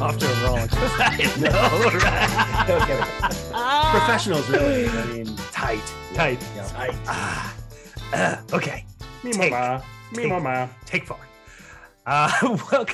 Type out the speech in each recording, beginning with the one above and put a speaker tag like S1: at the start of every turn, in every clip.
S1: off to a roll.
S2: No, right?
S3: No kidding. Professionals, really. I mean,
S2: Tight.
S1: Tight.
S3: yeah.
S2: Tight.
S1: Ah, uh, okay.
S2: Me
S1: Take.
S2: mama. Me
S1: Take.
S2: mama.
S1: Take four. Uh, well,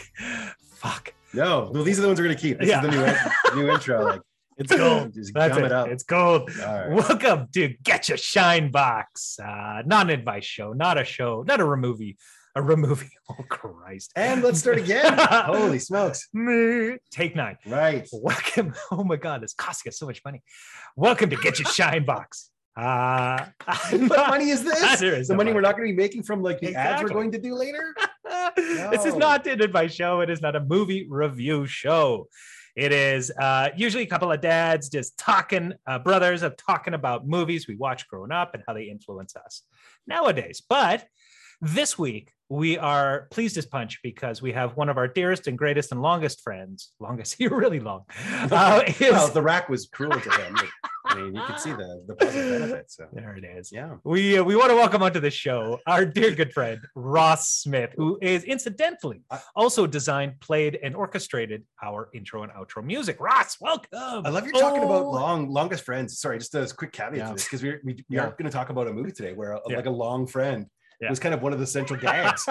S1: fuck.
S3: No, no, these are the ones we're gonna keep. This
S1: Yeah.
S3: is the new en- new intro. Like,
S1: It's gold.
S3: just
S1: That's
S3: gum
S1: it.
S3: it up.
S1: It's gold.
S3: All right.
S1: Welcome to Get Your Shine Box. Uh, not an advice show, not a show, not a removie, a removie. Oh, Christ.
S3: And let's start again. Holy smokes!
S1: Me. Take nine.
S3: Right.
S1: Welcome. Oh my God, this costs us so much money. Welcome to Get Your Shine Box. Uh,
S3: What money is this?
S1: There is
S3: The
S1: no
S3: money we're not gonna be making from like the ads
S1: Exactly.
S3: we're going to do later.
S1: This is
S3: No.
S1: not an advice show. It is not a movie review show. It is uh, usually a couple of dads just talking, uh, brothers of talking about movies we watch growing up and how they influence us nowadays. But this week, we are pleased as punch because we have one of our dearest and greatest and longest friends. Longest, you're really long. Uh, is-
S3: Well, the rack was cruel to him. I mean, you can see the the positive benefits. So,
S1: there it is.
S3: yeah.
S1: We uh, we want to welcome onto the show our dear good friend Ross Smith, who is incidentally
S3: I-
S1: also designed, played, and orchestrated our intro and outro music. Ross, welcome.
S3: I love you're talking about
S1: Oh,
S3: long, longest friends. Sorry, just a quick caveat
S1: Yeah.
S3: to this because we, we, we
S1: Yeah.
S3: are going to talk about a movie today where a,
S1: Yeah.
S3: like a long friend
S1: Yeah.
S3: was kind of one of the central gags,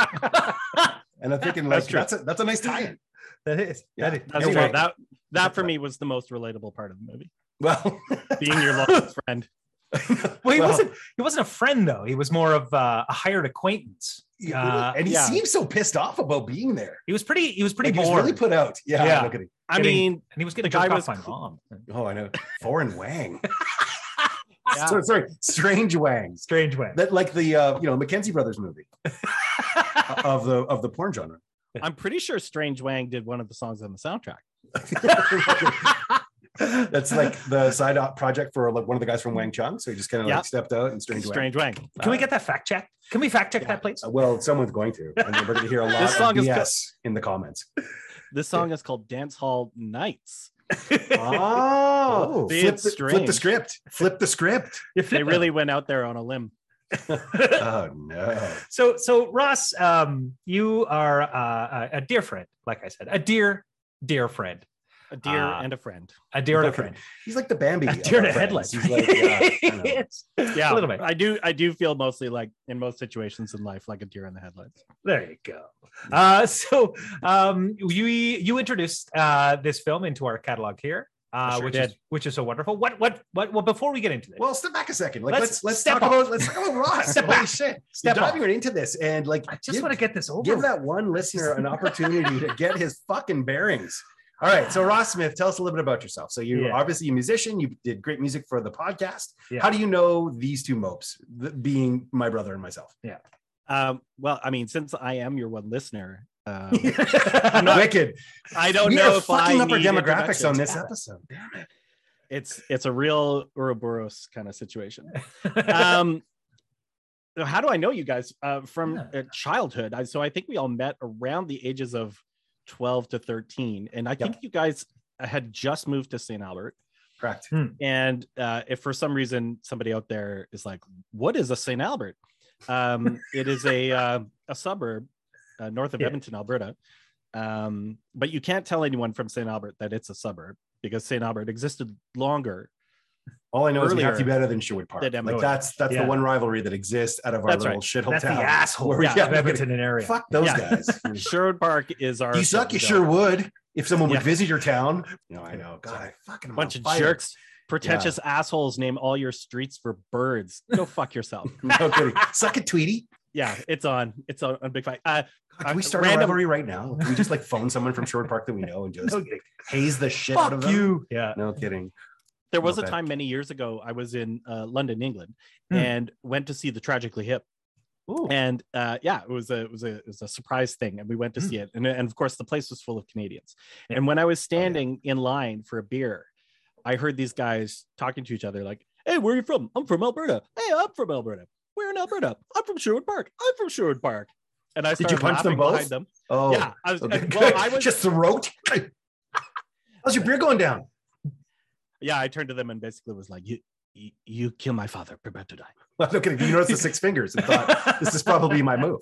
S3: and I'm thinking like
S2: That's
S3: that's,
S2: true.
S3: a, that's a nice tie-in.
S1: that is
S3: Yeah.
S1: that is
S2: That's
S3: You're
S2: well,
S3: right.
S2: that that for me was the most relatable part of the movie.
S3: Well,
S2: Being your lost friend.
S1: well, he
S3: Well-
S1: wasn't he wasn't a friend though. He was more of uh, a hired acquaintance.
S3: yeah,
S1: Uh,
S3: and he
S2: yeah.
S3: seems so pissed off about being there.
S1: He was pretty he was pretty
S3: Like, he
S1: bored,
S3: was really put out. Yeah.
S1: Yeah.
S3: look at it.
S2: I
S1: Getting-
S2: mean,
S1: and he was getting
S2: the guy
S1: jerked off by
S2: was cl-
S1: mom.
S3: Oh, I know. Foreign Wang.
S2: Yeah.
S3: sorry, sorry, strange Wangs.
S1: Strange way.
S3: That like the uh, you know Mackenzie Brothers movie of the of the porn genre.
S2: I'm pretty sure Strange Wang did one of the songs on the soundtrack.
S3: That's like the side op project for like one of the
S1: Mm-hmm.
S3: guys from Wang Chung. So he just kind of
S2: Yeah.
S3: like stepped out and strange. Wang.
S2: Strange Wang.
S1: Can we get that fact check? Can we fact check
S2: Yeah.
S1: that, please?
S3: Uh, well, someone's going to, and then we're going to hear a lot
S2: This song
S3: of
S2: is
S3: BS in the comments.
S2: This song is called Dance Hall Nights. Ah,
S3: Oh,
S2: See,
S3: flip,
S2: it's
S3: the, flip the
S2: strange.
S3: script. Flip the script.
S1: You're
S2: They
S1: flipping.
S2: really went out there on a limb.
S3: Oh no!
S1: so so ross um you are uh, a a dear friend like i said a dear dear friend
S2: A dear
S1: Ah.
S2: and a friend.
S1: a dear and a
S3: Okay.
S1: friend
S3: He's like the Bambi.
S1: a
S3: of
S1: deer in
S3: our
S1: a headlights
S3: friends. He's like, yeah, I know.
S1: Yes. a
S2: Yeah,
S1: little bit
S2: I do. I do feel mostly like in most situations in life, like a deer in the headlights.
S1: there you go uh so um you you introduced uh this film into our catalog here uh
S3: Sure
S1: which is
S3: did.
S1: which is so wonderful what what what well before we get into this
S3: Well, step back a second. Like,
S1: Let's
S3: let's let's
S1: step
S3: talk
S1: up.
S3: about let's talk about Ross.
S1: Step
S3: Holy
S1: back.
S3: shit!
S1: Step
S3: You're
S1: up.
S3: diving right into this, and like,
S1: i just want to get this over
S3: give
S1: with.
S3: that one listener an opportunity to get his fucking bearings. All right, so Ross Smith, tell us a little bit about yourself. So you're
S1: Yeah.
S3: obviously a musician. You did great music for the podcast.
S1: Yeah.
S3: How do you know these two mopes, th- being my brother and myself?
S2: Um, well, I mean, since I am your one listener, um,
S1: Uh,
S3: I'm not, Wicked.
S2: I don't
S3: we
S2: know
S3: are
S2: if
S3: fucking
S2: I
S3: up our
S2: need
S3: demographics on
S2: introductions.
S3: this episode. Damn it.
S2: It's it's a real Ouroboros kind of situation. Um, so how do I know you guys uh, from
S1: Yeah.
S2: uh, childhood? I, so I think we all met around the ages of twelve to thirteen, and I think you guys had just moved to St. Albert.
S3: Correct.
S2: And uh, if for some reason somebody out there is like, "What is a St. Albert?" Um, it is a uh, a suburb uh, north of
S1: Yeah.
S2: Edmonton, Alberta. Um, but you can't tell anyone from St. Albert that it's a suburb because St. Albert existed longer.
S3: All I know is we have
S2: Earlier
S3: to be better than Sherwood Park.
S2: than
S3: like
S2: Edmonton.
S3: that's that's
S1: Yeah.
S3: the one rivalry that exists out of our
S2: That's
S3: little
S2: right.
S3: shithole
S1: that's the
S3: town.
S1: asshole
S3: Yeah,
S1: yeah,
S3: look
S1: of
S3: at
S1: Edmonton and area
S3: Fuck those
S2: Yeah.
S3: guys.
S2: Sherwood Park is our
S3: you suck. You
S2: suburb.
S3: sure would if someone would
S2: Yeah.
S3: visit your town. No, I know. God, I fucking am
S2: Bunch
S3: on
S2: of
S3: fire.
S2: jerks, pretentious assholes name all your streets for birds. Go fuck yourself.
S3: No kidding. Suck it, Tweety.
S2: yeah, it's on. It's on, on Big Fight. Uh,
S3: God, Can we
S2: Uh,
S3: start a
S2: random-
S3: rivalry right now? Can we just like phone someone from Sherwood Park that we know and just
S1: No kidding.
S3: haze the shit out of
S1: fuck
S3: them?
S1: you yeah
S3: No kidding.
S2: there was
S3: Not
S2: a
S3: bad.
S2: time many years ago I was in uh, London, England,
S1: Hmm.
S2: and went to see the Tragically Hip.
S3: Ooh.
S2: And uh, yeah, it was a it was a it was a surprise thing, and we went to see it, and and of course the place was full of Canadians.
S1: Yeah.
S2: And when I was standing in line for a beer, I heard these guys talking to each other like, "Hey, where are you from? I'm from Alberta. Hey, I'm from Alberta. We're in Alberta. I'm from Sherwood Park. I'm from Sherwood Park." And I
S3: Did
S2: started
S3: you punch them
S2: laughing
S3: both?
S2: behind them.
S3: Oh,
S2: yeah, I was.
S3: okay.
S2: Well, I was.
S3: just throat. How's your beer going down?
S2: yeah, I turned to them and basically was like, "You, you, you kill my father. Prepare to die."
S3: I'm not kidding. You noticed the six fingers and thought this is probably my move.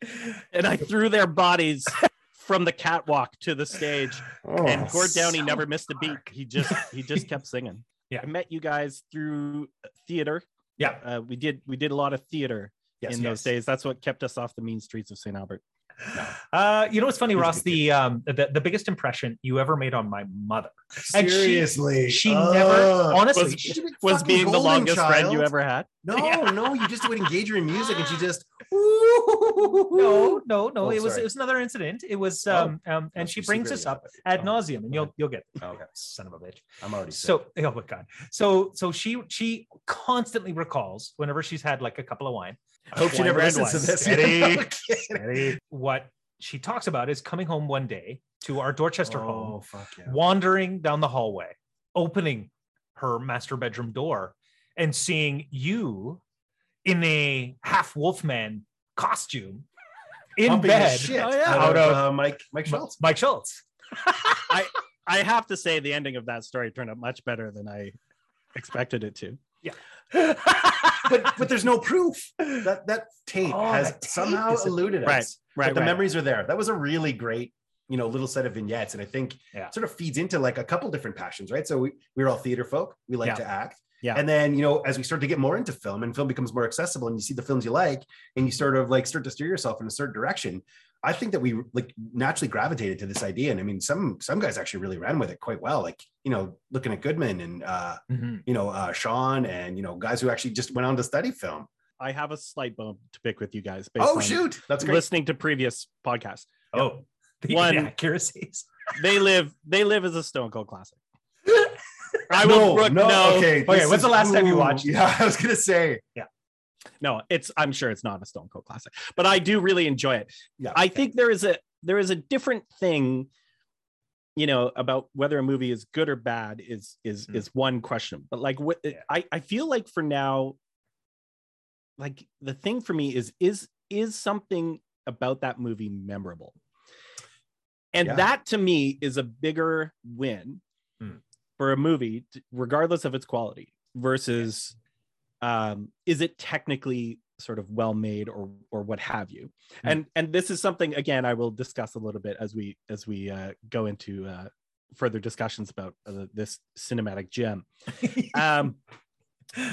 S2: and I threw their bodies from the catwalk to the stage.
S3: Oh.
S2: and Gord Downey
S1: so
S2: never missed a beat.
S1: dark.
S2: He just he just kept singing.
S1: Yeah.
S2: I met you guys through theater.
S1: Yeah.
S2: Uh, we did we did a lot of theater
S3: Yes,
S2: in
S1: yes.
S2: those days. That's what kept us off the mean streets of St. Albert.
S1: Uh, you know what's funny,
S3: He's
S1: Ross?
S3: good
S1: The um, the, the biggest impression you ever made on my mother. And she-
S3: Seriously,
S1: She
S3: Ugh.
S1: never, honestly,
S2: Was-
S1: she-
S3: She's a big
S2: Was
S3: fucking
S2: being the
S3: golden
S2: longest friend you
S3: child.
S2: ever had.
S3: No,
S1: Yeah.
S3: no, you just would engage her in music, and she just.
S1: no, no, no.
S3: Oh,
S1: it was
S3: sorry.
S1: it was another incident. It was
S3: Oh.
S1: um, um and
S3: Must
S1: she
S3: be
S1: brings
S3: secret
S1: this up
S3: about
S1: ad
S3: it. Oh,
S1: nauseum, and you'll you'll get it.
S3: Okay,
S1: son of a bitch.
S3: I'm already sick.
S1: So oh my god. So so she she constantly recalls whenever she's had like a couple of wine.
S3: I hope she
S2: Wine,
S3: never
S2: red
S3: listens to
S2: wine.
S3: this.
S1: Steady.
S3: Okay.
S1: What she talks about is coming home one day to our Dorchester home
S3: Oh fuck yeah!
S1: wandering down the hallway, opening her master bedroom door and seeing you in a half wolfman costume in
S3: Pumping the
S1: bed,
S3: shit
S2: Oh, yeah.
S3: out
S1: Out
S3: of
S1: of-
S3: uh, Mike Mike
S1: M-
S3: Schultz.
S1: Mike Schultz.
S2: I have to say the ending of that story turned out much better than I expected it to.
S1: Mm-hmm.
S3: But but there's no proof. That that tape
S1: Oh,
S3: has
S1: that tape
S3: somehow
S1: is-
S3: eluded us.
S2: Right, Right.
S3: but the
S2: right.
S3: memories are there. That was a really great, you know, little set of vignettes, and I think
S1: Yeah.
S3: sort of feeds into like a couple different passions, right? So we, we were all theater folk. We like
S2: Yeah.
S3: to act,
S2: Yeah.
S3: And then you know, as we start to get more into film, and film becomes more accessible, and you see the films you like, and you sort of like start to steer yourself in a certain direction. I think that we like naturally gravitated to this idea, and I mean, some some guys actually really ran with it quite well. Like you know, looking at Goodman and uh,
S1: Mhm.
S3: you know uh, Sean, and you know, guys who actually just went on to study film.
S2: I have a slight bone to pick with you guys based
S3: Oh
S2: on
S3: shoot, that's great.
S2: listening to previous podcasts.
S1: Oh, the
S2: One-
S1: inaccuracies.
S2: They live they live as a Stone Cold classic. I will brook no,
S3: Okay,
S1: Okay,
S3: this
S1: when's the last time you
S3: ooh,
S1: watched it?
S3: Yeah, I was gonna say.
S2: no it's i'm sure it's not a stone cold classic but i do really enjoy it
S3: Yeah,
S2: i think there is a there is a different thing you know about whether a movie is good or bad is is
S1: Mm.
S2: is one question but like what
S1: Yeah.
S2: i i feel like for now like the thing for me is is is something about that movie memorable and
S3: Yeah.
S2: that to me is a bigger win
S1: Mm.
S2: for a movie t- regardless of its quality versus um is it technically sort of well made or or what have you
S1: Hmm.
S2: and and this is something again i will discuss a little bit as we as we uh, go into uh, further discussions about uh, this cinematic gem um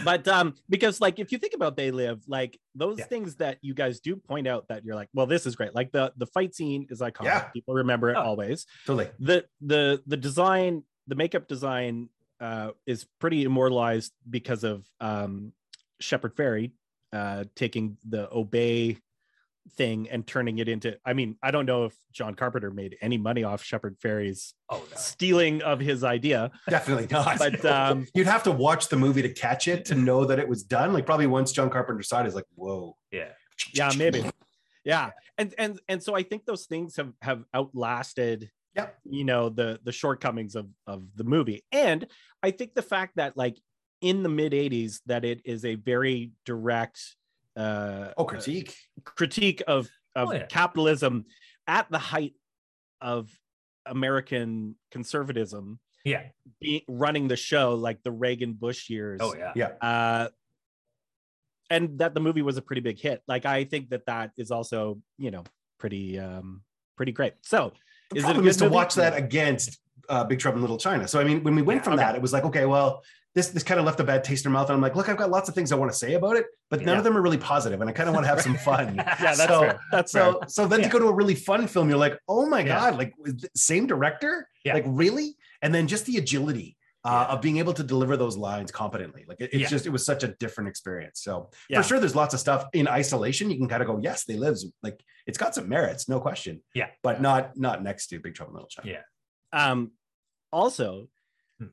S2: but um because like if you think about they live like those
S1: Yeah.
S2: things that you guys do point out that you're like well this is great like the the fight scene is iconic
S3: Yeah.
S2: people remember it
S1: Oh.
S2: always
S3: Totally.
S2: the the the design the makeup design uh is pretty immortalized because of um shepherd Fairey uh taking the obey thing and turning it into i mean i don't know if john carpenter made any money off shepherd Fairey's
S1: oh, no.
S2: stealing of his idea
S3: Definitely not.
S2: but um
S3: You'd have to watch the movie to catch it to know that it was done. Like probably once John Carpenter saw it, he's like, "Whoa,
S1: yeah.
S2: yeah maybe yeah and and and so i think those things have have outlasted
S3: Yep.
S2: you know the the shortcomings of of the movie and i think the fact that like in the mid 80s that it is a very direct uh
S3: oh critique."
S2: critique of of
S1: Oh, yeah.
S2: capitalism at the height of american conservatism
S1: Yeah.
S2: be, running the show like the reagan bush years
S1: Oh, yeah.
S3: Yeah,
S2: uh, and that the movie was a pretty big hit. Like I think that that is also you know pretty um pretty great. So
S3: the
S2: Is it a
S3: problem
S2: good
S3: is to
S2: movie?
S3: watch that against uh, Big Trouble in Little China. So I mean, when we went
S2: Yeah,
S3: from
S2: okay.
S3: that, it was like, okay, well, this this kind of left a bad taste in our mouth, and I'm like, look, I've got lots of things I want to say about it, but none
S2: Yeah.
S3: of them are really positive, and I kind of want to have some fun.
S2: yeah, that's
S3: So-
S2: fair. That's fair.
S3: So, so then to
S1: Yeah.
S3: go to a really fun film, you're like, oh my
S1: Yeah.
S3: god, like with the same director,
S1: Yeah.
S3: like really, and then just the agility uh, of being able to deliver those lines competently. Like it- it's
S1: Yeah.
S3: just, it was such a different experience. So
S2: Yeah.
S3: for sure, there's lots of stuff in isolation you can kind of go, yes, they lives. Like it's got some merits, no question.
S1: Yeah.
S3: but not not next to Big Trouble in Little China.
S1: Yeah.
S2: Um, also,
S1: Hmm.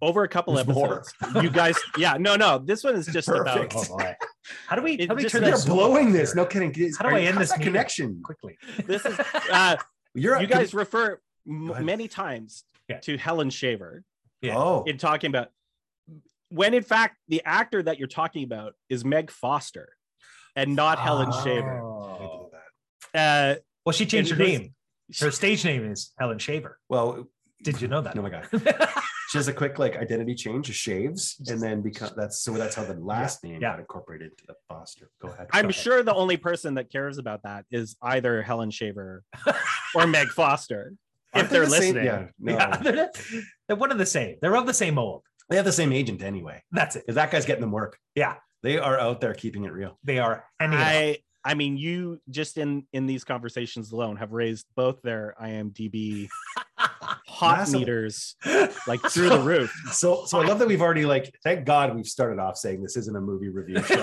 S2: over a couple
S3: There's more.
S2: episodes, you guys, yeah, no, no, this one is just
S3: Perfect.
S1: Oh
S2: about
S1: boy. How do we
S2: It
S1: how do we
S2: just-
S1: turn
S3: They're
S1: that
S3: blowing this.
S1: no
S3: No kidding.
S1: How do
S3: Are-
S1: I end
S3: how's
S1: this
S3: that
S1: meeting?
S3: connection?
S1: quickly.
S2: this is uh,
S3: You're
S2: you guys refer
S3: Go
S2: m-
S3: ahead.
S2: many times
S1: Yeah.
S2: to Helen Shaver
S1: Yeah.
S3: Oh,
S2: in talking about when in fact the actor that you're talking about is Meg Foster and not Helen Shaver.
S1: Oh.
S2: Uh,
S1: Well, she changed her
S2: And it was-
S1: name. Her stage name is Helen Shaver.
S3: well,
S1: Did you know that?
S3: oh my god. she has a quick like identity change, shaves, and then become that's so that's how the last name
S1: Yeah.
S3: got incorporated to the Foster. Go ahead.
S2: I'm
S3: Go ahead.
S2: sure the only person that cares about that is either Helen Shaver or Meg Foster.
S3: Aren't
S2: if
S3: they
S2: they're
S3: the same-
S2: listening.
S3: Yeah, no.
S1: Yeah, they're, they're one of the same. They're of the same old.
S3: They have the same agent anyway.
S1: That's it.
S3: Because that guy's getting them work.
S1: Yeah.
S3: They are out there keeping it real.
S1: They are. hanging out.
S2: I I mean, you just in in these conversations alone have raised both their IMDb hot
S3: Massive.
S2: meters like through the roof.
S3: So so I love that we've already like thank God we've started off saying this isn't a movie review show,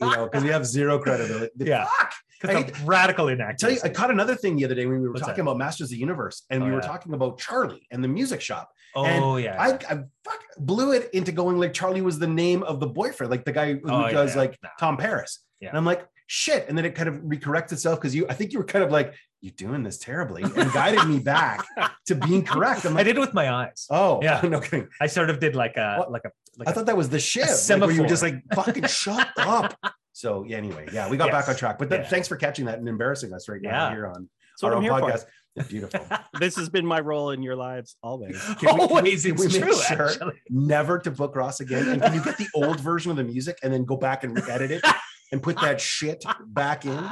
S3: you know, because we have zero credibility.
S1: Yeah.
S3: Fuck!
S1: 'Cause
S3: I-
S1: they're radical
S3: I tell you,
S1: inaccuracy.
S3: I caught another thing the other day when we were
S1: What's
S3: talking
S1: that?
S3: about Masters of the Universe, and
S1: Oh,
S3: we were
S1: yeah.
S3: talking about Charlie and the music shop.
S1: oh yeah.
S3: I, I fuck blew it into going like Charlie was the name of the boyfriend, like the guy who
S1: Oh, yeah,
S3: does
S1: yeah.
S3: like
S1: Nah.
S3: Tom Paris.
S1: Yeah.
S3: And I'm like, shit. And then it kind of recorrects itself because you, I think you were kind of like, you're doing this terribly and guided me back to being correct. I'm
S1: I
S3: like,
S1: did it with my eyes.
S3: oh,
S1: Yeah.
S3: no kidding.
S1: I sort of did like a
S3: What?
S1: like a like
S3: I
S1: a
S3: thought that was the shiv. Like, where you were just like, fucking shut up. So, yeah, anyway, yeah, we got
S1: Yes.
S3: back on track. But then,
S1: Yeah.
S3: thanks for catching that and embarrassing us right now
S1: Yeah.
S3: here on
S2: That's what
S3: our
S2: I'm here
S3: own
S2: for.
S3: podcast. Beautiful.
S2: This has been my role in your lives always.
S3: Can we- can we-
S1: always
S3: can
S1: it's
S3: we make
S1: true
S3: sure-
S1: actually.
S3: never to book Ross again. And can you get the old version of the music and then go back and re-edit it and put that shit back in?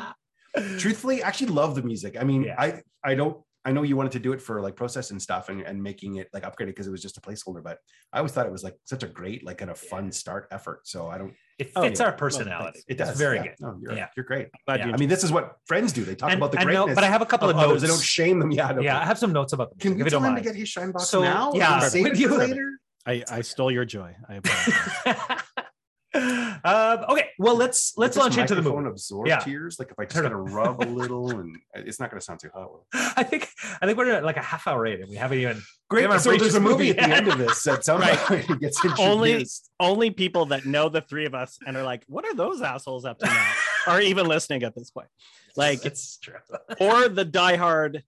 S3: Truthfully, I actually love the music. I mean,
S1: Yeah.
S3: I I don't I know you wanted to do it for like process and stuff and, and making it like upgraded because it was just a placeholder, but I always thought it was like such a great, like kind of fun start effort. So I don't
S1: It
S2: Oh,
S1: fits
S2: yeah.
S1: our personality.
S3: it
S1: It's
S3: does
S1: very
S3: yeah.
S1: good.
S3: No, you're,
S1: Yeah.
S3: you're great.
S2: Glad
S1: Yeah.
S2: you
S3: I mean, this is what friends do. They talk
S1: And-
S3: about the
S1: I know,
S3: greatness.
S1: but I have a couple of,
S3: of
S1: notes.
S3: others. They don't shame them. Yeah, I don't
S1: yeah, I
S3: know.
S1: have some notes about the music,
S3: Can we
S1: if you
S3: tell
S1: don't
S3: him to
S1: mind.
S3: get his shine box
S1: So,
S3: now? Or
S1: yeah,
S3: we save
S1: would
S3: it
S1: you-
S3: for later?
S2: I, I stole your joy. I apologize.
S1: um, okay, well let's let's
S3: Does
S1: launch
S3: this
S1: into the
S3: microphone
S1: movie.
S3: Absorb
S1: Yeah.
S3: tears. Like if I just
S1: Turn it
S3: kind of rub a little, and uh, it's not going to sound too hot.
S1: I think I think we're at like a half hour in, and we haven't even.
S3: Great.
S1: Yeah,
S3: so
S1: Breach
S3: there's
S1: is
S3: a movie at
S1: movie.
S3: the end of this that somebody gets introduced.
S2: Only- Only people that know the three of us and are like, what are those assholes up to now? Are even listening at this point. Like,
S1: it's true.
S2: or the diehard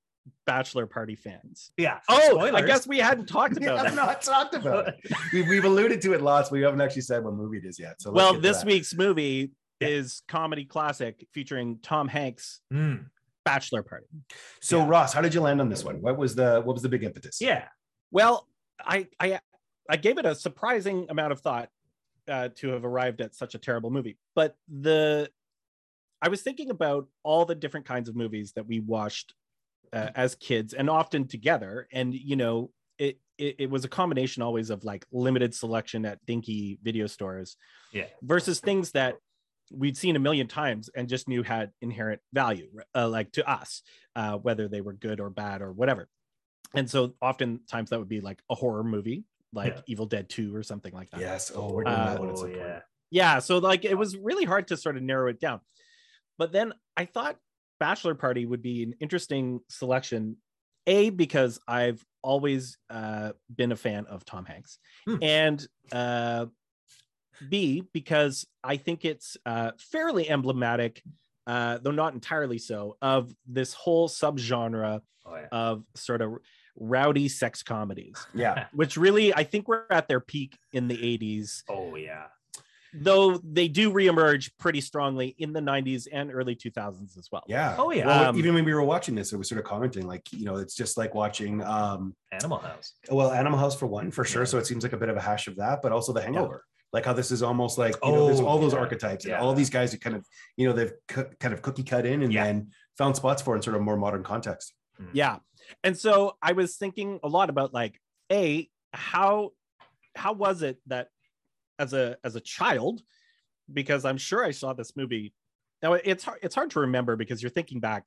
S2: Bachelor Party fans.
S1: Yeah.
S2: Oh, I
S1: Spoilers.
S2: guess we hadn't talked
S3: we
S2: about
S3: have
S2: that.
S3: not talked about it. We've, we've alluded to it lots, but we haven't actually said what movie it is yet. So let's
S2: well,
S3: get to
S2: this
S3: that.
S2: week's movie
S1: Yeah.
S2: is comedy classic featuring Tom Hanks'
S1: Mm.
S2: Bachelor Party.
S3: So
S1: yeah.
S3: Ross, how did you land on this one? What was the what was the big impetus?
S1: Yeah.
S2: Well, I I I gave it a surprising amount of thought uh, to have arrived at such a terrible movie. But the I was thinking about all the different kinds of movies that we watched uh, as kids and often together, and you know. It, it, it was a combination always of like limited selection at dinky video stores
S1: Yeah.
S2: versus things that we'd seen a million times and just knew had inherent value uh, like to us uh, whether they were good or bad or whatever and so oftentimes that would be like a horror movie like
S1: Yeah.
S2: evil dead 2 or something like that
S3: Yes. Oh, we're doing
S2: Uh,
S3: that one at
S1: oh,
S3: some point.
S1: yeah.
S2: yeah so like it was really hard to sort of narrow it down but then i thought bachelor party would be an interesting selection a because i've always uh, been a fan of tom hanks
S1: Hmm.
S2: and uh, b because i think it's uh, fairly emblematic uh, though not entirely so of this whole subgenre
S1: Oh, yeah.
S2: of sort of rowdy sex comedies
S3: Yeah.
S2: which really i think we're at their peak in the 80s
S1: Oh yeah.
S2: though they do reemerge pretty strongly in the 90s and early 2000s as well.
S3: Yeah.
S1: Oh, yeah.
S3: Well,
S2: Um,
S3: even when we were watching this, it was sort of commenting like, you know, it's just like watching um
S1: Animal House.
S3: Well, Animal House for one, for sure.
S1: Yeah.
S3: So it seems like a bit of a hash of that, but also the hangover. Like how this is almost like, you know, there's
S1: Oh,
S3: all those
S1: yeah.
S3: archetypes
S1: Yeah.
S3: and all these guys who kind of, you know, they've cu- kind of cookie cut in and
S1: Yeah.
S3: then found spots for in sort of more modern context.
S2: Yeah. And so I was thinking a lot about like a how how was it that as a as a child because I'm sure I saw this movie now it's hard, it's hard to remember because you're thinking back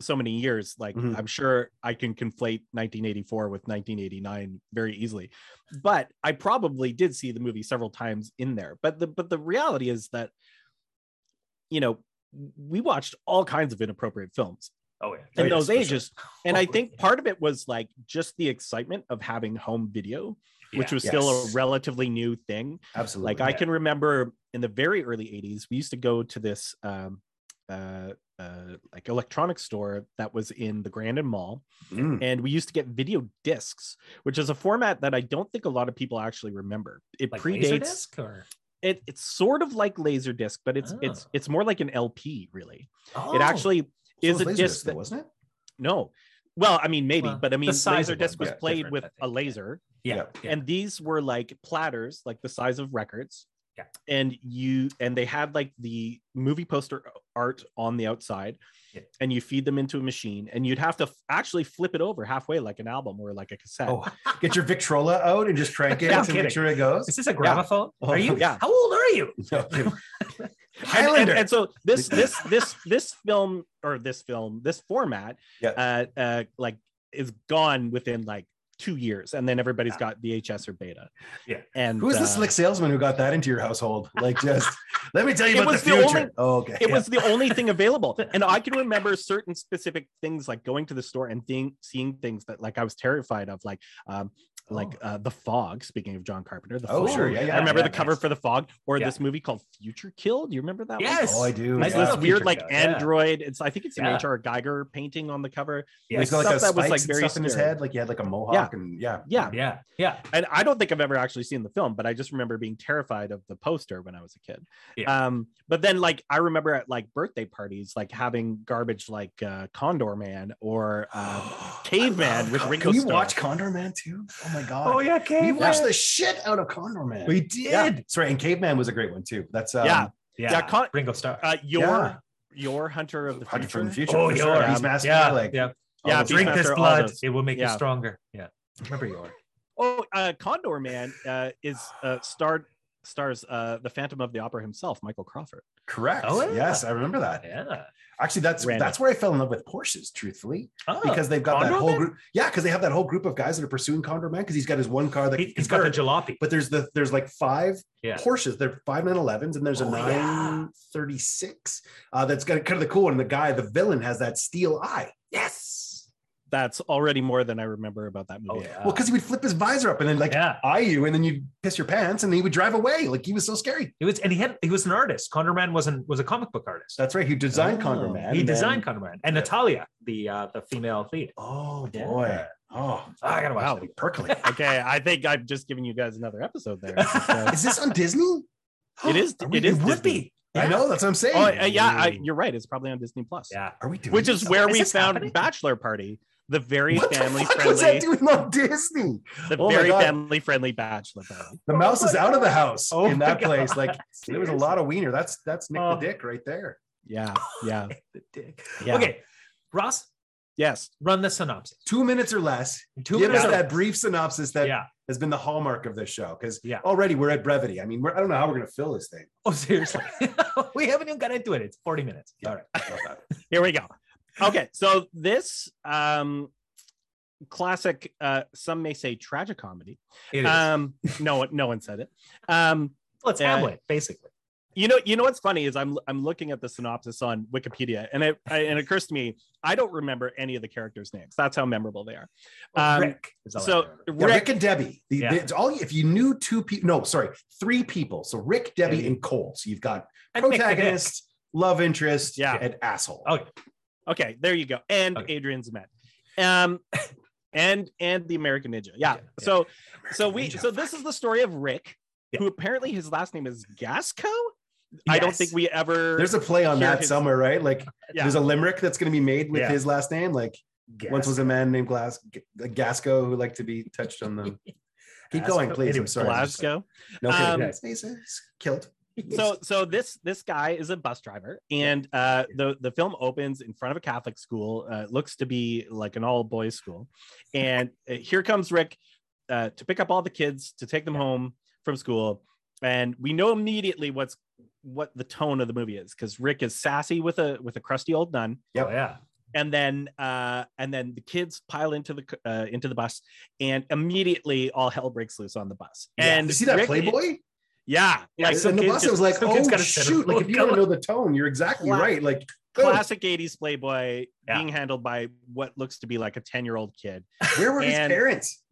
S2: so many years like
S3: Mhm.
S2: I'm sure I can conflate 1984 with 1989 very easily but I probably did see the movie several times in there but the but the reality is that you know we watched all kinds of inappropriate films
S1: Oh yeah.
S2: in
S3: Oh, yes,
S2: those
S3: for sure.
S2: ages. And I
S1: Totally.
S2: think part of it was like just the excitement of having home video, which
S1: Yeah.
S2: was still a
S3: Yes.
S2: relatively new thing.
S3: Absolutely.
S2: Like I can remember in the very early 80s, we used to go to this um, uh, uh, like electronics store that was in the Grandin Mall,
S3: Mm.
S2: and we used to get video discs, which is a format that I don't think a lot of people actually remember. It
S1: like
S2: predates
S1: Laserdisc or
S2: it. It's sort of like Laserdisc, but it's it's
S1: Oh.
S2: it's more like an LP really.
S1: oh.
S2: It actually
S3: So
S2: is
S3: was
S2: a
S3: Laserdisc,
S2: disc
S3: though,
S2: that
S3: wasn't it?
S2: no well, I mean, maybe,
S1: Well,
S2: but I mean,
S1: the size
S2: laser
S1: of
S2: disc
S1: one
S2: was
S1: was
S2: played
S1: different,
S2: with
S1: I
S2: a
S1: think, yeah.
S2: laser,
S1: yeah, yeah.
S2: and these were like platters, like the size of records.
S1: Yeah.
S2: And you and they had like the movie poster art on the outside,
S1: Yeah.
S2: and you feed them into a machine, and you'd have to f- actually flip it over halfway, like an album or like a cassette.
S1: Oh,
S3: Get your Victrola out and just crank it
S1: No
S3: to
S1: kidding.
S3: make sure it goes.
S1: is this a gramophone? Are you?
S2: Oh, yeah.
S1: How old are you?
S3: No, dude.
S2: and, and,
S3: Highlander.
S2: and so this this this this film or this film this format
S3: Yeah.
S2: uh, uh like is gone within like two years and then everybody's
S1: Yeah.
S2: got vhs or beta
S1: Yeah.
S2: and
S3: Who is this
S2: uh,
S3: slick salesman who got that into your household? Like, just let me tell you
S2: It
S3: about the
S2: was the only-
S3: future. oh, okay.
S2: it was the only thing available and i can remember certain specific things like going to the store and seeing seeing things that like i was terrified of like um like uh, the fog speaking of john carpenter the
S3: Oh,
S2: fog.
S3: sure. Yeah, yeah.
S2: i remember
S1: Oh. yeah,
S2: the cover
S1: nice.
S2: for the fog or
S1: Yeah.
S2: this movie called future kill do you remember that one?
S1: Yes.
S3: Oh, I do.
S1: Nice
S2: It's
S1: Yeah.
S2: this
S1: Oh,
S2: weird
S1: Future
S2: like
S1: Kill, yeah.
S2: android. It's I think it's an
S1: Yeah.
S2: HR Geiger painting on the cover.
S3: Yeah,
S1: Yes.
S3: he's got like
S2: stuff
S3: those
S2: that was, like,
S3: spikes and
S2: very
S3: stuff in his
S2: scary.
S3: head. Like he had like a mohawk and yeah.
S2: Yeah.
S1: Yeah, yeah.
S2: And I don't think I've ever actually seen the film, but I just remember being terrified of the poster when I was a kid.
S1: Yeah.
S2: Um, but then like I remember at like birthday parties, like having garbage like uh, Condor Man or uh, Caveman with Ringo
S3: Oh, Can we
S2: Starr.
S3: watch Condor Man too? Oh my god.
S1: Oh yeah,
S3: We
S1: Caveman.
S3: watched the shit out of Condor Man.
S1: We did.
S2: Yeah.
S3: Sorry, and Caveman was a great one too. That's um,
S2: Yeah.
S1: Yeah,
S2: Yeah, con-
S1: Ringo Starr.
S2: uh, your
S3: Yeah.
S2: your Hunter of the
S3: Hunter
S2: Future.
S3: from the future.
S1: Oh,
S3: for
S1: Yor.
S3: sure. Beastmaster.
S1: yeah,
S3: like
S1: yeah.
S3: all
S2: Yeah,
S3: those-
S2: Beast-
S1: Drink this
S2: Beastmaster, all
S1: blood;
S2: those.
S1: it will make you
S2: Yeah.
S1: stronger. Yeah, remember your.
S2: Oh, uh, Condor Man uh, is uh, starred stars uh, the Phantom of the Opera himself, Michael Crawford.
S3: correct.
S1: Oh, yeah.
S3: Yes, I remember that.
S1: Yeah.
S3: Actually, that's
S2: Random.
S3: that's where I fell in love with Porsches. Truthfully,
S1: Oh,
S3: because they've got
S1: Condor
S3: that whole
S1: Man?
S3: group. Yeah, because they have that whole group of guys that are pursuing Condor Man because he's got his one car that
S1: he,
S3: can
S1: he's got the
S3: convert.
S1: jalopy.
S3: But there's the there's like five
S1: Yeah.
S3: Porsches. They're five nine elevens, and there's a
S1: Oh, yeah.
S3: nine thirty six. Uh, that's got kind of the cool one. The guy, the villain, has that steel eye.
S1: Yes.
S2: That's already more than I remember about that
S1: Oh
S2: movie.
S1: yeah.
S3: Well, because he would flip his visor up and then like
S1: yeah.
S3: eye you, and then you'd piss your pants, and then he would drive away. Like he was so scary.
S1: He was, and he had he was an artist. Condor Man was an, was a comic book artist.
S3: That's right. He designed
S2: Oh.
S3: Condor Man.
S1: he
S3: and then-
S1: designed Condor Man and
S3: Yeah.
S1: Natalia, the uh, the female lead.
S3: Oh
S1: Yeah. Ah,
S3: boy. Oh,
S1: I gotta watch
S2: Wow.
S1: that.
S3: percolate.
S2: Okay, I think I've just given you guys another episode there. It's, uh,
S3: Is this on Disney?
S2: It is-
S3: Are we-
S2: it is
S3: would
S2: Disney.
S3: be. I know. That's what I'm saying.
S2: Oh uh, yeah, I, you're right. It's probably on Disney Plus.
S1: Yeah.
S3: Are we doing?
S2: which is
S3: this?
S2: where
S1: Is
S2: we
S1: this
S2: found
S1: happening?
S2: Bachelor Party, the very
S3: What the
S2: family
S3: fuck was
S2: friendly,
S3: that doing on Disney?
S2: the
S3: Oh my
S2: very
S3: God.
S2: family friendly Bachelor Party.
S3: The
S1: Oh
S3: mouse is
S1: my
S3: out of the house
S1: Oh
S3: in
S1: my
S3: that place.
S1: God.
S3: Like there was a lot of wiener. That's that's Nick
S1: Oh.
S3: the Dick right there.
S2: Yeah, yeah,
S1: The dick.
S2: yeah.
S1: Okay, Ross,
S2: Yes.
S1: run the synopsis.
S3: Two minutes or less.
S1: Two
S3: Give us
S1: minutes.
S3: that brief synopsis that
S1: yeah.
S3: has been the hallmark of this show because
S1: Yeah.
S3: already we're at brevity. I mean, we're, I don't know how we're going to fill this thing.
S1: Oh, seriously. we haven't even got into it. It's 40 minutes.
S3: Yeah.
S1: All right.
S3: Love that.
S2: Here we go. Okay, so this um classic uh some may say tragicomedy.
S1: It is.
S2: Um no one no one said it. Um
S1: well, it's
S2: yeah.
S1: Hamlet, basically.
S2: you know you know what's funny is I'm I'm looking at the synopsis on Wikipedia and it I, and it occurs to me I don't remember any of the characters' names. That's how memorable they are. Um,
S1: Rick is all I
S2: so
S1: remember.
S3: Yeah, Rick,
S2: Rick,
S3: and Debbie. The,
S1: Yeah.
S3: it's all if you knew two people. No, sorry, three people. So Rick, Debbie, and Cole. So you've got
S1: And Nick the Dick.
S3: protagonist, love interest,
S2: Yeah.
S3: and asshole.
S1: Oh,
S2: Okay, there you go. And
S1: Okay.
S2: Adrian's men. Um and and the American Ninja.
S1: Yeah,
S2: Yeah.
S1: yeah.
S2: So so we
S3: Ninja.
S2: so this is the story of Rick,
S1: Yeah.
S2: who apparently his last name is Gasco. I don't
S1: Yes.
S2: think we ever
S3: there's a play on
S2: Here
S3: that
S2: is-
S3: somewhere, right? Like
S2: Yeah.
S3: there's a limerick that's going to be made with
S1: Yeah.
S3: his last name. Like once
S1: Oh,
S3: was a man named Glass G- uh, Gasco who liked to be touched on the. Keep going,
S1: Gasco.
S3: please.
S1: Anyway,
S3: I'm sorry. I'm just-
S2: Glasgow.
S3: No
S2: Um,
S3: kidding. Yes. Killed.
S2: So so this this guy is a bus driver, and uh, the the film opens in front of a Catholic school. Uh, it looks to be like an all boys school, and uh, here comes Rick uh, to pick up all the kids to take them home from school, and we know immediately what's what the tone of the movie is because Rick is sassy with a with a crusty old nun.
S1: Oh, yeah.
S2: and then uh, and then the kids pile into the c- uh, into the bus, and immediately all hell breaks loose on the bus.
S1: Yeah.
S2: And
S3: you see that
S2: Rick-
S3: Playboy?
S2: Yeah,
S1: Yeah,
S2: like
S1: some
S3: and the
S2: kid
S3: bus,
S2: just-
S3: I was like,
S1: some
S3: oh
S1: kid's gotta sit
S3: shoot!
S1: on-
S3: Like if you
S1: Come
S3: want to know the tone, you're exactly
S2: Class-
S3: right. Like oh,
S2: classic '80s Playboy
S1: Yeah.
S2: being handled by what looks to be like a ten-year-old kid.
S3: Where were his
S2: And-
S3: parents?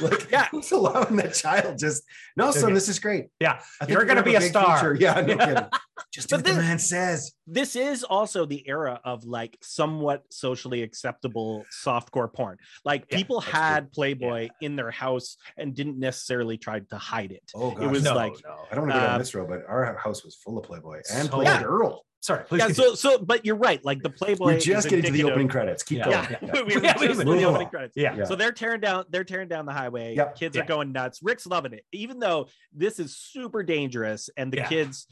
S3: like,
S2: Yeah.
S3: who's allowing that child just? No, son,
S1: Okay.
S3: this is great.
S1: Yeah.
S3: I think
S1: You're
S3: we
S1: gonna
S3: have
S1: be a
S3: big
S1: star.
S3: future. Yeah, no kidding. Just do
S2: But
S3: what the
S2: this-
S3: man says.
S2: This is also the era of like somewhat socially acceptable softcore porn. Like
S1: Yeah,
S2: people
S3: that's true.
S2: had Playboy in their house and didn't necessarily try to hide it.
S3: Oh gosh,
S2: was
S1: no,
S2: like-
S1: no.
S3: I don't want to go down
S2: um,
S3: this road, but our house was full of Playboy and
S1: So-
S3: Playgirl.
S1: Sorry, please.
S2: yeah.
S1: continue.
S2: So so, but you're right. Like the Playboy.
S3: We're
S2: is
S3: just getting to the
S2: indicative-
S3: opening credits. Keep
S2: Yeah.
S3: going.
S2: Yeah. we we were
S1: Yeah,
S2: just
S1: we
S2: in
S3: move
S2: the opening
S3: on.
S2: credits.
S1: yeah.
S3: Yeah.
S2: So they're tearing down they're tearing down the highway.
S3: Yep.
S2: Kids
S1: Yeah.
S2: are going nuts. Rick's loving it. Even though this is super dangerous and the
S1: Yeah.
S2: kids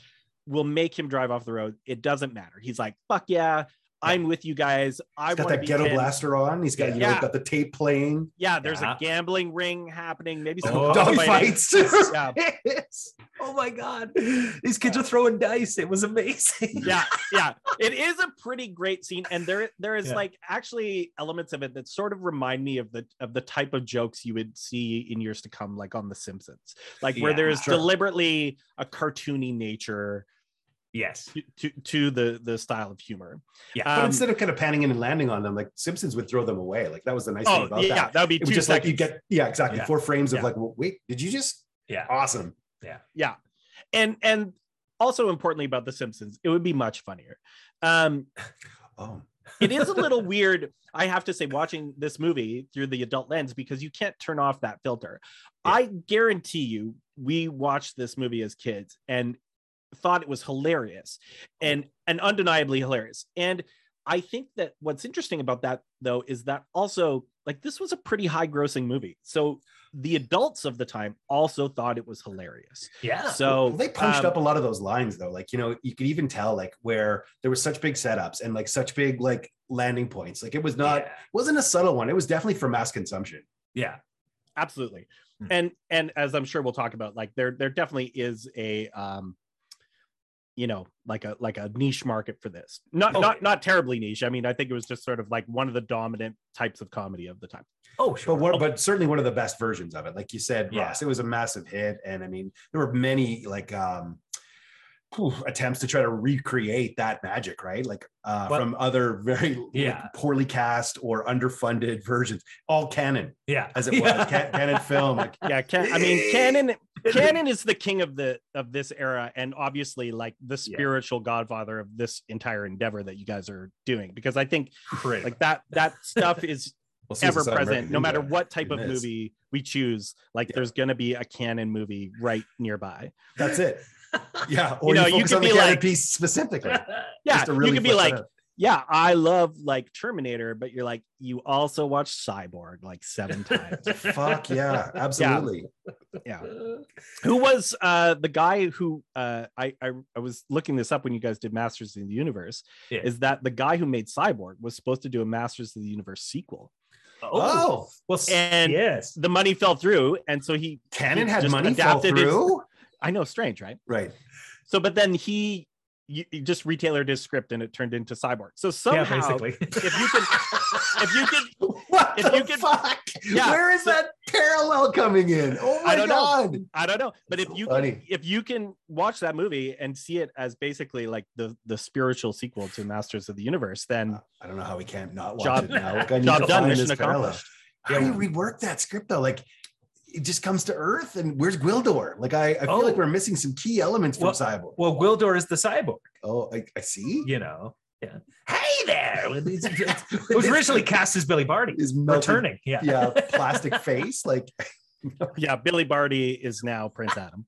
S2: will make him drive off the road, it doesn't matter. He's like, "Fuck yeah, I'm with you guys. I
S3: He's got
S2: want to
S3: that
S2: be
S3: ghetto
S2: in."
S3: blaster on. He's got you know
S2: Yeah.
S3: he's got the tape playing.
S2: Yeah, there's
S1: Yeah.
S2: a gambling ring happening. Maybe some
S1: Oh,
S2: dog
S3: dog
S1: fighting.
S3: fights.
S2: Yeah.
S3: Yes.
S1: oh my god, these kids are throwing dice. It was amazing.
S2: yeah yeah it is a pretty great scene and there there is
S1: Yeah.
S2: like actually elements of it that sort of remind me of the of the type of jokes you would see in years to come like on the simpsons like where
S1: Yeah,
S2: there is
S3: sure.
S2: deliberately a cartoony nature
S1: Yes.
S2: to, to, to the the style of humor
S1: Yeah,
S3: But
S2: Um,
S3: instead of kind of panning in and landing on them, like Simpsons would throw them away. Like that was the nice thing
S2: oh
S3: about
S2: yeah
S3: that.
S2: that. would be
S3: It
S2: two
S3: was just like
S2: seconds.
S3: you get yeah exactly
S1: Yeah.
S3: four frames of
S2: Yeah.
S3: like well, wait did you just
S1: Yeah.
S3: awesome
S2: yeah and and also importantly about the simpsons it would be much funnier um
S3: oh
S2: it is a little weird i have to say watching this movie through the adult lens because you can't turn off that filter i guarantee you we watched this movie as kids and thought it was hilarious and and undeniably hilarious and i think that what's interesting about that though is that also like this was a pretty high grossing movie so the adults of the time also thought it was hilarious
S1: Yeah.
S2: so
S3: Well, they punched
S2: um,
S3: up a lot of those lines though like you know you could even tell like where there was such big setups and like such big like landing points like it was not
S1: yeah.
S3: wasn't a subtle one it was definitely for mass consumption
S1: yeah.
S2: absolutely
S1: Hmm.
S2: and and as i'm sure we'll talk about like there there definitely is a um you know like a like a niche market for this not
S1: Oh.
S2: not not terribly niche i mean i think it was just sort of like one of the dominant types of comedy of the time
S1: Oh
S3: but
S1: sure.
S3: what, but certainly one of the best versions of it like you said
S1: Yeah.
S3: Ross it was a massive hit and I mean there were many like um whew, attempts to try to recreate that magic right like uh
S1: Well-
S3: from other very like,
S1: Yeah.
S3: poorly cast or underfunded versions all canon
S1: yeah.
S3: as it was Can- canon film like
S2: yeah can, i mean canon canon is the king of the of this era and obviously like the spiritual godfather of this entire endeavor that you guys are doing because i think
S1: Great.
S2: like that that stuff is
S3: well, Suicide
S2: ever
S3: Squad,
S2: present
S3: American
S2: no
S3: Ninja.
S2: matter what type
S3: It
S2: of
S3: is.
S2: movie we choose like
S3: Yeah.
S2: there's gonna be a canon movie right nearby
S3: That's it. Yeah. Or you,
S2: know, you
S3: focus
S2: could
S3: on the
S2: be
S3: canon
S2: like-
S3: piece specifically.
S2: yeah
S3: just to
S2: you
S3: really
S2: could be
S3: flesh that
S2: like
S3: out.
S2: yeah i love like terminator but you're like you also watch cyborg like seven times
S3: fuck yeah, absolutely.
S2: yeah
S1: Oh.
S2: who was uh the guy who uh I, I i was looking this up when you guys did masters in the universe
S1: Yeah.
S2: is that the guy who made cyborg was supposed to do a masters of the universe sequel
S1: Oh, well, s-
S2: and
S1: yes.
S2: the money fell through and so he
S3: canon
S2: he
S3: had
S2: just
S3: money fall
S2: adapted his-
S3: through.
S2: i know strange right
S3: Right.
S2: So, but then he, you, you just retailered his script and it turned into Cyborg. So somehow,
S1: yeah, basically.
S2: if you can, if you can,
S3: What
S2: If
S3: the
S2: you could-
S3: fuck?
S2: Yeah,
S3: Where is
S2: so-
S3: that parallel coming in? Oh my
S2: I don't know.
S3: god.
S2: I don't know, but if
S3: So
S2: you
S3: funny.
S2: can, if you can watch that movie and see it as basically like the the spiritual sequel to Masters of the Universe, then
S3: I don't know how we can't not watch
S2: Job-
S3: it now. Like, I need
S2: job
S3: to
S2: done,
S3: find
S2: mission
S3: this parallel.
S2: accomplished.
S3: How do you rework that script though? Like it just comes to earth and where's Gwildor? Like I, I feel
S1: Oh.
S3: like we're missing some key elements from
S1: Well-
S3: Cyborg.
S1: well, Wildor is the cyborg.
S3: Oh, I, I see.
S1: You know. Yeah. Hey there. With these- it was originally cast as Billy Barty.
S3: is melting
S1: Returning. Yeah.
S3: yeah plastic face like
S2: yeah, Billy Barty is now Prince Adam.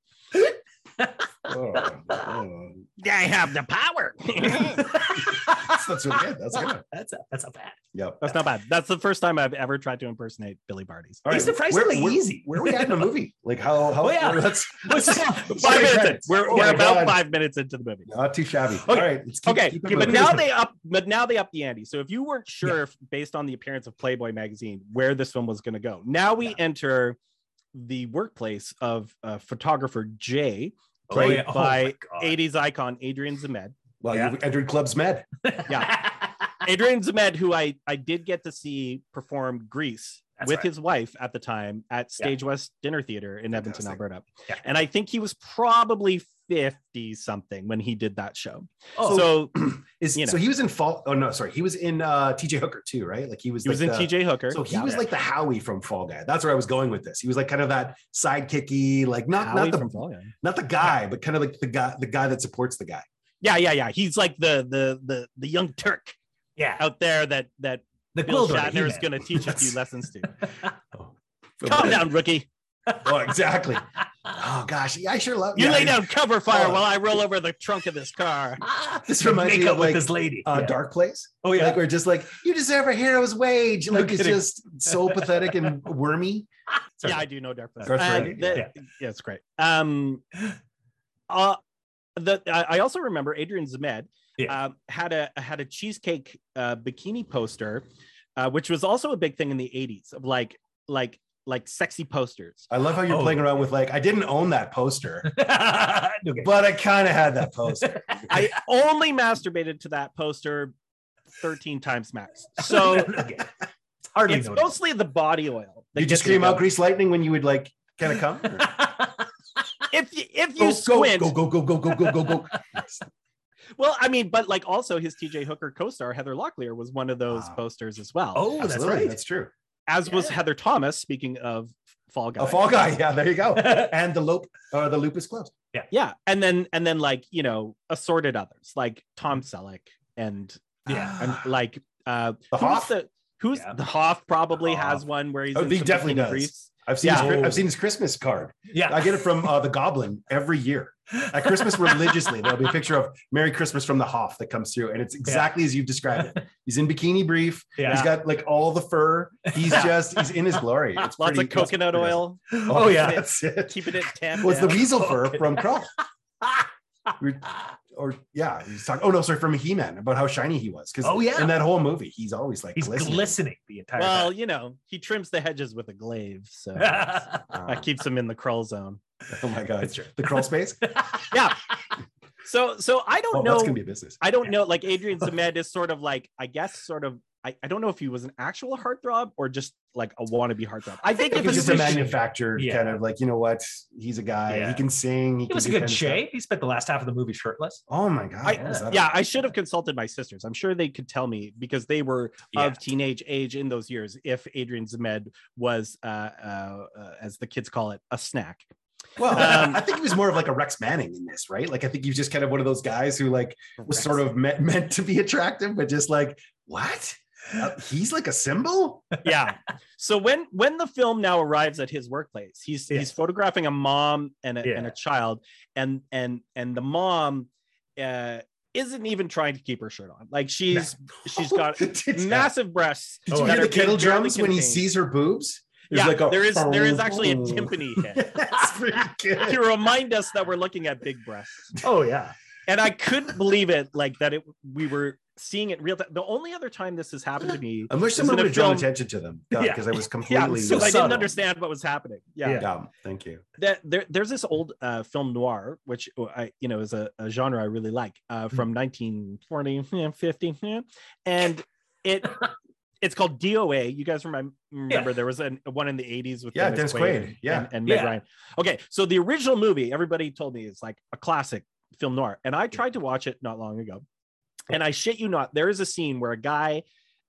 S3: oh, oh.
S2: I have the power.
S3: That's, that's really good that's good
S1: That's a that's a bad.
S3: yep
S2: That's not bad. That's the first time I've ever tried to impersonate Billy Barty's.
S3: All
S1: He's
S3: right,
S1: surprisingly
S3: where- where-
S1: easy.
S3: where are we at in the movie like how how
S1: Oh, yeah.
S3: let's,
S1: What's
S3: let's-
S1: up?
S2: Five minutes. In.
S3: credits.
S2: We're,
S3: Oh
S2: we're
S3: my
S2: about
S3: God.
S2: five minutes into the movie.
S3: not Uh, too shabby all right let's keep,
S2: okay,
S3: keep it
S2: but
S3: moving.
S2: now they up, but now they up the ante. So if you weren't sure, if, based on the appearance of Playboy magazine, where this one was going to go, now we
S1: Yeah.
S2: enter the workplace of uh, photographer Jay,
S1: Oh, yeah.
S2: played
S1: Oh,
S2: by
S1: my God.
S2: 80s icon Adrian Zemed.
S3: well
S1: Yeah.
S3: you've entered clubs med
S2: Adrian Zemed, who I I did get to see perform Grease
S1: That's
S2: with
S1: right.
S2: his wife at the time at
S1: Yeah.
S2: Stage West Dinner Theater in Edmonton,
S3: Fantastic.
S2: Alberta,
S1: Yeah.
S2: and I think he was probably 50 something when he did that show.
S1: Oh,
S2: so
S3: is
S2: You know.
S3: so he was in fall oh no sorry he was in uh tj hooker too right like he was
S2: he was
S3: like
S2: in
S3: the-
S2: TJ Hooker.
S3: so he
S2: Yeah.
S3: was like the howie from fall guy that's where i was going with this he was like kind of that sidekicky like not
S2: Howie
S3: not the
S2: from Volume.
S3: not the guy but kind of like the guy the guy that supports the guy
S2: Yeah, yeah, yeah. He's like the the the the young Turk
S1: yeah.
S3: uh,
S2: out there that that
S1: The
S2: Bill
S1: Gwildor,
S2: Shatner is
S1: He-Man.
S2: going to teach a few
S3: That's-
S2: lessons to.
S3: Oh.
S2: Calm down, rookie.
S3: Oh, exactly. Oh gosh, yeah, I sure love.
S2: You
S3: yeah,
S2: lay
S3: I-
S2: down cover fire
S3: Oh.
S2: while I roll over the trunk of this car.
S3: Ah, this
S1: To
S3: reminds
S1: make
S3: me
S1: out
S3: of like
S1: with this lady.
S3: uh,
S1: Yeah.
S3: Dark Place.
S1: Oh yeah.
S3: Like we're just like you deserve a hero's wage.
S1: No
S3: Like it's
S1: kidding.
S3: just so pathetic and wormy.
S1: Sorry.
S2: Yeah, I do know Dark Place.
S3: Dark
S2: Uh,
S3: Place,
S2: the- yeah. it's great. Um, uh, the I I also remember Adrian Zmed
S1: Yeah.
S2: um, had a had a cheesecake uh, bikini poster, uh, which was also a big thing in the '80s of like like like sexy posters.
S3: I love how you're
S1: Oh.
S3: playing around with like I didn't own that poster,
S1: Okay.
S3: but I kind of had that poster.
S2: I only masturbated to that poster 13 times max. So
S1: Okay. It's hardly
S2: it's
S1: noticed.
S2: mostly the body oil.
S3: Did
S2: that
S3: you
S2: gets me
S3: scream out
S2: going.
S3: grease lightning when you would like kind of come? Or-
S2: If you, if you
S3: Go,
S2: squint,
S3: go go go go go go go go.
S2: well, I mean, but like also his TJ Hooker co-star Heather Locklear was one of those
S3: Wow.
S2: posters as well.
S1: Oh, that's
S3: Absolutely,
S1: right.
S3: that's true.
S2: as was
S1: Yeah.
S2: Heather Thomas. Speaking of Fall Guy,
S3: A Oh, fall guy, yeah, there you go. And the loop or the loop is closed.
S2: yeah, and then and then like you know assorted others like Tom Selleck and
S1: Yeah.
S2: and like uh
S3: The
S2: who's
S3: Hoff?
S2: the who's
S1: Yeah.
S2: the Hoff probably
S3: The
S2: has
S3: Hoff.
S2: one where he's
S3: Oh,
S2: in
S3: he
S2: some
S3: definitely
S2: bikini
S3: does.
S2: briefs.
S3: I've seen his,
S1: Yeah.
S3: I've seen his Christmas card.
S1: yeah.
S3: I get it from uh, the Goblin every year. At Christmas, religiously, there'll be a picture of Merry Christmas from the Hoff that comes through, and it's exactly as you've described it. He's in bikini brief. He's
S1: Yeah.
S3: got like all the fur. He's just he's in his glory. It's
S2: Lots
S3: pretty-
S2: of coconut
S3: pretty
S2: oil,
S3: awesome.
S1: Oh yeah.
S3: that's it.
S2: keeping it tamped.
S3: Was the
S2: down.
S3: weasel fur from Crawl? Or yeah, he's talking. Oh no, sorry, from He Man about how shiny he was. Because
S1: Oh, yeah.
S3: in that whole movie, he's always like
S1: He's
S3: glistening.
S1: glistening, the entire
S2: well, you know, he trims the hedges with a glaive, so that
S1: time.
S3: Uh,
S2: keeps him in the crawl zone.
S3: oh my god,
S1: That's true.
S3: the crawl space.
S2: So, so I don't
S3: Oh,
S2: know.
S3: that's gonna be a business.
S2: I don't know. Like Adrian Zemed is sort of like, I guess, sort of. I, I don't know if he was an actual heartthrob or just like a wannabe heartthrob. I
S1: think
S3: Like
S2: think if
S1: it
S3: it's
S1: was
S3: just
S2: it's
S3: a
S1: a-
S3: manufacturer,
S1: Yeah.
S3: kind of like you know what? He's a guy.
S1: Yeah.
S3: He can sing. He,
S1: He
S3: can
S1: was a
S3: do
S1: good
S3: kind of stuff.
S1: shape. He spent the last half of the movie shirtless.
S3: Oh my god!
S2: I-
S3: what was that
S2: yeah,
S3: about?
S2: I should have consulted my sisters. I'm sure they could tell me because they were
S1: Yeah.
S2: of teenage age in those years. If Adrian Zemed was, uh, uh, uh, as the kids call it, a snack.
S3: Well,
S2: Um,
S3: I think he was more of like a Rex Manning in this, right? Like I think he was just kind of one of those guys who like was sort of me- meant to be attractive, but just like what? Uh, he's like a symbol.
S2: yeah. So when when the film now arrives at his workplace, he's
S1: Yeah.
S2: he's photographing a mom and a, and
S1: Yeah.
S2: a child, and and and the mom uh, isn't even trying to keep her shirt on. Like she's she's got
S3: Did you-
S2: massive breasts.
S3: Did you
S1: Oh,
S2: that
S3: hear
S2: are
S3: the kettle
S2: being barely
S3: drums when he
S2: contained.
S3: sees her boobs? There's
S2: Yeah,
S3: like a-
S2: there is there is actually a timpani hit
S3: That's pretty
S2: to
S3: good.
S2: remind us that we're looking at big breasts.
S1: Oh yeah.
S2: and I couldn't believe it, like that it we were seeing it real time. The only other time this has happened to me,
S3: I wish
S2: Isn't
S3: someone
S2: it
S3: would have drawn
S2: film-
S3: attention to them because
S1: Yeah.
S3: I was
S2: yeah,
S3: completely.
S2: because I didn't
S1: subtle.
S2: understand what was happening. Yeah,
S1: Yeah.
S3: Yeah, thank you.
S2: that there, there's this old uh, film noir, which uh, I you know is a, a genre I really like uh,
S3: Hmm.
S2: from 1940, yeah, 50, yeah. and it it's called DOA. You guys remember, remember there was an, one in the 80s with
S3: Yeah, Dennis
S2: Dennis
S3: Quaid,
S2: and-
S3: yeah.
S2: and, and Meg
S1: Yeah.
S2: Ryan. Okay, so the original movie, everybody told me is like a classic film noir, and
S3: Hmm.
S2: I tried to watch it not long ago, and I shit you not, there is a scene where a guy.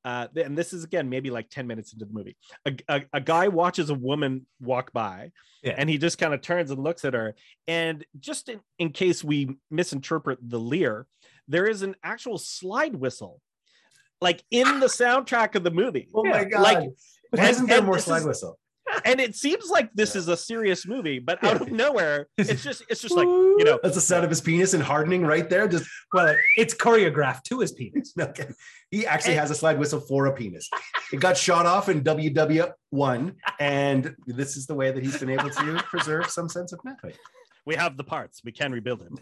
S2: Uh, and this is again maybe like 10 minutes into the movie a, a, a guy watches a woman walk by
S1: Yeah.
S2: and he just kind of turns and looks at her and just in, in case we misinterpret the leer there is an actual slide whistle like in the soundtrack of the movie
S3: Oh my god!
S2: like-
S3: Why isn't there
S2: and
S3: more
S2: this
S3: slide
S2: is-
S3: whistle?
S2: and it seems like this is a serious movie but out of nowhere it's just it's just like
S1: you
S2: know-
S3: that's the sound of his penis and hardening right there. Just
S1: Well, it's choreographed to his penis.
S3: Okay. He actually has a slide whistle for a penis. It got shot off in WW1, and this is the way that he's been able to preserve some sense of manhood.
S2: we have the parts we can rebuild him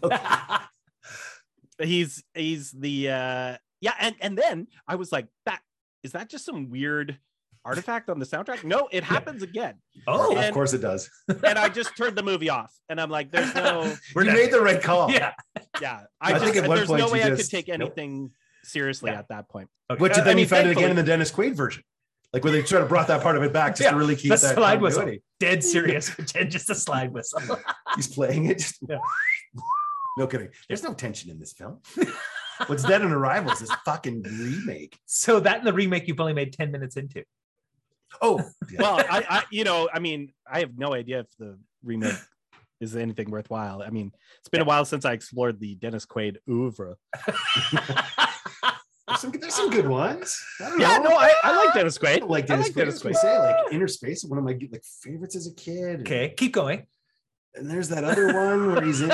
S2: he's he's the uh yeah and and then i was like that is that just some weird artifact on the soundtrack no it happens again
S1: oh,
S2: Yeah.
S3: of course it does.
S2: and I just turned the movie off. And I'm like, there's no,
S1: we're
S3: you
S1: done.
S3: made the right call.
S1: yeah.
S2: yeah, I,
S3: I
S2: just,
S3: think at one
S2: there's
S3: point
S2: no
S3: you
S2: way I could
S3: just-
S2: take
S3: nope.
S2: anything seriously
S1: Yeah.
S2: at that point.
S1: Okay.
S3: Which
S2: I- I
S3: then
S2: mean,
S3: you found it
S2: thankfully-
S3: again in the Dennis Quaid version, like where they sort of brought that part of it back just
S1: Yeah,
S3: to really keep
S1: the
S3: that
S1: slide whistle.
S3: continuity.
S1: dead serious pretend just a slide whistle.
S3: He's playing it. Just
S1: Yeah.
S3: no kidding. There's no tension in this film. What's dead in Arrivals is fucking remake.
S1: so that in the remake you've only made 10 minutes into.
S3: Oh, yeah.
S2: Well, I, I, you know, I mean, I have no idea if the remake is anything worthwhile. I mean, it's been a while since I explored the Dennis Quaid oeuvre.
S3: there's, some, there's some good ones. I don't
S2: Yeah,
S3: know.
S2: no, I, I like Dennis
S3: I
S2: Quaid.
S3: don't like Dennis
S2: like
S3: Quaid. I
S2: Dennis
S3: was gonna say like Inner Space, one of my like favorites as a kid.
S1: okay, keep going.
S3: And there's that other one where he's in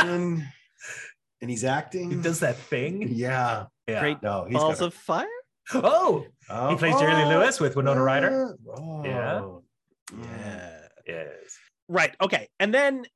S3: and he's acting.
S1: He does that thing.
S3: Yeah.
S1: Yeah.
S2: Great.
S3: No, he's
S2: Balls
S3: got
S2: of fire.
S1: Oh,
S3: a- Oh,
S1: he plays Jerry Lee
S3: oh,
S1: Lewis with Winona Ryder.
S3: yeah. Oh.
S1: Yeah.
S2: Mm.
S3: Yeah.
S1: Yes.
S2: Right. Okay. And then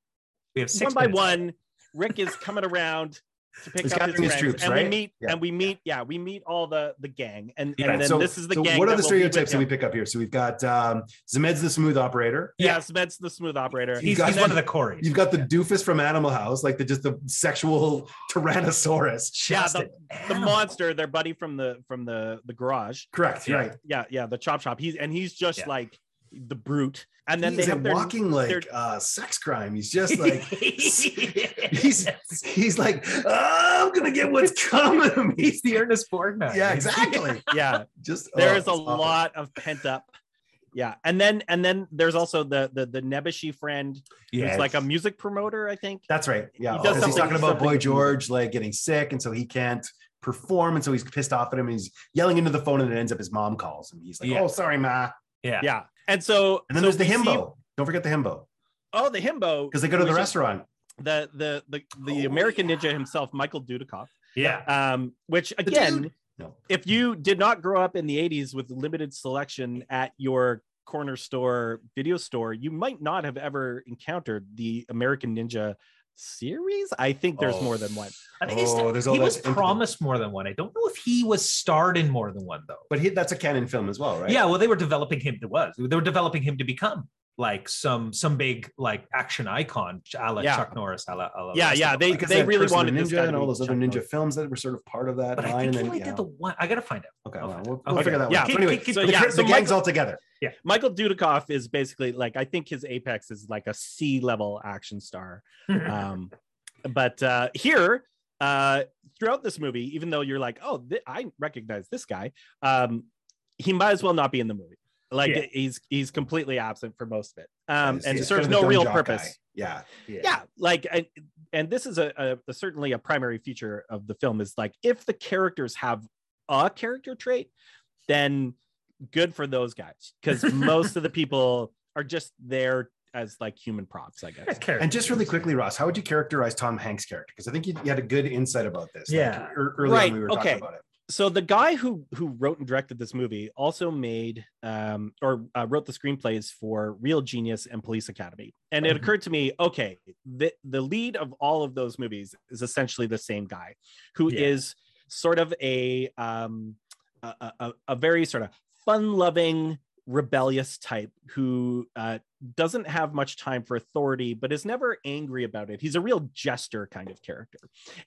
S1: We have six
S2: one by
S1: minutes.
S2: one, Rick is coming around to pick
S3: He's
S2: up his
S3: gathering his
S2: friends,
S3: troops,
S2: and we
S3: right?
S2: meet
S3: Yeah.
S2: and we meet. Yeah, we meet all the the gang, and,
S1: Yeah.
S2: and then
S3: So-
S2: this is the
S3: so
S2: gang.
S3: What are the
S2: that will be with
S3: stereotypes that we
S2: him.
S3: pick up here? So we've got um, Zemed's the smooth operator.
S1: Yeah.
S2: Yeah, Smed's the smooth operator.
S1: He's,
S3: You've
S1: he's
S3: got-
S1: one of the Coreys.
S3: You've got the doofus from Animal House, like the just the sexual tyrannosaurus.
S2: Yeah,
S1: Just
S2: the,
S1: an
S2: the
S1: animal.
S2: monster, their buddy from the from the the garage.
S3: Correct.
S1: Yeah.
S3: Right.
S2: Yeah, yeah, the chop shop. He's and he's just
S1: Yeah.
S2: like the brute, and then
S3: Then he's
S2: they
S3: a
S2: have their
S3: walking like
S2: their-
S3: uh, sex crime. He's just like he's
S1: he's
S3: he's like "Oh, I'm gonna get what's coming to me.
S1: he's the Ernest Borgnine.
S3: Yeah, exactly.
S2: yeah.
S3: Just oh,
S2: There is
S3: it's
S2: a
S3: awful.
S2: lot of pent up. Yeah, and then and then there's also the the the Nebushi friend
S3: Yeah,
S2: who's like a music promoter, I think.
S3: That's right. Yeah,
S2: He does
S3: because he's
S2: something-
S3: talking about
S2: something-
S3: Boy George like getting sick, and so he can't perform, and so he's pissed off at him, and he's yelling into the phone, and it ends up his mom calls, and he's like,
S1: Yeah.
S3: "Oh, sorry, ma."
S1: Yeah.
S2: Yeah, and so
S3: And then
S2: so
S3: there's the
S2: we see-
S3: himbo. Don't forget the himbo
S2: oh, the himbo
S3: because they go to the
S2: which is
S3: restaurant.
S2: The the the the
S3: Oh,
S2: American
S3: yeah.
S2: Ninja himself, Michael Dudikoff.
S1: Yeah.
S2: Um, which again.
S3: dude. No.
S2: if you did not grow up in the 80s with limited selection at your corner store video store you might not have ever encountered the american ninja series i think there's
S3: Oh.
S2: more than one
S1: I think he's-
S3: Oh, there's all
S1: he
S3: that
S1: was
S3: input.
S1: promised more than one. I don't know if he was starred in more than one though.
S3: But he, that's a canon film as well, right?
S1: Yeah, well, they were developing him to was they were developing him to become like some some big like action icon, a la
S2: Yeah.
S1: Chuck Norris, a la, a la
S2: yeah yeah they
S3: because
S2: they
S3: that
S2: really
S3: Curse of the
S2: wanted this
S3: ninja
S2: guy to
S3: and
S2: be
S3: all those other
S2: Chuck
S3: ninja
S2: Norris.
S3: films that were sort of part of that
S1: But I
S3: line.
S1: think
S3: And
S1: he
S3: then,
S1: only
S3: yeah.
S1: did the one. I gotta find out.
S3: okay,
S1: I'll
S3: well,
S1: find
S3: we'll,
S1: out.
S3: we'll
S1: Okay.
S3: figure that
S2: Yeah.
S3: one. out. So anyway,
S1: Keep- keep-
S2: so
S3: the,
S2: yeah,
S3: cri- the
S2: Michael-
S3: gang's all together.
S2: michael dudikoff is basically like i think his apex is like a c-level action star
S3: Uh,
S2: um but uh here uh throughout this movie even though you're like oh th- i recognize this guy um he might as well not be in the movie like
S1: Yeah. he's-
S2: he's he's completely absent for most of it um and
S3: He's
S2: serves
S3: kind of
S2: no
S3: the
S2: real
S3: dumb jock
S2: purpose
S3: guy. Yeah.
S1: yeah.
S2: yeah like and, and this is a, a, a certainly a primary feature of the film is like if the characters have a character trait then good for those guys because most of the people are just there as like human props i guess
S1: Character.
S3: And just really quickly, Ross, how would you characterize Tom Hanks' character? Because I think you, you had a good insight about this. like,
S1: Yeah.
S3: ear- early
S2: Right,
S3: on, we were
S2: okay.
S3: talking about it.
S2: so the guy who who wrote and directed this movie also made um or uh, wrote the screenplays for real genius and police academy and it
S1: Mhm.
S2: occurred to me okay the the lead of all of those movies is essentially the same guy who is
S1: Yeah.
S2: sort of a um a, a, a- a very sort of fun loving rebellious type who uh, doesn't have much time for authority but is never angry about it he's a real jester kind of character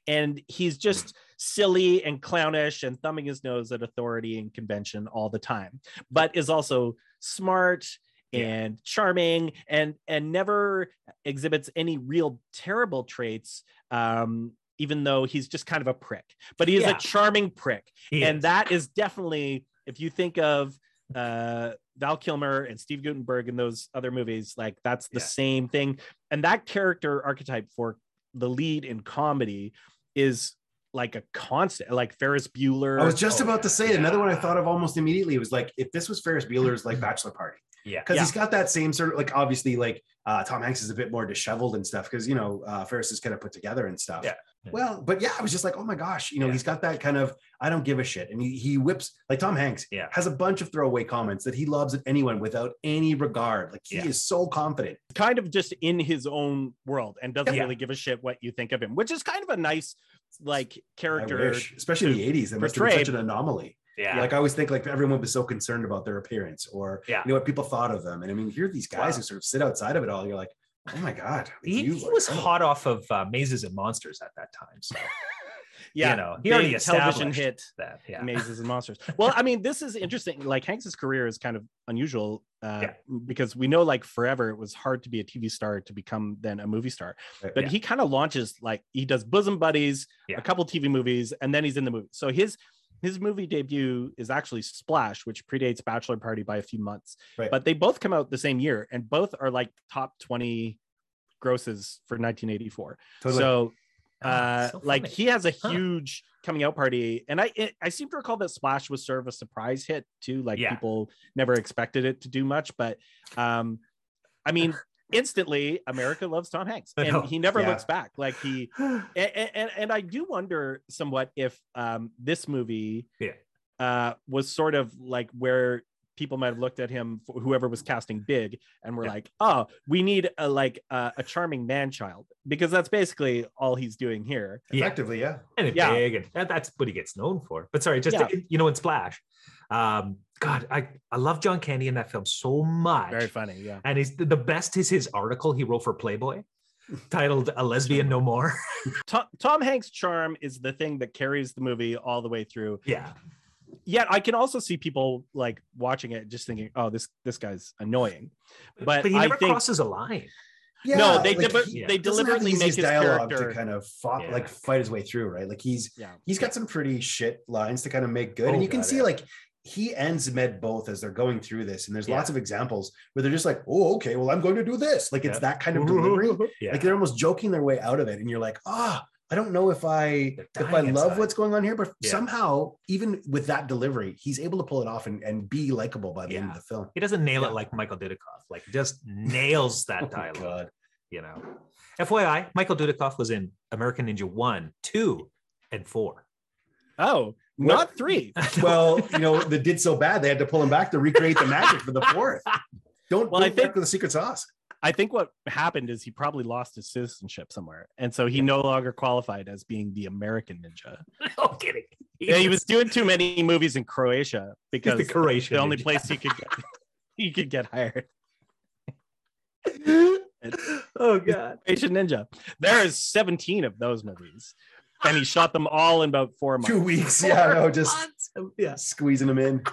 S2: and he's just silly and clownish and thumbing his nose at authority and convention all the time but is also smart
S1: Yeah.
S2: and charming and and never exhibits any real terrible traits um even though he's just kind of a prick but he is
S1: Yeah.
S2: a charming prick
S1: He
S2: and
S1: is.
S2: that is definitely if you think of uh Val Kilmer and Steve Gutenberg and those other movies, like that's the
S1: Yeah.
S2: same thing. And that character archetype for the lead in comedy is like a constant, like Ferris Bueller.
S3: I was just
S1: Oh,
S3: about to
S1: yeah.
S3: say it. another one I thought of almost immediately was like if this was Ferris Bueller's
S1: Mm-hmm.
S3: like bachelor party
S1: yeah.
S3: because
S2: Yeah.
S3: he's got that same sort of like obviously like uh, Tom Hanks is a bit more disheveled and stuff because you know uh, Ferris is kind of put together and stuff.
S1: Yeah. Yeah.
S3: Well, but yeah, I was just like, oh my gosh, you know,
S1: Yeah.
S3: he's got that kind of I don't give a shit, and he, he whips like Tom Hanks
S1: Yeah.
S3: has a bunch of throwaway comments that he loves at anyone without any regard. Like he
S1: Yeah.
S3: is so confident.
S2: kind of just in his own world and doesn't
S1: Yeah.
S2: really give a shit what you think of him, which is kind of a nice like
S3: I
S2: character.
S3: wish, especially in the eighties, that must have been
S2: portrayed.
S3: such an anomaly.
S1: Yeah.
S3: Like I always think, like everyone was so concerned about their appearance or
S1: Yeah.
S3: you know what people thought of them. And I mean, here are these guys
S1: Wow.
S3: who sort of sit outside of it all. You're like, oh my god,
S1: He,
S3: you oh.
S1: he
S3: are
S1: was
S3: so-
S1: hot off of uh, Mazes and Monsters at that time. So,
S2: yeah.
S1: you know, he already
S2: big television
S1: established
S2: hit.
S1: that. Yeah.
S2: mazes and monsters. Well, I mean, this is interesting. Like Hanks's career is kind of unusual uh,
S1: Yeah.
S2: because we know, like, forever it was hard to be a TV star to become then a movie star.
S3: Right.
S2: But
S1: Yeah.
S2: he kind of launches like he does bosom buddies,
S1: Yeah.
S2: a couple TV movies, and then he's in the movie. So his his movie debut is actually Splash, which predates Bachelor Party by a few months.
S3: Right.
S2: But they both come out the same year, and both are like top twenty grosses for 1984.
S3: Totally.
S2: So
S1: Oh,
S2: uh,
S1: so
S2: like
S1: funny.
S2: he has a
S1: Huh.
S2: huge coming out party, and I it, I seem to recall that Splash was sort of a surprise hit too. Like
S1: Yeah.
S2: people never expected it to do much, but um, I mean, instantly America loves Tom Hanks,
S1: I
S2: and
S1: know.
S2: he never
S3: Yeah.
S2: looks back. Like he, and, and and I do wonder somewhat if um this movie
S1: Yeah.
S2: uh was sort of like where people might have looked at him for whoever was casting big and were
S1: Yeah.
S2: like oh we need a like uh, a charming man child because that's basically all he's doing here
S1: yeah.
S3: Effectively, yeah.
S1: and
S2: Yeah.
S1: big, and that, that's what he gets known for. But sorry, just
S2: Yeah.
S1: you know, in Splash, um, God, I I love John Candy in that film so much.
S2: very funny yeah
S1: And he's the best is his article he wrote for Playboy, titled "A Lesbian No More."
S2: tom, tom hanks charm is the thing that carries the movie all the way through
S1: yeah,
S2: yet I can also see people like watching it just thinking, oh, this this guy's annoying. But,
S1: but he
S2: I
S1: never
S2: think
S1: crosses a line.
S3: Yeah,
S2: no, they
S3: like,
S2: deliber-
S3: he
S1: yeah.
S2: they
S3: doesn't have the
S2: deliberately make
S3: easiest
S2: his
S3: dialogue
S2: character.
S3: to kind of fought,
S1: Yeah.
S3: like fight his way through, right? Like he's
S2: yeah,
S3: he's got some pretty shit lines to kind of make good,
S1: Oh,
S3: and you can
S1: God,
S3: see
S1: yeah.
S3: like he and Zmed both as they're going through this, and there's
S1: Yeah.
S3: lots of examples where they're just like, oh, okay, well, I'm going to do this. Like
S1: Yeah.
S3: it's that kind of delivery.
S1: Yeah,
S3: Like they're almost joking their way out of it, and you're like, ah. I don't know if I
S1: They're
S3: if I
S1: dying
S3: love
S1: inside.
S3: what's going on here, but
S1: Yeah.
S3: somehow, even with that delivery, he's able to pull it off and, and be likable by the end
S1: Yeah.
S3: of the film.
S1: he doesn't nail
S2: Yeah.
S1: it like Michael Dudikoff. Like just nails that
S3: Oh, my
S1: dialogue.
S3: God.
S1: you know. FYI, Michael Dudikoff was in American Ninja 1, 2, and 4.
S2: oh,
S3: What-
S2: not three.
S3: Well, you know, they did so bad they had to pull him back to recreate the magic for the fourth. Don't
S2: Well,
S3: don't
S2: I think-
S3: work with the secret sauce.
S2: I think what happened is he probably lost his citizenship somewhere, and so he no longer qualified as being the American ninja.
S1: no kidding.
S2: Yeah, he was doing too many movies in Croatia
S1: he's
S2: because
S1: the Croatian.
S2: the only
S1: ninja.
S2: place he could get, he could get hired.
S1: Oh god.
S2: Croatian ninja. There is seventeen of those movies, and he shot them all in about four months.
S3: Two weeks, yeah, no, just
S1: yeah.
S3: squeezing him
S1: Uh,
S3: in.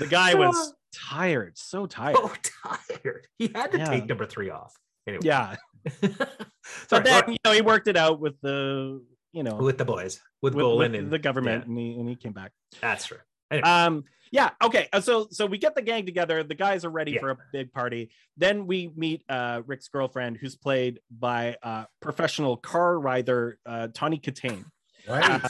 S2: The guy was tired,
S1: Oh,
S2: so tired.
S1: So tired. He had to
S2: Yeah.
S1: take number three off. Anyway.
S2: Yeah.
S1: Sorry,
S2: But then,
S1: well,
S2: you know, he worked it out with the, you know,
S1: with the boys, with,
S2: with-
S1: Bolin
S2: with
S1: and
S2: the government and, he, and he came back.
S1: That's true.
S2: Um, yeah. Okay. uh, So, so we get the gang together. The guys are ready
S1: Yeah.
S2: for a big party. Then we meet uh, Rick's girlfriend who's played by uh, professional car rider, uh, Tawny Katane.
S3: Right.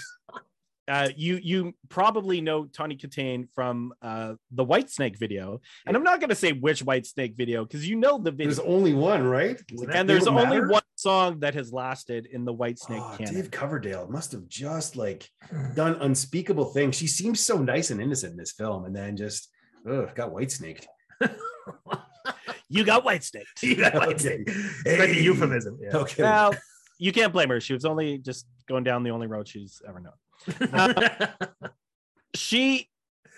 S2: Uh, you you probably know Tawny Katane from uh, the White Snake video, and I'm not going to say which White Snake video because you know the video.
S3: There's only one, right?
S1: Isn't
S2: and
S1: that-
S2: there's
S3: Does it
S2: only
S3: matter?
S2: one song that has lasted in the White Snake
S3: Oh,
S2: canon.
S3: Dave Coverdale must have just like done unspeakable things. She seems so nice and innocent in this film, and then just ugh, got white snaked.
S2: You got White Snake.
S3: Okay.
S1: Like a
S3: Hey.
S1: euphemism. Yeah.
S3: Okay.
S2: Well, you can't blame her. She was only just going down the only road she's ever known. She,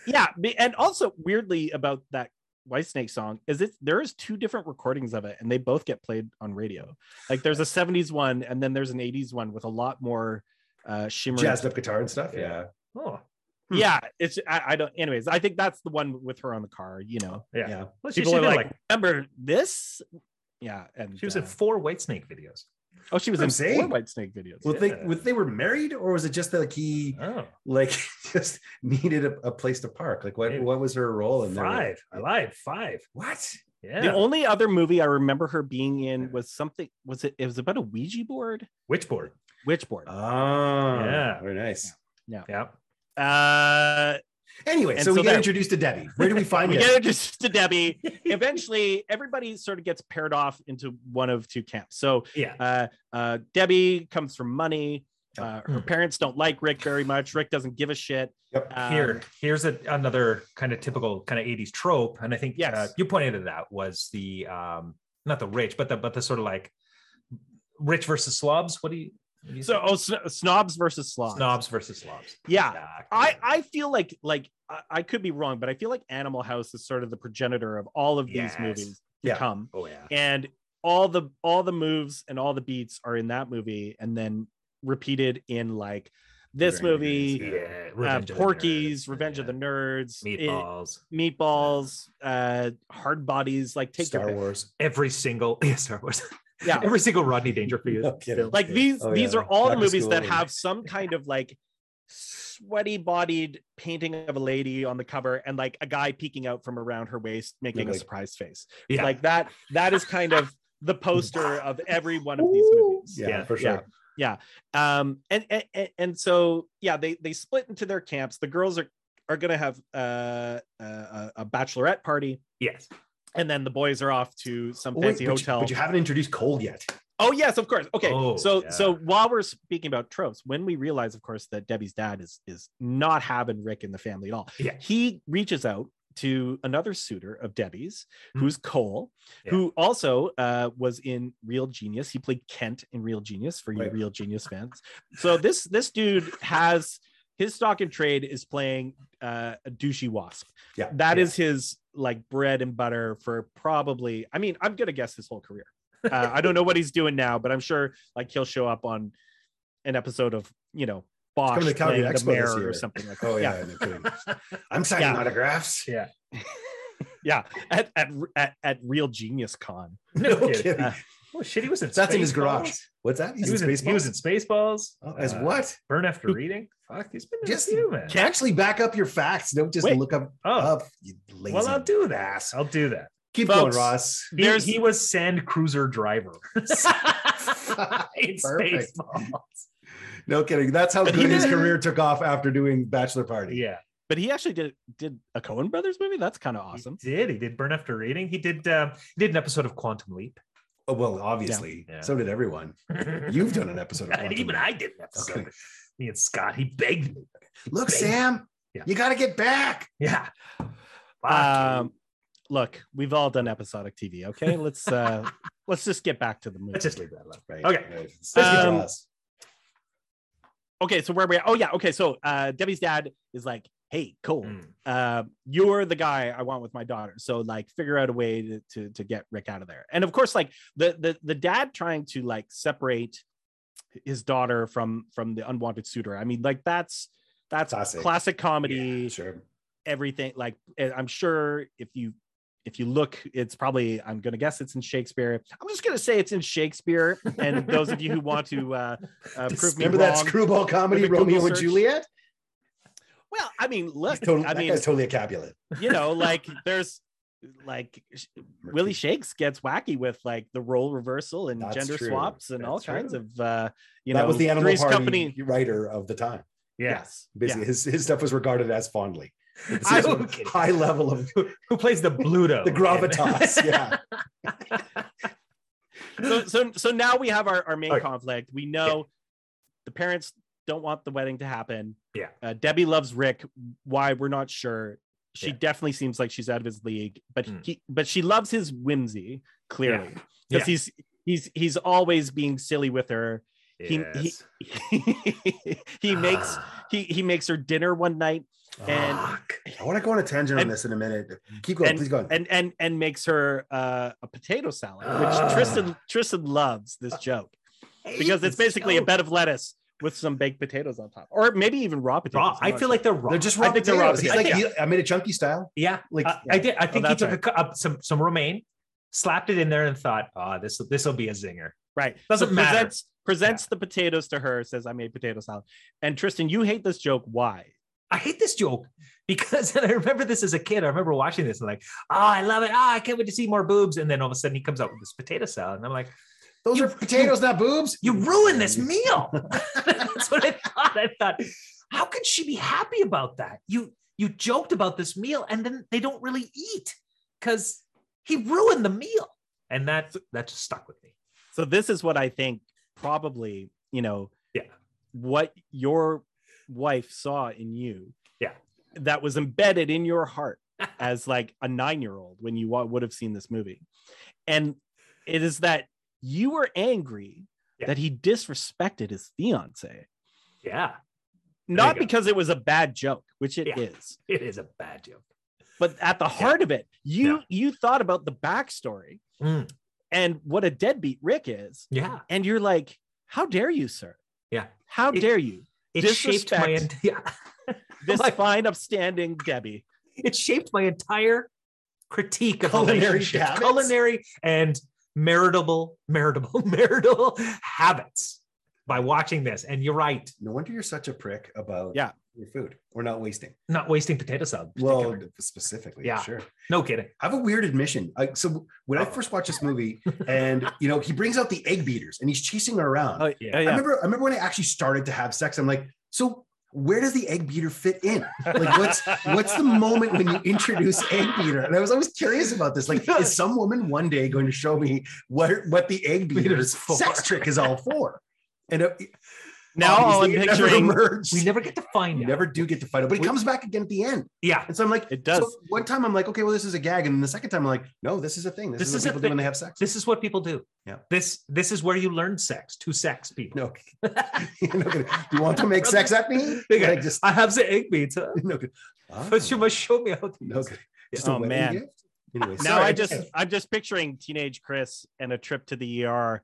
S2: yeah, be- and also weirdly about that White Snake song is it there is two different recordings of it, and they both get played on radio. Like there's a '70s one, and then there's an '80s one with a lot more uh shimmering.
S3: Jazzed up guitar and stuff. Yeah.
S1: oh, hmm.
S2: Yeah, it's I, I don't. Anyways, I think that's the one with her on the car. You know,
S1: yeah.
S3: Yeah.
S1: Well, she,
S2: people
S1: she
S2: are
S1: did,
S2: like, "Oh, remember this? Yeah, and
S1: she was
S2: uh,
S1: in four White Snake videos.
S2: oh, she was
S3: I'm
S2: in four
S3: saying.
S2: White Snake videos.
S3: Well, they
S1: Yeah.
S3: well, they were married, or was it just that like he
S1: Oh,
S3: like just needed a, a place to park? Like what
S1: Maybe.
S3: what was her role in that?
S1: five. I lied. Five.
S3: What?
S1: Yeah.
S2: The only other movie I remember her being in was something. Was it? It was about a Ouija board,
S1: Witch board.
S2: witch board.
S3: Oh,
S1: Yeah.
S3: Very nice.
S1: Yeah.
S2: Uh,
S3: Anyway,
S2: And
S3: so,
S2: so
S3: we get
S2: there-
S3: introduced to Debbie. Where do we find
S2: we
S3: her?
S2: get introduced to Debbie. Eventually, everybody sort of gets paired off into one of two camps. So,
S1: Yeah.
S2: uh, uh, Debbie comes from money. Uh, her
S1: Mhm.
S2: parents don't like Rick very much. Rick doesn't give a shit.
S3: Yep.
S2: Um,
S1: Here, here's a, another kind of typical kind of 80s trope. And I think
S2: Yes.
S1: uh, you pointed it out was the um not the rich, but the but the sort of like rich versus slobs. What do you, what do you
S2: So,
S1: say?
S2: oh, sn- snobs versus slobs.
S1: snobs versus slobs?
S2: Yeah.
S1: Exactly.
S2: I, I feel like like I, I could be wrong, but I feel like Animal House is sort of the progenitor of all of
S1: Yes.
S2: these movies to
S3: Yeah.
S2: come.
S1: oh yeah.
S2: and all the all the moves and all the beats are in that movie and then repeated in like this
S3: Very
S2: movie
S1: Yeah.
S3: nice,
S2: uh,
S1: Revenge of the
S2: porky's
S1: Nerds.
S2: revenge of the
S1: Yeah.
S2: nerds it-
S1: meatballs.
S2: meatballs uh hard bodies like take
S3: Star
S2: your pick.
S3: Wars.
S1: every single yeah, Star Wars.
S2: yeah
S1: every single Rodney Dangerfield.
S3: No kidding.
S2: like these
S3: Oh,
S2: these
S3: yeah.
S2: are all the
S3: Back to
S2: movies that
S3: school.
S2: have some kind of like sweaty bodied painting of a lady on the cover and like a guy peeking out from around her waist making a
S3: Like-
S2: surprise face
S1: Yeah.
S2: like that that is kind of the poster of every one of these movies
S3: Yeah,
S1: Yeah,
S3: for
S2: yeah.
S3: sure.
S2: um and and and- and so yeah they they split into their camps the girls are are gonna have uh, a- a, a uh, bachelorette party
S1: yes.
S2: and then the boys are off to some
S3: Wait,
S2: fancy
S3: but you-
S2: hotel.
S3: but you haven't introduced cold yet.
S2: Oh yes, of course. Okay.
S1: Oh,
S2: so
S1: yeah.
S2: so while we're speaking about tropes, when we realize, of course, that Debbie's dad is is not having Rick in the family at all.
S1: Yeah.
S2: He reaches out to another suitor of Debbie's,
S1: Mhm.
S2: who's Cole, who also uh, was in Real Genius. He played Kent in Real Genius for you
S3: Right.
S2: Real Genius fans. So this this dude has his stock in trade is playing uh, a douchey wasp.
S3: Yeah.
S2: That
S1: Yeah.
S2: is his like bread and butter for probably i mean i'm gonna guess his whole career uh, i don't know what he's doing now but i'm sure like he'll show up on an episode of you know Bosch
S3: coming to Calgary
S2: playing the
S3: Expo this
S2: mayor or
S3: year.
S2: something like that
S3: Oh yeah, no kidding. I'm signing
S2: Yeah.
S3: autographs.
S1: Yeah.
S2: yeah, At, at at at real genius con
S1: No
S3: No
S1: kidding.
S3: kidding.
S2: Uh,
S1: Oh shit, he was in.
S3: That's in his garage.
S1: Spaceballs.
S3: What's that?
S1: He was, in, he
S3: Spaceballs?
S1: was in Spaceballs.
S3: Oh, as
S1: uh,
S3: what?
S1: Burn after reading. Fuck, he's been in
S3: Just-
S1: a few, man.
S3: Can actually back up your facts. Don't just
S2: Wait.
S3: look up
S1: Oh,
S3: up. You lazy.
S1: well, I'll do that. I'll do that.
S3: Keep
S2: Folks.
S3: going, Ross.
S1: He,
S2: There's-
S1: he was sand cruiser driver. in
S3: Perfect.
S1: Spaceballs.
S3: No kidding. That's how
S2: But he
S3: good his
S2: did-
S3: career took off after doing Bachelor Party.
S1: Yeah,
S2: but he actually did did a cohen brothers movie that's kind of awesome
S1: He did he did burn after reading? He did. Um, he did an episode of Quantum Leap.
S3: Oh, well, obviously.
S1: Yeah.
S3: So did everyone. You've done an episode of
S1: And
S3: Quantum
S1: even
S3: Leap.
S1: I did an episode.
S3: Okay.
S1: Me and Scott, he begged me.
S3: Look,
S1: Bang.
S3: Sam,
S1: Yeah.
S3: you got to get back.
S1: Yeah. Fuck.
S2: um look we've all done episodic tv okay let's uh let's just get back to the movie
S1: Let's just leave that alone.
S3: Right.
S1: Okay.
S3: right. It's
S2: Um,
S3: just us.
S2: okay so where we at? oh yeah okay so uh debbie's dad is like hey cole
S1: Mm.
S2: uh, you're the guy I want with my daughter. So like figure out a way to, to to get Rick out of there. And of course, like the the the dad trying to like separate his daughter from from the unwanted suitor. I mean, like that's that's
S3: Classic.
S2: classic, comedy,
S3: Sure.
S2: everything. Like and I'm sure if you if you look, it's probably I'm gonna guess it's in Shakespeare. I'm just gonna say it's in Shakespeare. And those of you who want to uh, uh
S1: Just
S2: prove me
S3: Remember
S2: wrong,
S3: that screwball comedy,
S2: With the Google
S3: Romeo and
S2: search.
S3: Juliet?
S2: well, I mean, look,
S3: He's totally,
S2: I
S3: that
S2: mean,
S3: guy's totally a Capulet.
S2: you know, like there's like Willie Shakes gets wacky with like the role reversal and
S3: That's
S2: gender
S3: true.
S2: swaps and all
S1: That's
S2: kinds
S1: true.
S2: of uh you
S3: that
S2: know
S3: was the Animal
S2: Three's
S3: Party
S2: company.
S3: writer of the time.
S1: Yeah.
S3: Basically, his, his stuff was regarded as fondly. It's
S1: I'm
S3: a sort of
S1: kidding. Oh,
S3: high level of
S1: Who plays the Bluto?
S3: the gravitas. yeah.
S2: So so so now we have our, our main
S1: Okay.
S2: conflict. We know the parents don't want the wedding to happen.
S1: Yeah.
S2: Uh, Debbie loves Rick. Why we're not sure. She
S1: Yeah.
S2: definitely seems like she's out of his league, but
S3: Hmm.
S1: Mm.
S2: he but she loves his whimsy clearly because
S1: Yeah.
S2: he's he's he's always being silly with her. He- he-
S1: Yes.
S2: he makes
S3: Ah.
S2: he he makes her dinner one night and-
S1: Ah. Fuck.
S3: I want to go on a tangent on
S2: and-
S3: this in a minute. Keep going, please go on.
S2: and and and makes her uh, a potato salad, which
S1: Ah. Uh,
S2: Tristan Tristan loves this joke because it's basically a bed of lettuce with some baked potatoes on top, or maybe even raw potatoes.
S1: Raw.
S2: I'm
S1: I
S2: not
S1: feel
S2: sure.
S1: like they're raw.
S3: they're just
S1: I
S3: raw
S1: think they're raw.
S3: potatoes. He's
S1: I
S3: like,
S1: think-
S3: he- I made a chunky style.
S1: yeah, like
S3: Like-
S1: I, I did. I think he
S2: that's
S1: took a, cu- up some some romaine, slapped it in there, and thought, "Ah, this this will be a zinger."
S2: right.
S1: Doesn't matter.
S2: Presents, presents the potatoes to her. Says I made potato salad, and Tristan, you hate this joke. Why?
S1: I hate this joke because and I remember this as a kid. I remember watching this and like, oh, I love it. Ah, I can't wait to see more boobs. And then all of a sudden he comes out with this potato salad, and I'm like,
S3: Those
S1: You-
S3: are potatoes, not boobs.
S1: you ruined this meal. That's what I thought. I thought, how could she be happy about that? You you joked about this meal, and then they don't really eat because he ruined the meal, and that that just stuck with me.
S2: So this is what I think probably you know.
S1: Yeah.
S2: What your wife saw in you.
S1: Yeah.
S2: That was embedded in your heart as like a nine year old when you wa- would have seen this movie, and it is that you were angry
S1: Yeah.
S2: that he disrespected his fiance,
S1: Yeah,
S2: not
S1: go.
S2: because it was a bad joke, which it is,
S1: Yeah. it is a bad joke.
S2: but at the heart of it, you
S1: Yeah.
S2: you thought about the backstory
S1: Mm,
S2: and what a deadbeat Rick is,
S1: yeah,
S2: and you're like, how dare you, sir?
S1: Yeah.
S2: How
S1: It-
S2: dare you?
S1: it shaped my
S2: Disrespect.
S1: en- yeah.
S2: This
S1: like-
S2: fine, upstanding Debbie.
S1: it shaped my entire critique of
S3: Culinary
S1: culinary,
S3: habits?
S1: culinary and maritable, maritable, marital habits by watching this. And you're right,
S3: No wonder you're such a prick about
S2: Yeah.
S3: your food or not wasting.
S1: not wasting potato salad. in
S3: Well,
S1: particular.
S3: specifically,
S1: Yeah.
S3: sure.
S1: no kidding.
S3: I have a weird admission. I, so when I
S1: Uh-oh.
S3: first watched this movie, and you know, he brings out the egg beaters and he's chasing her around.
S2: Oh,
S1: yeah.
S2: yeah.
S3: I remember I remember when I actually started to have sex. I'm like, so where does the egg beater fit in? Like, what's what's the moment when you introduce egg beater? And I was always curious about this. Like, is some woman one day going to show me what what the egg beater's
S1: Beater's for.
S3: sex trick is all for? And it,
S2: Now all I'm
S3: obviously it never
S2: picturing
S3: emerged.
S1: we never get to find
S3: You
S1: out.
S3: never do get to fight it, but it
S2: We-
S3: comes back again at the end.
S1: yeah.
S3: And so I'm like,
S2: It does.
S3: so one time I'm like, okay, well, this is a gag. And then the second time I'm like, no, this is a thing. This,
S1: This
S3: is what
S1: is a
S3: people do
S1: thing.
S3: when they have sex.
S1: This is what people do.
S3: Yeah.
S1: This this is where you learn sex to sex people.
S3: No, You're not gonna- you want to make sex at me?
S1: Okay.
S3: Like, just
S1: I have the egg beater,
S3: no good.
S1: but you must show me how to
S3: Ah. no
S1: use it.
S3: good. Just a
S2: Oh,
S3: wedding
S2: man.
S3: gift? Anyway,
S2: Now
S3: sorry.
S2: I just I'm just picturing teenage Chris and a trip to the ER.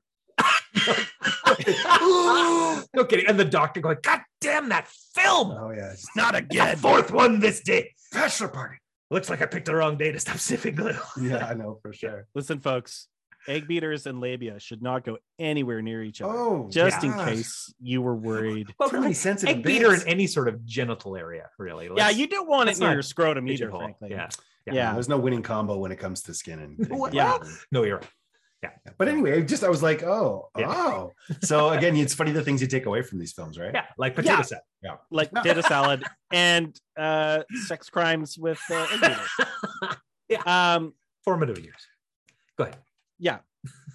S1: no kidding. And the doctor going, God damn that film.
S3: Oh yeah,
S1: Not again. Fourth one this day.
S3: bachelor party.
S1: Looks like I picked the wrong day to stop sipping glue.
S3: Yeah, I know for sure.
S2: Listen, folks, egg beaters and labia should not go anywhere near each other.
S3: Oh,
S2: just in
S3: gosh.
S2: case you were worried.
S1: Well,
S3: So many sensitive
S1: egg beater
S3: bits.
S1: in any sort of genital area, really.
S2: yeah,
S1: Let's
S2: you don't want
S1: let's
S2: it near
S1: not
S2: your scrotum either,
S1: pigeonhole.
S2: frankly.
S1: Yeah.
S2: yeah.
S3: Yeah, there's no winning combo when it comes to skin and
S2: Yeah.
S1: No, you're right.
S3: But anyway, just I was like, oh,
S1: Yeah.
S3: oh. So again, it's funny the things you take away from these films, right?
S1: Yeah. Like potato
S2: Yeah.
S1: salad.
S2: Like data salad and uh, sex crimes with uh, egg beaters. Um,
S1: Formative years. Go ahead.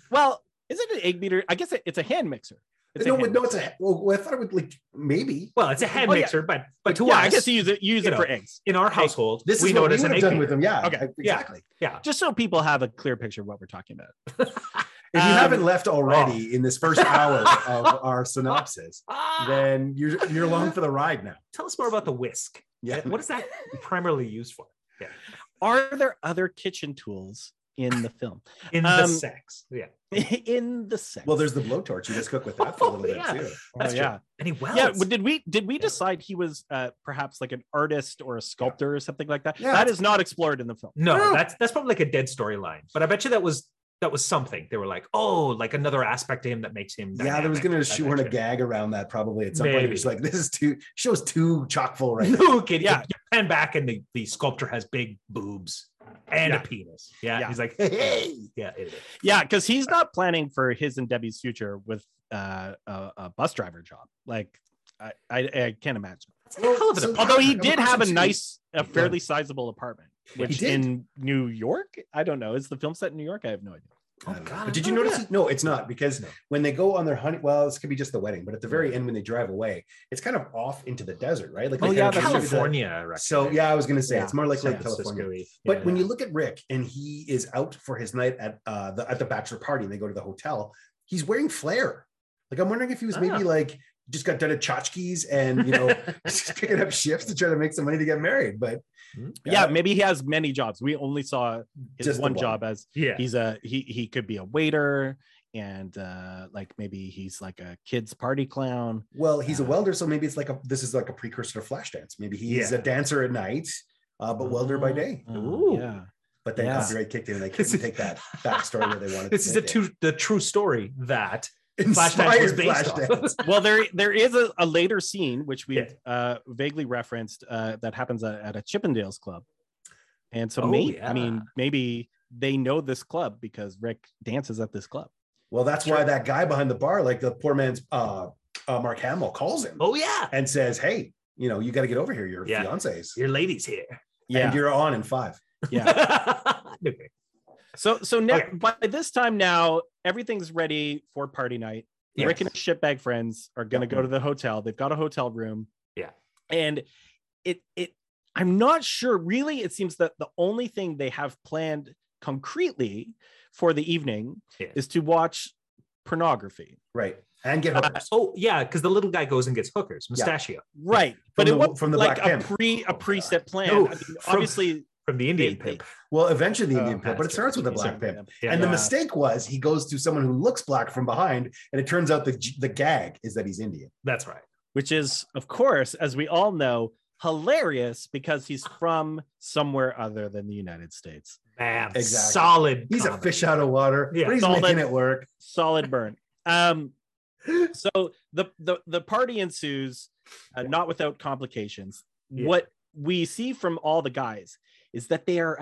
S2: well, is it an egg beater? I guess it, it's a hand mixer. It's a
S3: no,
S2: hand
S3: no, it's a. Well, I thought it would like maybe.
S1: Well, it's a hand
S2: Oh, yeah.
S1: mixer, but but to
S2: yeah,
S1: us
S2: I guess you use it. You use
S1: you
S2: it for
S1: know.
S2: eggs,
S1: in our household,
S3: This
S1: we
S3: is
S1: know
S3: what
S1: it
S3: we
S1: as
S3: would
S1: an
S3: have
S1: egg
S3: done
S1: beater.
S3: with them. Yeah,
S2: Okay.
S3: I- exactly.
S2: just so people have a clear picture of what we're talking about.
S3: If you
S2: Um,
S3: haven't left already in this first hour of our synopsis,
S1: Ah,
S3: then you're you're along for the ride now.
S1: tell us more about the whisk.
S3: Yeah.
S1: What is that primarily used for
S2: Are there other kitchen tools in the film?
S1: in the
S2: Um,
S1: sex? Yeah.
S2: in the sex?
S3: Well, there's the blowtorch. You just cook with that for a little
S1: Yeah.
S3: bit too.
S2: oh,
S1: That's true.
S2: yeah,
S1: Any wells?
S2: yeah. But did we did we
S1: Yeah.
S2: decide he was uh, perhaps like an artist or a sculptor or something like that?
S3: Yeah.
S2: That is not explored in the film.
S1: no,
S3: No.
S1: that's that's probably like a dead storyline. But I bet you that was that was something. They were like, oh, like another aspect to him that makes him.
S3: Yeah, there was
S1: dynamic.
S3: going
S1: That-
S3: to
S1: that
S3: shoehorn a
S1: shit.
S3: gag around that probably at some point. It's
S1: Maybe.
S3: like this is too show's too chock full right now.
S1: No kid,
S2: Yeah.
S1: yeah. You pan back and the, the sculptor has big boobs and
S2: Yeah.
S1: a penis. Yeah,
S2: Yeah.
S1: he's like,
S3: Hey,
S1: yeah, it is.
S2: Yeah, because he's not planning for his and Debbie's future with uh, a, a bus driver job. Like, I I, I can't imagine.
S1: That's a hell of an
S3: so-
S1: apartment.
S2: Although he
S3: Of
S2: did have a
S3: course he-
S2: nice, a fairly sizable apartment, which
S3: did.
S2: in New York, I don't know. Is the film set in New York? I have no idea.
S3: I
S1: Oh,
S3: don't know.
S1: God.
S3: But did you
S1: Oh,
S3: notice?
S1: yeah.
S3: it? No, it's not because
S1: No.
S3: when they go on their honey, well, this could be just the wedding, but at the very end when they drive away, it's kind of off into the desert, right? Like
S2: Oh,
S3: they
S2: yeah,
S3: kind of
S2: that's-
S3: drive to the-
S1: California, I reckon.
S3: So yeah, I was going to say
S2: Yeah.
S3: it's more like Lake California. But when you look at Rick and he is out for his night at uh, the at the bachelor party and they go to the hotel, he's wearing flair. Like I'm wondering if he was
S1: Ah.
S3: maybe like just got done at tchotchkes and you know just picking up shifts to try to make some money to get married. But
S1: Hmm.
S2: yeah, maybe he has many jobs. We only saw his
S3: Just the
S2: one,
S3: one.
S2: job as
S1: yeah,
S2: he's a he he could be a waiter and uh like maybe he's like a kids party clown.
S3: well, he's a
S2: Yeah.
S3: welder, so maybe it's like a this is like a precursor to Flashdance. Maybe he's
S1: Yeah.
S3: a dancer at night, uh, but welder by day.
S2: Uh,
S1: Ooh.
S2: yeah.
S3: But then
S2: Yeah.
S3: copyright kicked in and they
S1: This
S3: couldn't
S1: is-
S3: take that backstory where they wanted.
S1: this
S3: to
S1: is a
S3: take it.
S1: true the true story that Flashdance was
S3: Inspired
S1: based off.
S3: Flashdance.
S2: Well, there there is a, a later scene which we
S1: Yeah.
S2: uh vaguely referenced uh that happens at, at a Chippendales club. And so
S1: Oh,
S2: maybe I
S1: yeah.
S2: mean maybe they know this club because Rick dances at this club.
S3: Well, that's
S1: Sure.
S3: why that guy behind the bar, like the poor man's uh, uh, Mark Hamill, calls him
S1: Oh yeah,
S3: and says, "Hey, you know, you got to get over here. Your
S1: Yeah.
S3: fiance's
S1: your lady's here.
S2: Yeah.
S3: and you're on in five.
S2: yeah.
S1: okay.
S2: So so now
S1: Okay.
S2: by this time now everything's ready for party night.
S1: Yes.
S2: Rick and his shitbag friends are gonna go to the hotel. They've got a hotel room.
S1: Yeah.
S2: And it it I'm not sure really. It seems that the only thing they have planned concretely for the evening
S1: Yeah.
S2: is to watch pornography.
S3: right? And get
S1: Uh,
S3: hookers.
S1: oh yeah, because the little guy goes and gets hookers,
S3: Yeah.
S1: mustachio
S2: Right. But
S3: the-
S2: it was
S3: from the
S2: like
S3: Black
S2: a
S3: Panther.
S2: pre a
S3: God.
S2: preset plan.
S1: No,
S2: I mean,
S1: from-
S2: obviously
S1: from the Indian
S2: They-
S1: pimp.
S3: well, eventually the
S2: Oh,
S3: Indian pimp, but it
S1: that's
S3: starts with a
S1: right.
S3: black pimp.
S1: Yeah.
S3: And the
S2: Yeah.
S3: mistake was he goes to someone who looks black from behind, and it turns out the g- the gag is that he's Indian.
S1: That's right.
S2: which is, of course, as we all know, hilarious because he's from somewhere other than the United States.
S1: Man,
S3: Exactly.
S1: solid.
S3: He's a
S1: comedy.
S3: fish out of water,
S1: Yeah.
S3: but he's
S2: Solid.
S3: making it work.
S2: Solid burn. Um, so the the the party ensues, uh, not without complications.
S1: Yeah.
S2: What we see from all the guys is that they are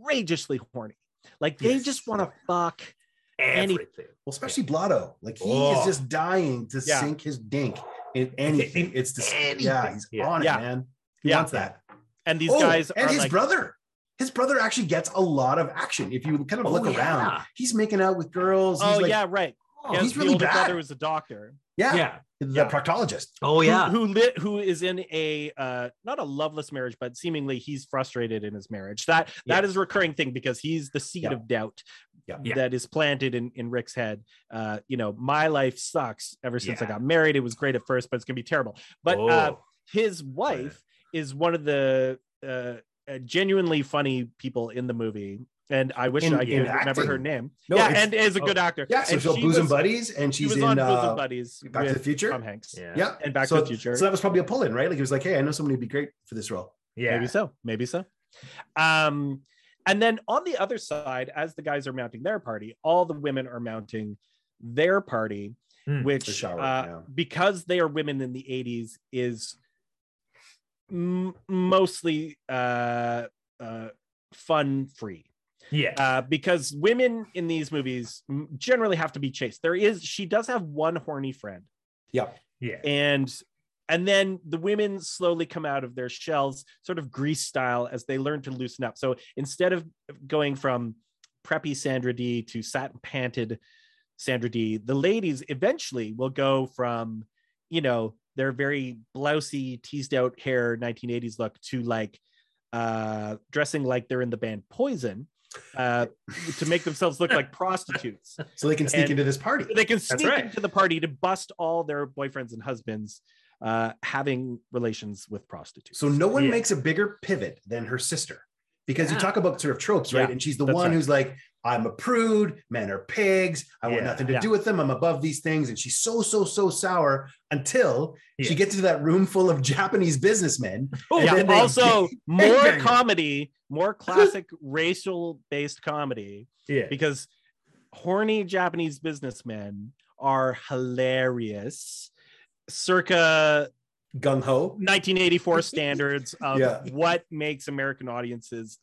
S2: outrageously horny. Like they
S1: Yes.
S2: just want to fuck.
S1: Everything.
S3: Well, especially Blotto, like he
S1: Oh.
S3: is just dying to
S2: Yeah.
S3: sink his dink in anything. It's dis- yeah,
S1: anything.
S3: he's
S1: Yeah.
S3: on it,
S2: Yeah.
S3: man. He
S2: Yeah.
S3: wants that.
S2: and these
S3: Oh,
S2: guys
S3: and
S2: are
S3: his
S2: like
S3: brother. His brother actually gets a lot of action. If you kind of
S1: Oh,
S3: look around,
S1: yeah.
S3: he's making out with girls. He's
S2: oh
S3: like,
S2: yeah right
S3: oh,
S2: Yes,
S3: he's
S2: the
S3: really
S2: older
S3: bad.
S2: brother was a doctor
S3: yeah.
S1: yeah.
S3: the
S1: Yeah.
S3: proctologist.
S1: Oh
S2: who-
S1: yeah.
S2: who, lit who is in a uh not a loveless marriage but seemingly he's frustrated in his marriage that that is a recurring thing because he's the seed
S3: Yeah.
S2: of doubt
S3: Yeah.
S1: Yeah.
S2: that is planted in in rick's head uh you know my life sucks ever since i
S1: Yeah.
S2: got married it was great at first but it's gonna be terrible but uh
S1: Oh,
S2: his wife is one of the uh uh, genuinely funny people in the movie and i wish
S3: In-
S2: i
S3: in
S2: could remember her
S3: acting.
S2: name
S3: No,
S2: yeah
S3: it's- oh,
S2: and is a good actor
S3: Yeah, so
S2: and
S3: she's on
S2: she
S3: Bosom
S2: was-
S3: Buddies, and
S2: she
S3: she's
S2: was
S3: in
S2: on
S3: uh,
S2: bosom buddies
S3: Back to the
S2: with
S3: Future.
S2: tom hanks
S1: yeah.
S3: Yeah,
S2: and Back to
S3: so,
S2: the Future. Uh,
S3: So that was probably a pull-in, right? Like he was like, "Hey, I know somebody who'd be great for this role."
S1: Yeah.
S2: maybe so maybe so um and then on the other side as the guys are mounting their party all the women are mounting their party
S1: Hmm,
S2: which
S3: the shower,
S2: uh,
S3: yeah.
S2: because they are women in the 80s is m- mostly uh, uh, fun free
S1: Yeah.
S2: uh, because women in these movies m- generally have to be chased there is she does have one horny friend
S3: Yeah,
S1: yeah.
S2: and and then the women slowly come out of their shells sort of grease style as they learn to loosen up so instead of going from preppy sandra d to satin panted sandra d the ladies eventually will go from you know their very blousy teased out hair 1980s look to like uh dressing like they're in the band poison uh to make themselves look like prostitutes
S3: so they can sneak
S2: And-
S3: into this party.
S2: they can sneak
S1: right.
S2: into the party to bust all their boyfriends and husbands uh, having relations with prostitutes.
S3: So no one
S1: Yeah.
S3: makes a bigger pivot than her sister, because
S1: Yeah.
S3: you talk about sort of tropes, right?
S2: Yeah,
S3: And she's the
S2: that's
S3: one
S2: right.
S3: who's like, "I'm a prude. Men are pigs. I want
S1: Yeah.
S3: nothing to
S2: Yeah.
S3: do with them. I'm above these things." And she's so so so sour until
S1: Yeah.
S3: she gets into that room full of Japanese businessmen.
S1: Oh,
S3: and
S2: yeah.
S3: then they-
S2: Also, more
S3: bang.
S2: comedy, more classic racial-based comedy,
S1: yeah.
S2: because horny Japanese businessmen are hilarious. Circa
S3: Gung ho.
S2: 1984 standards of
S3: Yeah.
S2: what makes American audiences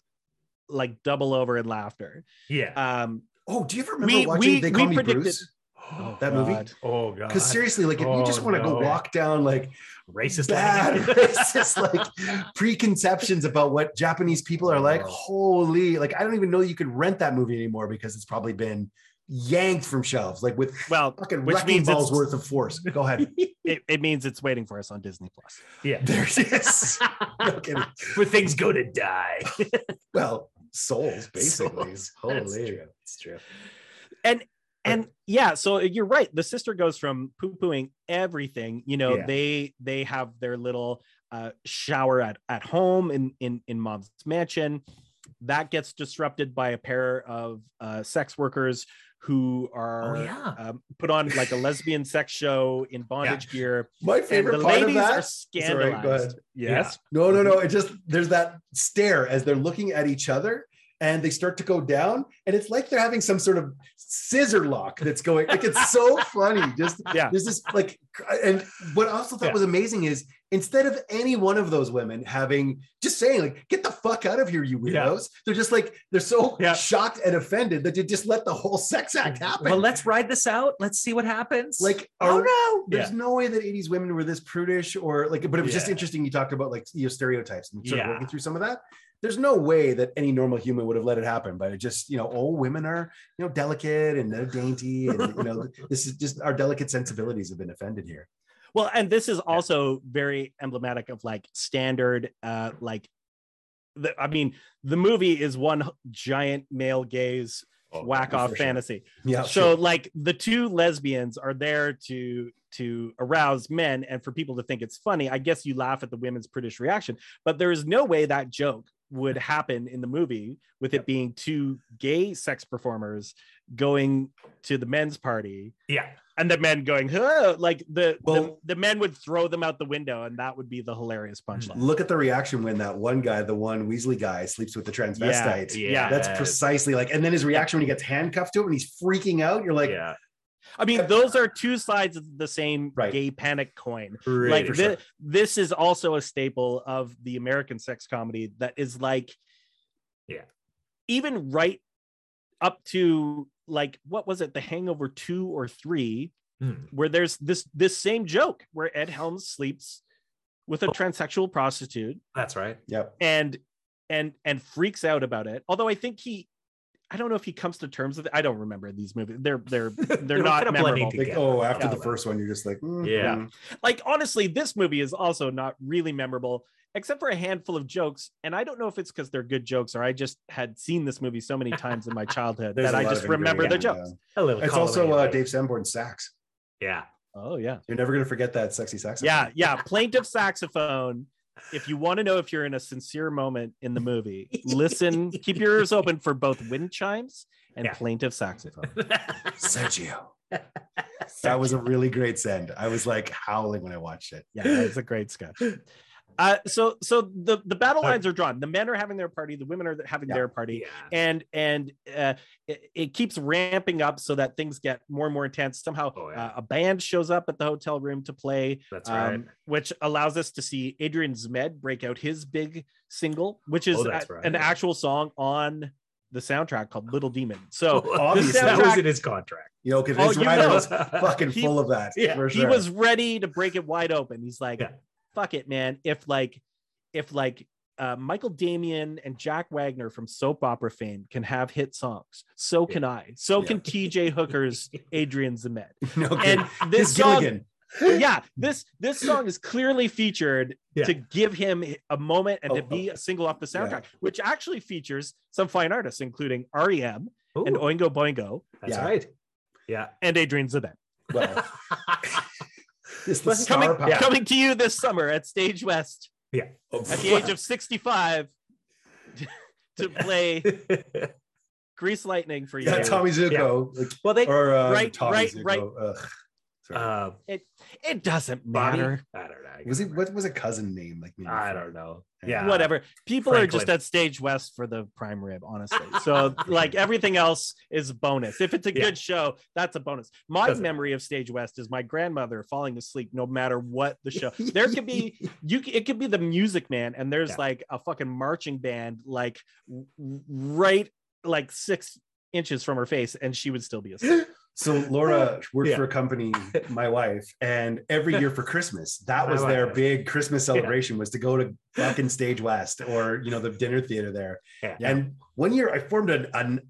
S2: like double over in laughter.
S1: Yeah.
S2: Um,
S3: Oh, do you ever remember
S2: We-
S3: watching
S2: we-
S3: They Call
S2: we
S3: Me
S2: predicted-
S3: Bruce?
S1: oh,
S3: That movie?
S2: God.
S1: God.
S3: Because seriously, like if you just
S1: Oh,
S3: want to go
S1: no.
S3: walk down like
S1: racist.
S3: bad
S1: language.
S3: racist like preconceptions about what Japanese people are like.
S1: Oh.
S3: Holy, like I don't even know you could rent that movie anymore because it's probably been yanked from shelves, like with
S2: Well,
S3: fucking
S2: Which
S3: wrecking
S2: means
S3: balls
S2: it's-
S3: worth of force. Go ahead.
S2: it, it means it's waiting for us on Disney Plus.
S1: yeah.
S3: there it is. No kidding.
S1: Where things go to die.
S3: Well, souls basically.
S1: Souls.
S3: Holy,
S1: That's true.
S3: It's true.
S2: And yeah, so uh, you're right. The sister goes from poo pooing everything. You know,
S1: Yeah.
S2: they they have their little uh, shower at at home in in in mom's mansion. That gets disrupted by a pair of uh, sex workers who are
S1: Oh, yeah.
S2: um, put on like a lesbian sex show in bondage gear.
S3: My
S2: And the
S3: favorite part of
S2: ladies are
S3: that. Sorry, go ahead.
S2: scandalized.
S1: Yeah.
S2: Yes.
S3: No, no, no. It just there's that stare as they're looking at each other and they start to go down. And it's like they're having some sort of scissor lock that's going like it's so funny. Just
S2: Yeah.
S3: there's this like and what I also thought
S1: Yeah.
S3: was amazing is instead of any one of those women having just saying like get the fuck out of here, you weirdos,
S1: Yeah.
S3: they're just like they're so
S1: Yeah.
S3: shocked and offended that they just let the whole sex act happen.
S1: Well, let's ride this out. Let's see what happens.
S3: like
S1: oh
S3: are-
S1: no.
S3: there's no way that 80s women were this prudish or like but it was just
S1: Yeah.
S3: interesting you talked about like you know stereotypes and sort
S1: Yeah.
S3: of working through some of that there's no way that any normal human would have let it happen but it just you know oh women are you know delicate and they're dainty and you know this is just our delicate sensibilities have been offended here
S2: Well, and this is also very emblematic of like standard, uh, like, the, I mean, the movie is one h- giant male gaze whack
S3: Oh, for
S2: off
S3: sure.
S2: fantasy.
S3: yeah
S2: so,
S3: sure.
S2: like, the two lesbians are there to to arouse men and for people to think it's funny. I guess you laugh at the women's British reaction, but there is no way that joke would happen in the movie with it being two gay sex performers going to the men's party
S1: Yeah.
S2: and the men going huh? like the,
S3: Well-
S2: the the men would throw them out the window and that would be the hilarious punchline
S3: look at the reaction when that one guy the one weasley guy sleeps with the transvestite
S2: Yeah.
S3: that's precisely like and then his reaction when he gets handcuffed to it and he's freaking out you're like
S1: yeah.
S2: i mean those are two sides of the same
S3: Right.
S2: gay panic coin
S3: Right,
S2: like
S3: for
S2: thi-
S3: sure.
S2: this is also a staple of the american sex comedy that is like
S1: Yeah.
S2: even right up to like what was it the hangover 2 or 3
S1: Hmm.
S2: where there's this this same joke where Ed Helms sleeps with
S3: Oh.
S2: a transsexual prostitute
S1: That's right.
S3: Yep.
S2: and and and freaks out about it. Although I think he, I don't know if he comes to terms with it. I don't remember these movies. They're they're they're,
S1: They're
S2: not
S1: kinda blending
S2: memorable.
S1: together.
S3: Like, oh, after
S2: Yeah.
S3: the first one, you're just like, mm,
S1: Yeah.
S3: mm.
S2: Like honestly, this movie is also not really memorable except for a handful of jokes. And I don't know if it's because they're good jokes or I just had seen this movie so many times in my childhood
S3: There's
S2: that
S3: a
S2: I
S3: lot
S2: just
S3: of
S2: remember the
S3: ingredient,
S2: jokes.
S1: A little.
S3: yeah. It's
S1: color
S3: also
S1: in
S3: uh,
S1: it.
S3: Dave Sanborn's sax.
S1: Yeah.
S2: Oh yeah.
S3: You're never gonna forget that sexy sax.
S2: Yeah, yeah. Plaintiff saxophone. If you want to know if you're in a sincere moment in the movie, listen, keep your ears open for both wind chimes and
S1: Yeah.
S2: plaintive saxophone.
S3: Sergio. That was a really great send. I was like howling when I watched it.
S2: Yeah, that's a great sketch. Uh, so so the, the battle lines are drawn. The men are having their party, the women are having
S3: Yeah.
S2: their party.
S1: yeah.
S2: And and uh, it, it keeps ramping up so that things get more and more intense. Somehow,
S1: Oh, yeah.
S2: uh, a band shows up at the hotel room to play.
S1: That's
S2: um,
S1: right.
S2: which allows us to see Adrian Zmed break out his big single, which is
S1: Oh, that's
S2: a-
S1: right.
S2: an actual song on the soundtrack called Little Demon. So
S3: obviously-
S1: This Oh, that was
S2: soundtrack-
S1: in his contract.
S3: You know, because
S2: Oh,
S3: his
S2: you
S3: rider
S2: know.
S3: was fucking
S2: He-
S3: full of that.
S1: yeah,
S3: for
S2: he
S3: sure.
S2: was ready to break it wide open. He's like,
S1: Yeah.
S2: fuck it, man. If like, if like, uh, Michael Damian and Jack Wagner from soap opera fame can have hit songs. So can I. So
S3: Yeah.
S2: can TJ Hooker's Adrian Zemed.
S3: no kidding.
S2: And this
S3: His
S2: song
S3: Gilligan.
S2: yeah, this this song is clearly featured
S1: Yeah.
S2: to give him a moment and to
S1: Oh,
S2: be a single off the soundtrack, which actually features some fine artists, including REM and
S1: Ooh,
S2: Oingo Boingo
S1: that's
S3: Yeah.
S1: right. Yeah.
S2: and Adrian Zabet.
S3: Well, it's the
S1: Let's-
S3: star
S2: Coming,
S3: power.
S2: coming to you this summer at Stage West at the age of 65 to play Grease Lightning for you.
S3: yeah, Tommy Zuko. Like,
S1: well, they.
S3: or uh,
S2: Right,
S3: Tommy
S2: right,
S3: Zuko.
S2: right.
S3: Ugh. Sorry.
S1: Uh,
S2: It doesn't
S1: Bobby?
S2: matter.
S1: I don't know. I
S3: was
S1: guess
S3: it what was a cousin name? Like maybe
S1: I
S3: Frank?
S1: don't know.
S3: Yeah.
S1: Yeah.
S2: Whatever. People are just
S1: Franklin.
S2: at Stage West for the prime rib, honestly. So like everything else is bonus. If it's a
S1: Yeah.
S2: good show, that's a bonus. My
S1: Doesn't
S2: memory of Stage West is my grandmother falling asleep no matter what the show. There could be you c- it could be the Music Man and there's
S1: Yeah.
S2: like a fucking marching band like w- right like 6 inches from her face and she would still be asleep.
S3: So Laura worked
S1: Oh, Yeah.
S3: for a company, my wife, and every year for Christmas, that
S1: My
S3: was their
S1: wife.
S3: big Christmas celebration was to go to fucking Stage West or you know the dinner theater there.
S1: Yeah.
S3: And one year I formed an, an,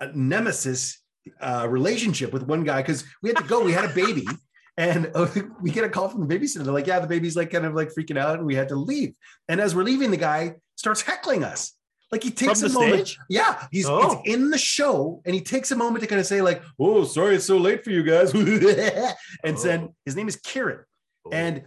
S3: a nemesis uh, relationship with one guy because we had to go. We had a baby, and uh, we get a call from the babysitter. They're like, "Yeah, the baby's like kind of like freaking out," and we had to leave. And as we're leaving, the guy starts heckling us. Like he takes
S2: From
S3: a
S2: the
S3: moment.
S2: stage?
S3: Yeah, he's
S1: Oh.
S3: it's in the show, and he takes a moment to kind of say like, "Oh, sorry, it's so late for you guys." and
S2: Oh.
S3: then his name is Kieran,
S1: Ooh.
S3: and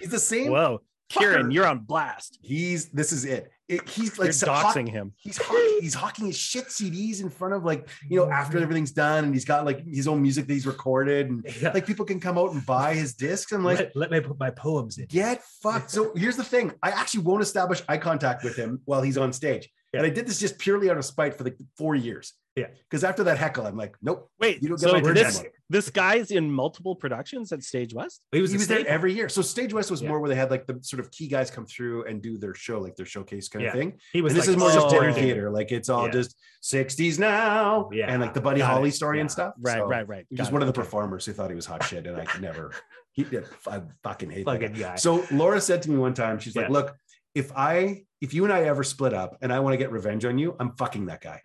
S3: he's the same.
S2: Whoa, Kieran,
S3: Fucker.
S2: you're on blast.
S3: he's this is it. It- he's like
S2: You're
S3: so-
S2: doxing him.
S3: he's hawk- he's hawking his shit CDs in front of like you know
S2: Mm-hmm.
S3: after everything's done, and he's got like his own music that he's recorded, and
S1: Yeah.
S3: like people can come out and buy his discs. I'm like,
S1: let, let me put my poems in.
S3: get fucked. So here's the thing: I actually won't establish eye contact with him while he's on stage,
S1: Yeah.
S3: and I did this just purely out of spite for like four years.
S1: Yeah.
S3: because after that heckle, I'm like, nope.
S2: Wait,
S3: You don't get
S2: so
S3: my attention
S2: this
S3: anymore.
S2: this guy's in multiple productions at Stage West?
S1: He was,
S3: He
S1: a
S3: was there
S1: staple.
S3: every year. So Stage West was
S2: Yeah.
S3: more where they had like the sort of key guys come through and do their show, like their showcase kind
S1: Yeah.
S3: of thing.
S1: He was
S3: And this
S1: like
S3: is more just
S2: oh,
S3: dinner
S2: okay.
S3: theater. Like it's all
S1: Yeah.
S3: just 60s now.
S1: Yeah.
S3: And like the Buddy
S2: Got
S3: Holly
S2: it.
S3: story and
S1: Yeah.
S3: stuff.
S2: Right,
S3: So
S2: right, right.
S3: He
S2: Got
S3: was
S2: it.
S3: one of the
S2: Okay.
S3: performers who thought he was hot shit. And I could never, he, I fucking hate that. guy.
S1: fucking guy.
S3: So Laura said to me one time, she's like,
S1: Yeah.
S3: look, if I, if you and I ever split up and I want to get revenge on you, I'm fucking that guy.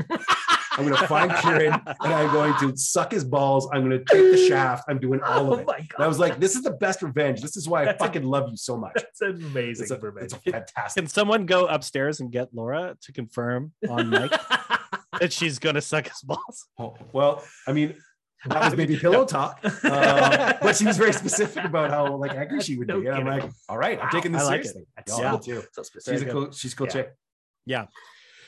S3: I'm going to find Kieran and I'm going to suck his balls. I'm going to take the shaft. I'm doing all of
S1: Oh
S3: it.
S1: my
S3: And I
S1: god,
S3: was like, this is the best revenge. This is why I
S1: That's a-
S3: fucking love you so much.
S1: that's amazing
S3: It's a,
S1: for me.
S3: it's a fantastic.
S2: Can someone go upstairs and get Laura to confirm on mic that she's gonna suck his balls?
S3: Well, I mean, that was maybe pillow talk, uh, but she was very specific about how like angry she would
S1: No
S3: be. And I'm
S1: kidding.
S3: like, all right, I'm
S1: Wow,
S3: taking this
S2: I like it.
S3: seriously.
S1: That's
S3: Y'all
S1: so,
S3: will too.
S1: so
S3: She's
S1: specific.
S3: a cool, she's a cool
S1: Yeah.
S3: chick.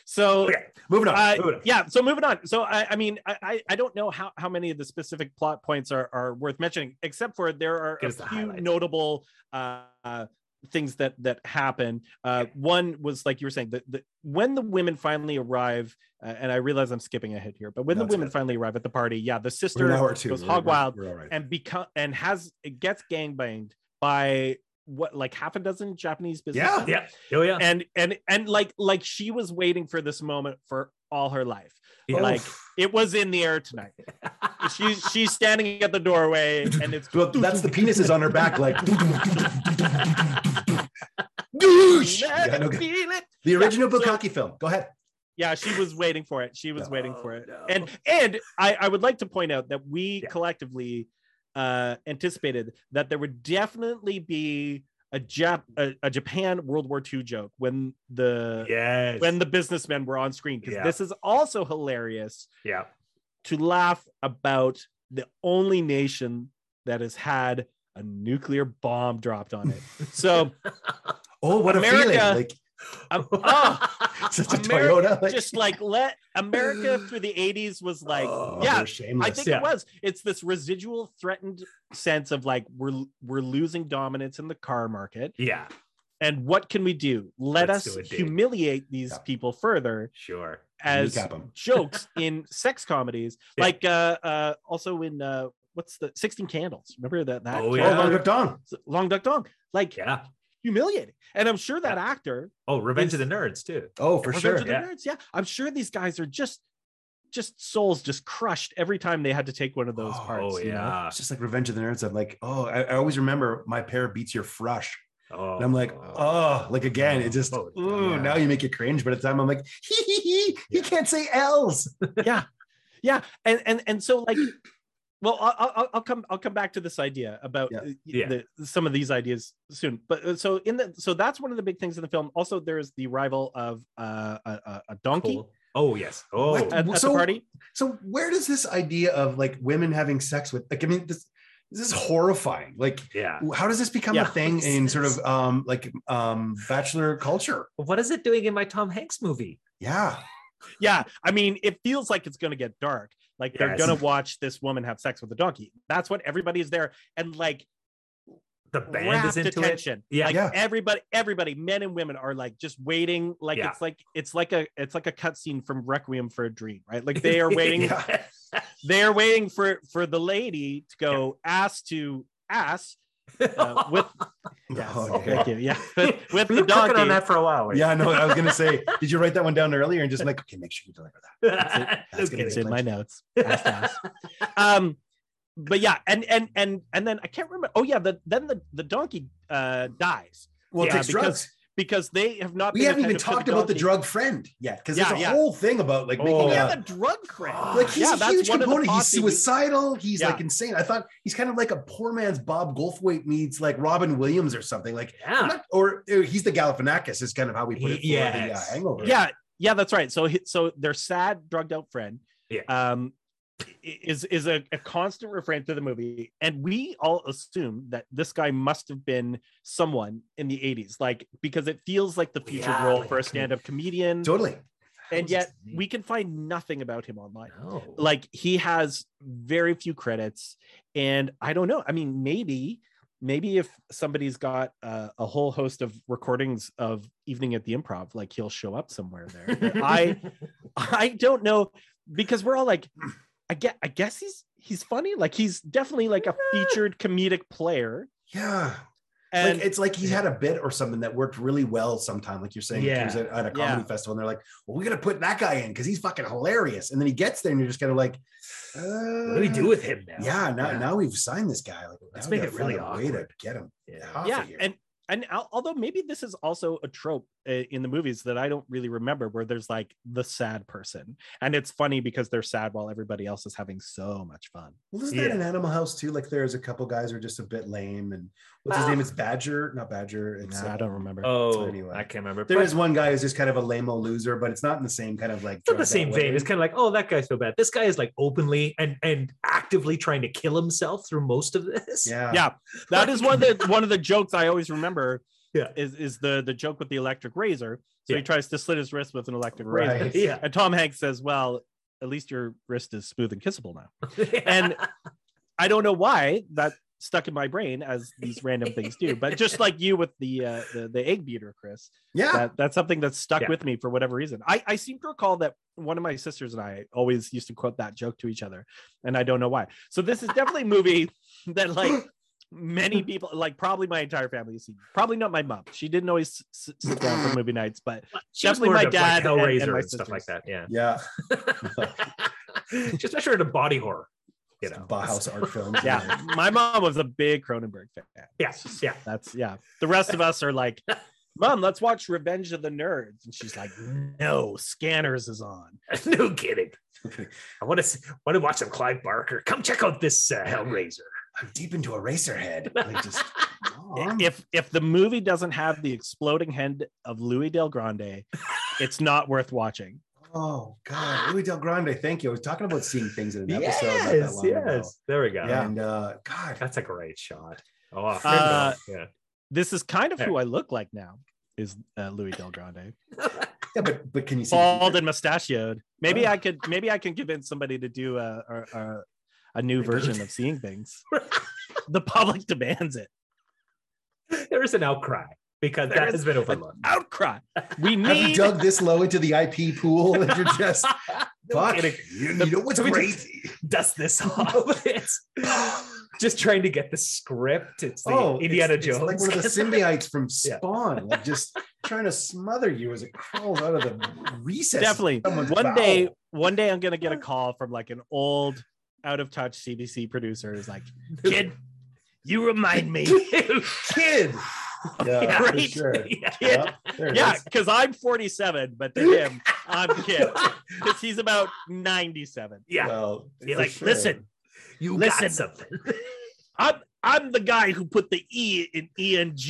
S2: So
S1: Okay,
S3: Moving on.
S2: uh,
S3: moving on.
S2: yeah, so moving on. So I, I mean, I, I I don't know how how many of the specific plot points are are worth mentioning, except for there are
S1: Give
S2: a
S1: us the
S2: few
S1: highlights.
S2: notable uh, uh, things that that happen. Uh, one was like you were saying that the, when the women finally arrive, uh, and I realize I'm skipping ahead here, but when the
S3: That's
S2: women
S3: fine.
S2: finally arrive at the party, yeah, the
S3: We're
S2: sister
S3: an hour two.
S2: goes
S3: We're-
S2: hog
S3: we're-
S2: wild
S3: We're all right.
S2: and become and has it gets gangbanged by what like half a dozen Japanese business.
S3: Yeah.
S2: men?
S1: yeah, oh yeah,
S2: and and and like like she was waiting for this moment for all her life.
S1: Yeah.
S2: Like it was in the air tonight. she's she's standing at the doorway and it's
S3: Well, that's the penis is on her back, like. Goosh!
S2: Let
S3: Yeah, no,
S2: me
S3: okay.
S2: feel it.
S3: the original
S2: so-
S3: Bukaki film. Go ahead.
S2: Yeah, she was waiting for it. She was waiting for
S1: Oh,
S2: it.
S1: no.
S2: And and I, I would like to point out that we
S1: Yeah.
S2: collectively uh, anticipated that there would definitely be a Jap a, a Japan World War II joke when the
S1: yes.
S2: when the businessmen were on screen because
S1: Yeah.
S2: this is also hilarious
S1: yeah.
S2: to laugh about the only nation that has had a nuclear bomb dropped on it. So
S3: Oh, what a
S2: America-
S3: feeling! Like
S2: um, oh,
S3: such a
S2: America
S3: Toyota. Like,
S2: just like let America through the 80s was like,
S3: oh,
S2: yeah,
S3: they're shameless.
S2: I think
S1: yeah.
S2: it was. It's this residual threatened sense of like we're we're losing dominance in the car market,
S1: Yeah.
S2: and what can we do? Let
S1: Let's
S2: us
S1: do a dig.
S2: humiliate these
S3: Yeah.
S2: people further
S1: Sure.
S2: as
S3: Kneecap 'em.
S2: jokes in sex comedies,
S1: Yeah.
S2: like uh, uh, also in uh, what's the Sixteen Candles? Remember that that
S1: Oh,
S3: Oh,
S1: yeah.
S3: Long
S2: long,
S3: Duck Dong.
S2: long duck dong, like
S1: Yeah.
S2: humiliating, and I'm sure that actor
S1: Oh, Revenge of the Nerds too.
S3: Oh, for
S2: Revenge
S3: sure.
S2: of the
S1: yeah.
S2: Nerds, yeah, I'm sure these guys are just just souls just crushed every time they had to take one of those
S3: Oh,
S2: parts.
S1: oh
S2: you know?
S1: yeah.
S3: It's just like Revenge of the Nerds. I'm like, oh, I, I always remember my pair beats your frush.
S1: Oh.
S3: And I'm like, oh, like again, it just,
S1: Oh,
S3: ooh,
S1: yeah.
S3: now you make it cringe. But at the time, I'm like, hee hee hee, he can't say L's.
S2: yeah yeah and and and so like well I'll- I'll, I'll- I'll come i'll come back to this idea about
S3: Yeah.
S2: uh,
S1: Yeah.
S2: The, some of these ideas soon but uh, so in the so that's one of the big things in the film also there's the rival of uh, a, a- a donkey
S1: Cool. Oh yes. Oh.
S3: What?
S2: at, at
S3: So-
S2: the party
S3: So where does this idea of like women having sex with, like, I mean, this, this is horrifying. Like,
S1: Yeah.
S3: how does this become a
S2: Yeah.
S3: thing in sort of um like um bachelor culture?
S1: What is it doing in my Tom Hanks movie?
S3: Yeah.
S2: yeah i mean it feels like it's gonna get dark like they're
S1: Yes.
S2: gonna watch this woman have sex with a donkey that's what everybody is there and like
S1: The band
S2: rapt
S1: is into it.
S2: attention
S1: Yeah.
S2: like
S3: Yeah.
S2: everybody everybody men and women are like just waiting like
S1: Yeah.
S2: it's like it's like a it's like a cutscene from requiem for a dream right like they are waiting
S1: yeah.
S2: they're waiting for for the lady to go ass to ass uh, with yes,
S3: Oh, yeah.
S2: thank you yeah with,
S1: We've
S2: with the
S1: been working on
S2: donkey
S1: that for a while.
S3: Yeah, no, I was gonna say, did you write that one down earlier and just like, okay, make sure you deliver that? That's
S1: That's
S3: gonna
S2: it's
S3: be
S2: in my notes ass to ass. um but yeah and and and and then i can't remember oh yeah the, then the the donkey uh dies
S3: Well,
S1: Yeah,
S3: it takes
S2: because
S3: drugs.
S2: because they have not
S3: We
S2: been
S3: haven't even
S2: attentive to
S3: talked about the
S2: donkey.
S3: drug friend yet, because
S2: Yeah,
S3: there's a
S2: yeah.
S3: whole thing about like making
S1: Oh,
S2: oh, yeah
S3: a-
S2: the drug friend
S3: like he's
S2: yeah
S3: a huge
S2: one of the
S3: component. He's
S2: posse we-
S3: suicidal. He's
S2: Yeah.
S3: like insane. I thought he's kind of like a poor man's Bob Goldthwait meets like Robin Williams or something. Like,
S1: Yeah.
S3: not- or uh, he's the Galifianakis is kind of how we put it. for
S1: Yes.
S3: the, uh, hangover.
S2: yeah yeah that's right so he- so their sad drugged out friend
S1: Yeah.
S2: um i- is is a, a constant refrain to the movie and we all assume that this guy must have been someone in the 80s like because it feels like the future
S1: Yeah,
S2: role
S1: like
S2: for
S1: a
S2: a
S1: com-
S2: stand-up comedian
S3: totally.
S2: and
S1: was
S2: yet
S1: his name?
S2: we can find nothing about him online
S1: No.
S2: like he has very few credits and i don't know i mean maybe maybe if somebody's got uh, a whole host of recordings of evening at the improv like he'll show up somewhere there But i i don't know because we're all like i get i guess he's he's funny like he's definitely like a featured comedic player
S3: Yeah.
S2: and
S3: like it's like he's had a bit or something that worked really well sometime, like you're saying.
S1: Yeah.
S3: He was at, at a comedy
S2: Yeah.
S3: festival, and they're like, "Well, we're gonna put that guy in because he's fucking hilarious." And then he gets there, and you're just kind of like, uh,
S1: what do we do with him now?
S3: Yeah, now
S1: Yeah.
S3: now we've signed this guy. Like,
S1: Let's
S3: now
S1: make
S3: we
S1: it
S3: gotta find
S1: really
S3: a way to
S1: awkward.
S3: get him.
S1: Yeah.
S3: off of
S2: yeah
S3: here.
S2: and and al- although maybe this is also a trope uh, in the movies that i don't really remember where there's like the sad person and it's funny because they're sad while everybody else is having so much fun
S3: well, isn't
S1: Yeah.
S3: that an Animal House too? Like, there's a couple guys who are just a bit lame, and what's his
S1: Ah.
S3: name? It's Badger, not Badger. It's
S2: Nah, i
S3: uh,
S2: don't remember
S1: Oh,
S3: anyway.
S1: I can't remember.
S3: There
S1: But
S3: is one guy who's just kind of a lame loser, but it's not in the same kind of like.
S1: it's not the
S3: drugged out
S1: same
S3: way.
S1: vein. It's kind of like, oh, that guy's so bad. This guy is like openly and and actively trying to kill himself through most of this.
S3: yeah.
S2: yeah that is one of the one of the jokes i always remember
S1: Yeah.
S2: is is the the joke with the electric razor so
S1: Yeah.
S2: he tries to slit his wrist with an electric razor
S3: Right.
S1: yeah.
S2: and tom hanks says well at least your wrist is smooth and kissable now And- I don't know why that stuck in my brain as these random things do, but just like you with the uh, the, the egg beater, Chris,
S1: Ah.
S3: Yeah.
S2: that, that's something that's stuck
S1: Yeah.
S2: with me for whatever reason. I, I seem to recall that one of my sisters and I always used to quote that joke to each other, and I don't know why. So this is definitely a movie that like many people, like probably my entire family has seen. Probably not my mom; she didn't always s- sit down for movie nights, but
S1: She was
S2: Definitely
S1: more
S2: my
S1: into, like,
S2: dad and- and
S1: Hellraiser
S2: my
S1: stuff like that. Yeah.
S3: Yeah.
S1: She's especially into body horror. you know
S3: Bauhaus art films.
S2: yeah my mom was a big cronenberg fan
S1: yeah yeah
S2: that's yeah the rest of us are like mom let's watch revenge of the nerds and she's like no scanners is on
S1: no kidding i want to want to watch some clive barker come check out this uh, hellraiser
S3: I'm deep into a racer head. Like just Mom.
S2: if if the movie doesn't have the exploding head of louis del grande it's not worth watching
S3: Oh God, Louis Del Grande, thank you. I was talking about seeing things in an
S1: yes
S3: episode. not that
S1: yes
S3: long ago.
S1: there we go
S3: Yeah. And uh, God,
S1: that's a great shot oh
S2: Uh,
S1: yeah
S2: this is kind of who i look like now is uh, louis del grande
S3: yeah, but but can you see?
S2: bald and mustachioed maybe
S3: Oh.
S2: i could maybe i can convince somebody to do a a, a, a new version of seeing things the public demands it
S1: there is an outcry because
S2: There
S1: that
S2: is
S1: has been overlooked
S2: outcry we
S3: Have you
S2: need
S3: dug this low into the IP pool that you're just
S1: No
S3: fuck?
S1: kidding.
S3: You, you know what's
S1: Let me
S3: great?
S1: dust this off it's just trying to get the script it's the indiana
S3: Oh, it's,
S1: jones
S3: It's like one of the symbiotes from
S1: Yeah.
S3: Spawn, like just trying to smother you as it crawls out of the recess.
S2: definitely
S3: Someone's
S2: one day
S3: bowel.
S2: one day i'm gonna get a call from like an old out of touch cbc producer who's like kid you remind me
S3: kid. Yeah,
S1: Yeah,
S3: for
S2: right.
S3: sure.
S1: Yeah.
S3: Yeah, there it
S2: yeah
S3: is.
S2: because i'm 47 but to him i'm kid because he's about 97
S1: Yeah.
S3: Well,
S1: You're
S3: for
S1: like, "Listen,
S3: you
S1: Listen.
S3: got
S1: something.
S2: I'm I'm the guy who put the E in ENG.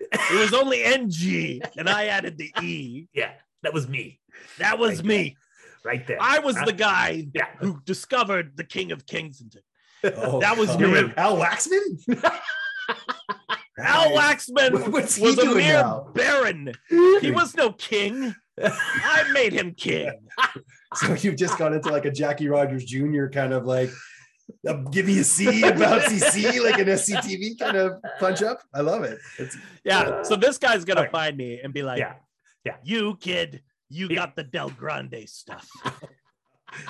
S2: It was only NG, and I added the E.
S1: Yeah. That was me
S2: That was me.
S1: right there.
S2: I was the guy
S1: Yeah.
S2: who discovered the King of Kingsington.
S3: Oh,
S2: That was
S3: God.
S2: me.
S3: Al Waxman.
S2: Al
S3: Right.
S2: Waxman
S3: What's he
S2: was a
S3: doing
S2: mere
S3: now?
S2: baron. He was no king. I made him king.
S3: So you've just gone into like a Jackie Rogers Jr. kind of like a give me a C, a bouncy C, like an SCTV kind of punch up. I love it. It's
S2: Yeah. So this guy's gonna
S1: Okay.
S2: find me and be like,
S1: Yeah.
S2: "You kid, you
S1: Yeah.
S2: got the Del Grande stuff.
S3: I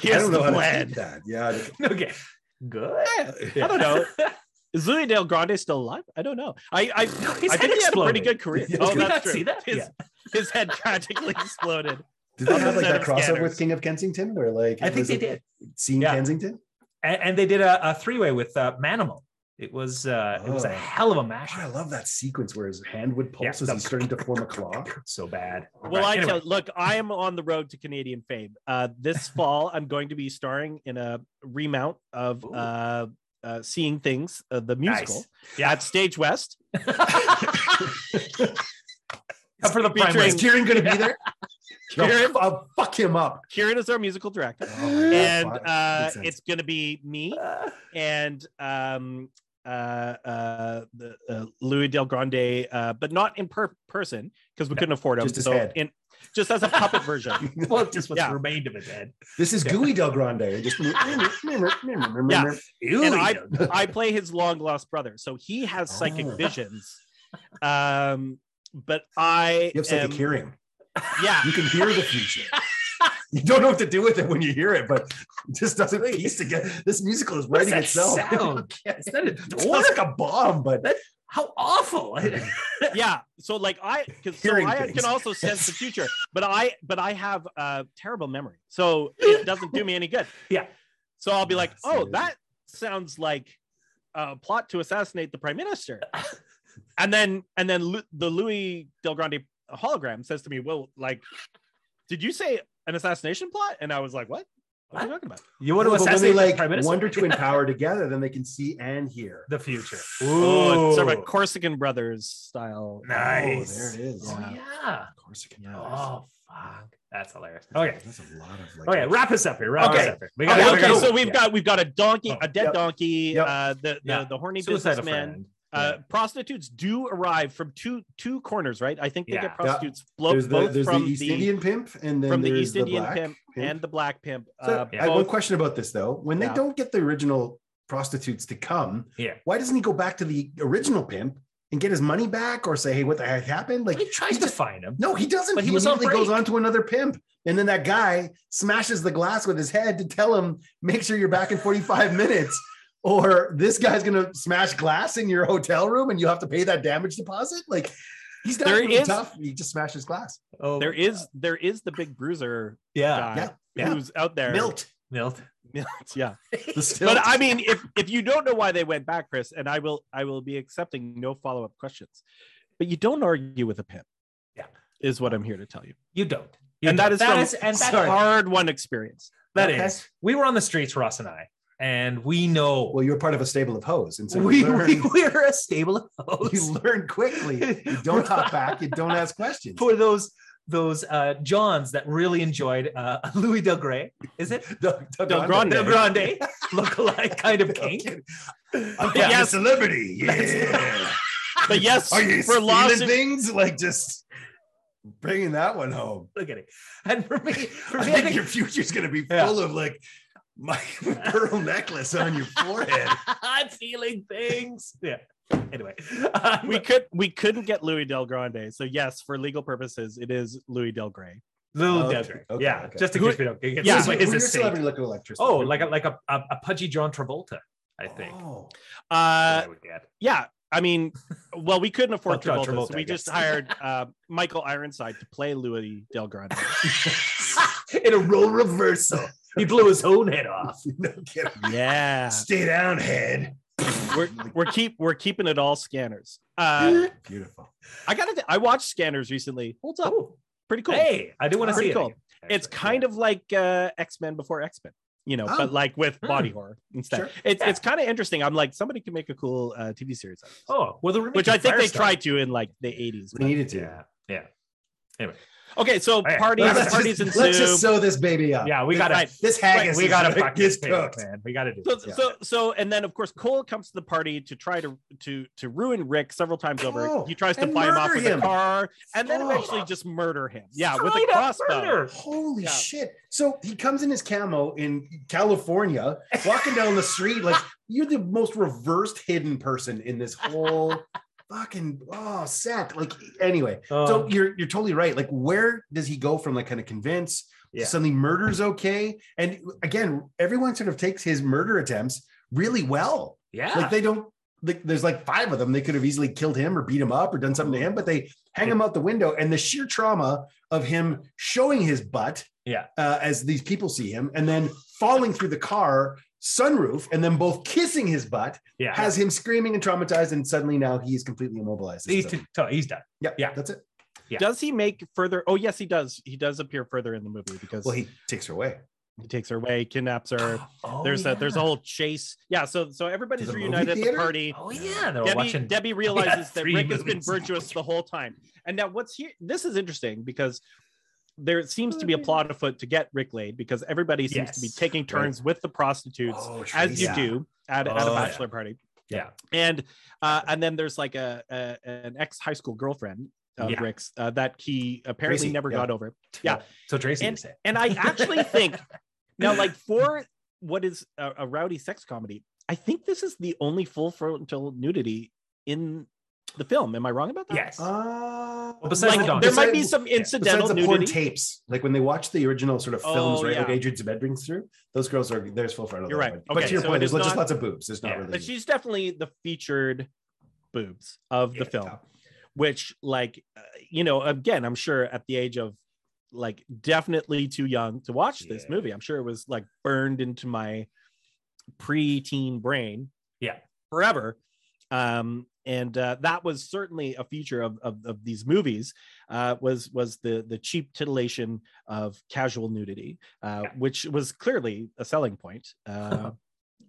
S2: Here's
S3: don't know
S2: the
S3: how
S2: plan."
S3: to keep that. Yeah.
S1: Okay. Good.
S2: I don't know. Is Louis Del Grande still alive? I don't know. I I,
S1: His
S2: I
S1: head
S2: think he had a pretty
S1: exploded.
S2: good career.
S3: Did
S2: Oh,
S3: you
S1: not
S2: that's true.
S1: see that?
S2: His,
S1: Yeah.
S2: his head tragically exploded.
S3: Did they have like
S2: Instead
S3: that
S2: of
S3: crossover
S2: scanners.
S3: with King of Kensington where like
S1: I
S3: it
S1: think
S3: was
S1: they
S3: like
S1: did.
S3: seeing
S1: Yeah.
S3: Kensington?
S1: And, and they did a, a three-way with uh, Manimal. It was uh, it was a
S3: Oh.
S1: hell of a
S3: God, I
S1: mashup.
S3: love that sequence where his hand would
S1: Yeah,
S3: pulse as
S1: the-
S3: he's starting to form a claw. Oh,
S1: So bad.
S2: Well,
S1: Right,
S2: I
S1: anyway.
S2: tell look, I am on the road to Canadian fame. Uh, this fall, I'm going to be starring in a remount of
S1: Ooh.
S2: uh, uh, Seeing Things, uh, the
S1: Nice.
S2: musical
S1: Yeah.
S2: at Stage West.
S1: Up for the
S2: Featuring-
S1: primary.
S3: Is Kieran gonna be there? No,
S2: Kieran,
S3: I'll fuck him up.
S2: Kieran is our musical director,
S3: Oh, yeah,
S2: and
S3: fuck.
S2: uh,
S3: Makes sense.
S2: it's going to be me and um, uh, uh, the, uh, Louis Del Grande, uh, but not in per- person because we couldn't afford him.
S3: just his
S2: so
S3: head.
S2: in just as a puppet version.
S1: well, just what's
S2: Yeah.
S1: remained of it, then.
S3: This is
S1: Yeah.
S3: Gooey Del Grande. Just yeah.
S1: Ew,
S2: And I-
S1: you know.
S2: I play his long lost brother, so he has psychic
S3: Oh.
S2: visions. Um, but I
S3: You have psychic
S1: Um,
S2: am-
S3: hearing.
S2: yeah,
S3: You can hear the future. You don't know what to do with it when you hear it, but it just doesn't piece together. This musical is
S1: What does
S3: writing
S1: that
S3: itself.
S1: sound? Is that a
S3: It
S1: door?
S3: sounds like a bomb, but
S1: How awful!
S2: yeah. So like I, because so
S3: Hearing
S2: I
S3: things.
S2: can also sense the future, but I, but I have a terrible memory, so it doesn't do me any good.
S1: Yeah.
S2: So I'll be like,
S3: Yes, it
S2: oh,
S3: is.
S2: that sounds like a plot to assassinate the prime minister, and then and then Lu- the Louis Del Grande hologram says to me, well, like, did you say an assassination plot? And I was like, what? What are you talking about?
S1: you want to
S3: Well, but when they
S1: assassinate the
S3: like
S1: prime minister?
S3: Wonder Twin power together, then they can see and hear.
S1: the future.
S2: Oh, it's sort of
S1: Ooh.
S2: a Corsican Brothers style.
S1: Nice.
S3: Oh, there it is.
S1: Oh,
S2: Yeah.
S1: yeah.
S3: Of course, it can.
S2: Yeah.
S1: Oh fuck, that's hilarious.
S2: Oh,
S1: Okay,
S3: that's a lot of like.
S1: okay, wrap us up here. Wrap us
S2: Okay.
S1: up here. We
S2: Okay,
S1: gotta- we
S2: okay,
S1: gotta-
S2: so we've
S1: yeah.
S2: got we've got a donkey,
S1: Oh,
S2: a dead
S3: yep.
S2: donkey,
S3: Yep.
S2: uh, the the,
S1: Yeah.
S2: the horny
S1: suicide a
S2: businessman.
S1: friend.
S2: Uh, prostitutes do arrive from two two corners, right? I think they
S1: Yeah. Yeah.
S2: get prostitutes blo-
S3: There's the,
S2: both
S3: there's the
S2: from
S3: East
S2: the
S3: Indian pimp, and then
S2: from the
S3: there's
S2: East Indian
S3: black
S2: pimp, and the black pimp.
S3: So,
S2: uh,
S3: I have one
S2: both-
S3: question about this though. When
S2: Yeah.
S3: they don't get the original prostitutes to come,
S1: Yeah.
S3: why doesn't he go back to the original pimp and get his money back, or say, "Hey, what the heck happened?" Like,
S1: He tries to find him.
S3: no, he doesn't.
S1: But he
S3: he
S1: was on
S3: immediately goes
S1: break.
S3: on to another pimp, and then that guy smashes the glass with his head to tell him, "Make sure you're back in 45 minutes." Or this guy's gonna smash glass in your hotel room, and you have to pay that damage deposit. Like he's not
S2: There
S3: really
S2: is-
S3: tough. He just smashes glass.
S1: Oh,
S2: there is there is the big bruiser
S1: yeah.
S2: guy
S3: yeah, yeah.
S2: who's out there.
S3: Milt.
S1: Milt.
S2: yeah.
S3: The
S2: But
S3: stilt.
S2: I mean, if if you don't know why they went back, Chris, and I will I will be accepting no follow up questions. But you don't argue with a pimp.
S1: Yeah.
S2: Is what I'm here to tell you.
S1: You don't. You
S2: and
S1: don't.
S2: that is from
S1: and that's
S2: a hard one experience.
S1: That
S3: Okay.
S1: is. We were on the streets, Ross and I, and we know
S3: well, you're part of a stable of hoes, and so
S1: we,
S3: you, learn,
S1: we we're a stable of
S3: you
S1: hoes
S3: learn quickly. You don't hop back. You don't ask questions.
S1: for those those uh Johns that really enjoyed uh Louis Del Grey. Is it
S3: Del,
S2: Del Grande.
S1: Del Grande lookalike kind of kink?
S3: I'm
S2: Yeah.
S3: a celebrity.
S2: But yes,
S3: Are you
S2: for
S3: stealing
S2: loss
S3: things? Like just bringing that one home.
S1: Look at it. And for me, for
S3: I
S1: me, I
S3: think
S1: think
S3: your future's going to be
S1: Yeah.
S3: full of like my pearl necklace on your forehead.
S1: I'm feeling things. Yeah. Anyway, um,
S2: we could we couldn't get Louis Del Grande. So yes, for legal purposes, it is Louis Del Grey.
S1: Lil
S3: Okay,
S1: Del Grey.
S3: okay,
S1: yeah,
S3: okay.
S1: just in
S2: Who-
S1: case we don't get
S2: Yeah,
S1: this
S3: Who's
S1: way,
S3: your-
S1: is a
S3: who's your
S1: saint.
S3: celebrity look electricity?
S1: Oh, like a like a, a, a pudgy John Travolta, I think. That's
S3: Oh.
S2: Uh
S1: what I would get.
S2: yeah. I mean, well, we couldn't afford
S1: John
S2: Travolta, so
S1: Travolta, I
S2: we
S1: guess.
S2: just hired uh, Michael Ironside to play Louis Del Grande.
S1: in a role reversal. He blew his own head off.
S3: no kidding.
S2: yeah,
S3: Stay down, head.
S2: we're we're keep we're keeping it all scanners. Uh,
S3: Beautiful.
S2: I gotta. th- I watched Scanners recently. Holds up,
S1: Oh,
S2: pretty cool.
S1: hey, I do want to
S2: Pretty
S1: see it.
S2: cool.
S1: again,
S2: it's
S1: actually.
S2: kind of like uh, X Men before X Men, you know,
S3: Oh.
S2: but like with body horror instead.
S3: Sure.
S2: It's
S1: Yeah.
S2: it's kind of interesting. I'm like, somebody could make a cool uh, TV series, out of this.
S1: Oh, well, the remake
S2: which I
S1: of
S2: think they
S1: Firestarter-
S2: tried to in like the 80s.
S3: We needed to.
S1: Yeah, yeah,
S2: Okay, so
S1: Okay.
S2: parties,
S1: Let's just-
S2: parties ensue.
S3: Let's just sew this baby up.
S1: yeah. We got to,
S2: Right.
S3: This haggis.
S1: we
S3: is
S1: got to
S3: like-
S1: fucking
S3: is
S1: pay it,
S3: cooked.
S1: man. We got to do.
S2: So,
S1: it.
S3: Yeah.
S2: so so and then of course Cole comes to the party to try to to to ruin Rick several times
S3: Oh,
S2: over. He tries to
S3: and
S2: buy him off
S3: murder
S2: with a
S3: him.
S2: car and then
S3: Oh.
S2: eventually just murder him. Yeah, with a
S1: Straight up
S2: crossbow.
S1: murder.
S3: Holy
S2: Yeah.
S3: shit. So he comes in his camo in California, walking down the street. Like, you're the most reversed hidden person in this whole fucking oh set. Like, anyway. So
S1: Um,
S3: you're you're totally right. Like, where does he go from like kind of convince?
S1: Yeah.
S3: Suddenly murder's okay. And again, everyone sort of takes his murder attempts really well.
S1: yeah,
S3: Like they don't like there's like five of them. They could have easily killed him or beat him up or done something to him, but they hang him out the window. And the sheer trauma of him showing his butt
S1: Yeah.
S3: uh, as these people see him and then falling through the car sunroof and then both kissing his butt
S1: yeah.
S3: has him screaming and traumatized. And suddenly now he's completely immobilized.
S1: he's, t- t- he's done.
S3: yeah,
S1: yeah.
S3: yeah, that's it.
S1: Yeah.
S2: Does he make further? Oh yes, he does. He does appear further in the movie because
S3: Well,
S2: he,
S3: he takes her away.
S2: takes her away, kidnaps her.
S1: Oh,
S2: there's
S1: yeah.
S2: a there's a whole chase. Yeah, so so everybody's
S3: the movie
S2: reunited at the
S3: theater?
S2: party.
S1: Oh yeah, they're
S2: Debbie,
S1: watching.
S2: Debbie realizes that
S1: three
S2: Rick has been
S1: movies.
S2: virtuous the whole time. And now what's here? This is interesting because there seems to be a plot afoot to get Rick laid because everybody seems to be
S1: Hmm. Yes.
S2: taking turns with the prostitutes
S3: Oh,
S2: as you
S3: Tracy.
S2: do at, at a
S1: Oh, yeah.
S2: bachelor party.
S1: Yeah.
S2: And uh, and then there's like a, a an ex high school girlfriend of
S1: Yeah.
S2: Rick's uh, that he apparently
S3: Tracy,
S2: never
S3: yeah.
S2: got over.
S1: so Tracy
S2: And-
S1: is it.
S2: And I actually think now, like for what is a, a rowdy sex comedy, I think this is the only full frontal nudity in the film. Am I wrong about that?
S1: Yes.
S3: Oh,
S1: Well, besides
S2: Like,
S1: the dog.
S2: there
S3: Besides-
S2: might be some
S3: Besides
S2: incidental
S3: the porn
S2: nudity.
S3: tapes, like when they watch the original sort of films,
S2: Oh,
S3: right? Like
S2: yeah.
S3: Adrian Zabed brings through, those girls are there's full frontal.
S2: You're
S3: there,
S2: right.
S3: But
S2: Okay,
S3: to your
S2: so it
S3: point,
S2: is
S3: there's just
S2: not-
S3: lots of boobs. There's not
S1: Yeah,
S3: really.
S2: But she's definitely the featured boobs of the
S1: Yeah,
S2: film,
S3: top.
S2: which, like, uh, you know, again, I'm sure at the age of like definitely too young to watch this
S1: Yeah.
S2: movie. I'm sure it was like burned into my pre-teen brain.
S1: Yeah.
S2: Forever. Um, and uh, that was certainly a feature of, of, of these movies uh, was was the the cheap titillation of casual nudity, uh,
S1: Yeah.
S2: which was clearly a selling point. Uh,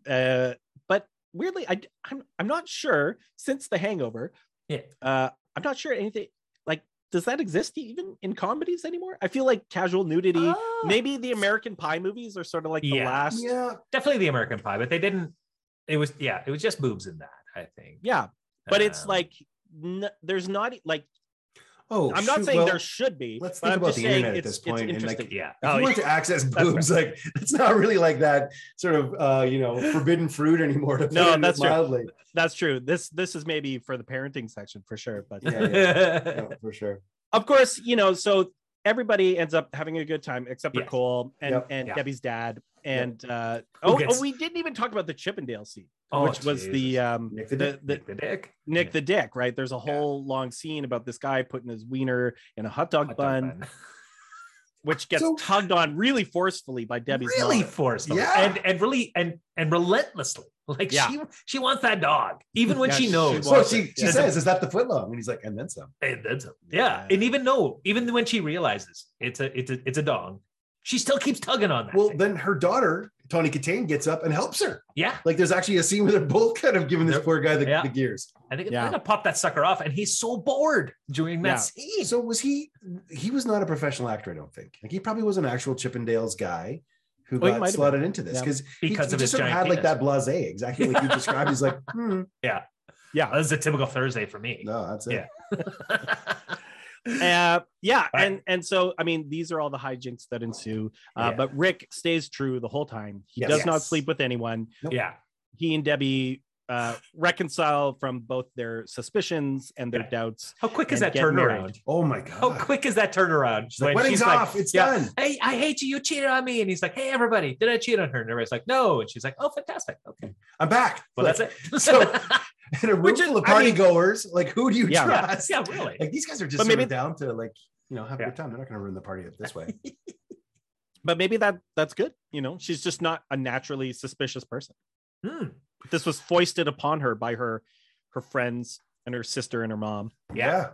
S2: uh, but weirdly, I I'm I'm not sure since The Hangover.
S1: Yeah.
S2: Uh, I'm not sure anything like does that exist even in comedies anymore? I feel like casual nudity.
S1: Ah.
S2: Maybe the American Pie movies are sort of like the
S1: Yeah.
S2: last. Yeah.
S3: Yeah,
S1: definitely the American Pie, but they didn't. It was yeah, it was just boobs in that. I think.
S2: But it's
S1: Um,
S2: like n- there's not e, like
S3: Oh,
S2: I'm not
S3: shoot,
S2: saying
S3: well,
S2: there should be.
S3: let's
S2: but
S3: think
S2: I'm
S3: about
S2: just
S3: the
S2: saying
S3: internet at
S2: it's-
S3: this point
S2: It's
S3: and, like,
S2: interesting.
S1: yeah.
S3: If
S2: Oh,
S3: you want to access
S2: That's
S3: boobs, like it's not really like that sort of uh, you know forbidden fruit anymore. To put
S2: No,
S3: it
S2: that's true.
S3: mildly.
S2: That's true. This this is maybe for the parenting section for sure. But
S3: Yeah, yeah,
S2: Oh,
S3: yeah, for sure.
S2: of course, you know, so everybody ends up having a good time except for
S1: Yes.
S2: Cole and,
S3: Yep.
S2: and
S1: Yeah.
S2: Debbie's dad.
S3: Yep.
S2: And uh,
S1: Who
S2: oh,
S1: gets-
S2: oh, we didn't even talk about the Chippendale scene,
S1: Oh,
S2: which was the
S1: Jesus.
S2: um
S3: Nick
S2: the,
S3: the
S2: the,
S3: Dick.
S1: Nick the dick.
S2: Nick the Dick, right? There's a
S1: Yeah.
S2: whole long scene about this guy putting his wiener in a hot dog,
S1: Hot dog
S2: bun.
S1: bun.
S2: which gets
S3: So-
S2: tugged on really forcefully by Debbie's
S3: Really
S2: mom.
S1: forcefully
S3: Yeah.
S1: and and really and and relentlessly. Like
S2: Yeah.
S1: she she wants that dog, even when
S2: Yeah,
S1: she
S2: she
S1: knows.
S2: wants-
S3: So
S2: Watch
S3: she,
S2: it.
S3: she
S2: Yeah.
S3: says, "Is that the foot long?" And he's like, "And then some."
S1: And that's yeah. and even no, even when she realizes it's a it's a it's a dog, she still keeps tugging on that.
S3: Well,
S1: thing.
S3: then her daughter Tony Katane gets up and helps her.
S1: yeah,
S3: Like, there's actually a scene where they're both kind of giving this
S1: They're-
S3: poor guy the,
S1: yeah.
S3: the gears.
S1: I think
S2: Yeah.
S1: they're gonna pop that sucker off, and he's so bored during that
S2: Yeah.
S1: scene.
S3: So was he? He was not a professional actor, I don't think. Like, he probably was an actual Chippendales guy who
S2: Well, he might
S3: got
S2: have
S3: slotted into this
S2: Yeah.
S3: because
S1: Because
S3: he,
S1: of
S3: he
S1: his
S3: just sort of
S1: giant
S3: had like
S1: penis.
S3: that blase, exactly like you described. He's like, hmm,
S1: Oh, this is a typical Thursday for me.
S3: no, that's it.
S1: Yeah.
S2: Uh, yeah,
S1: Right.
S2: and and so I mean, these are all the hijinks that ensue. Uh,
S1: Yeah.
S2: But Rick stays true the whole time. He
S3: Yes.
S2: does not
S1: Yes.
S2: sleep with anyone.
S1: yeah,
S2: He and Debbie uh, reconcile from both their suspicions and their
S1: Yeah.
S2: doubts.
S1: how quick is
S2: And
S1: that
S2: get
S1: turnaround?
S2: married.
S3: Oh my
S1: How
S3: god.
S1: quick is that turnaround?
S3: She's like,
S1: When
S3: wedding's
S1: she's like,
S3: off. it's
S1: yeah,
S3: done.
S1: Hey, I hate you. You cheated on me. And he's like, Hey, everybody, did I cheat on her? And everybody's like, No. And she's like, Oh, fantastic. Okay.
S3: I'm back.
S1: Well,
S3: like,
S1: that's it.
S3: so-
S1: yeah,
S3: In a room
S2: Which is-
S3: full of
S2: I
S3: party
S2: mean-
S3: goers, like who do you
S2: Yeah.
S3: trust?
S1: yeah, really.
S3: Like these guys are just
S2: But
S3: sort of
S2: maybe-
S3: down to like you know have a
S1: Yeah.
S3: good time. They're not going to ruin the party up this way.
S2: But maybe that that's good. You know, she's just not a naturally suspicious person.
S1: Hmm.
S2: This was foisted upon her by her her friends and her sister and her mom.
S1: Yeah.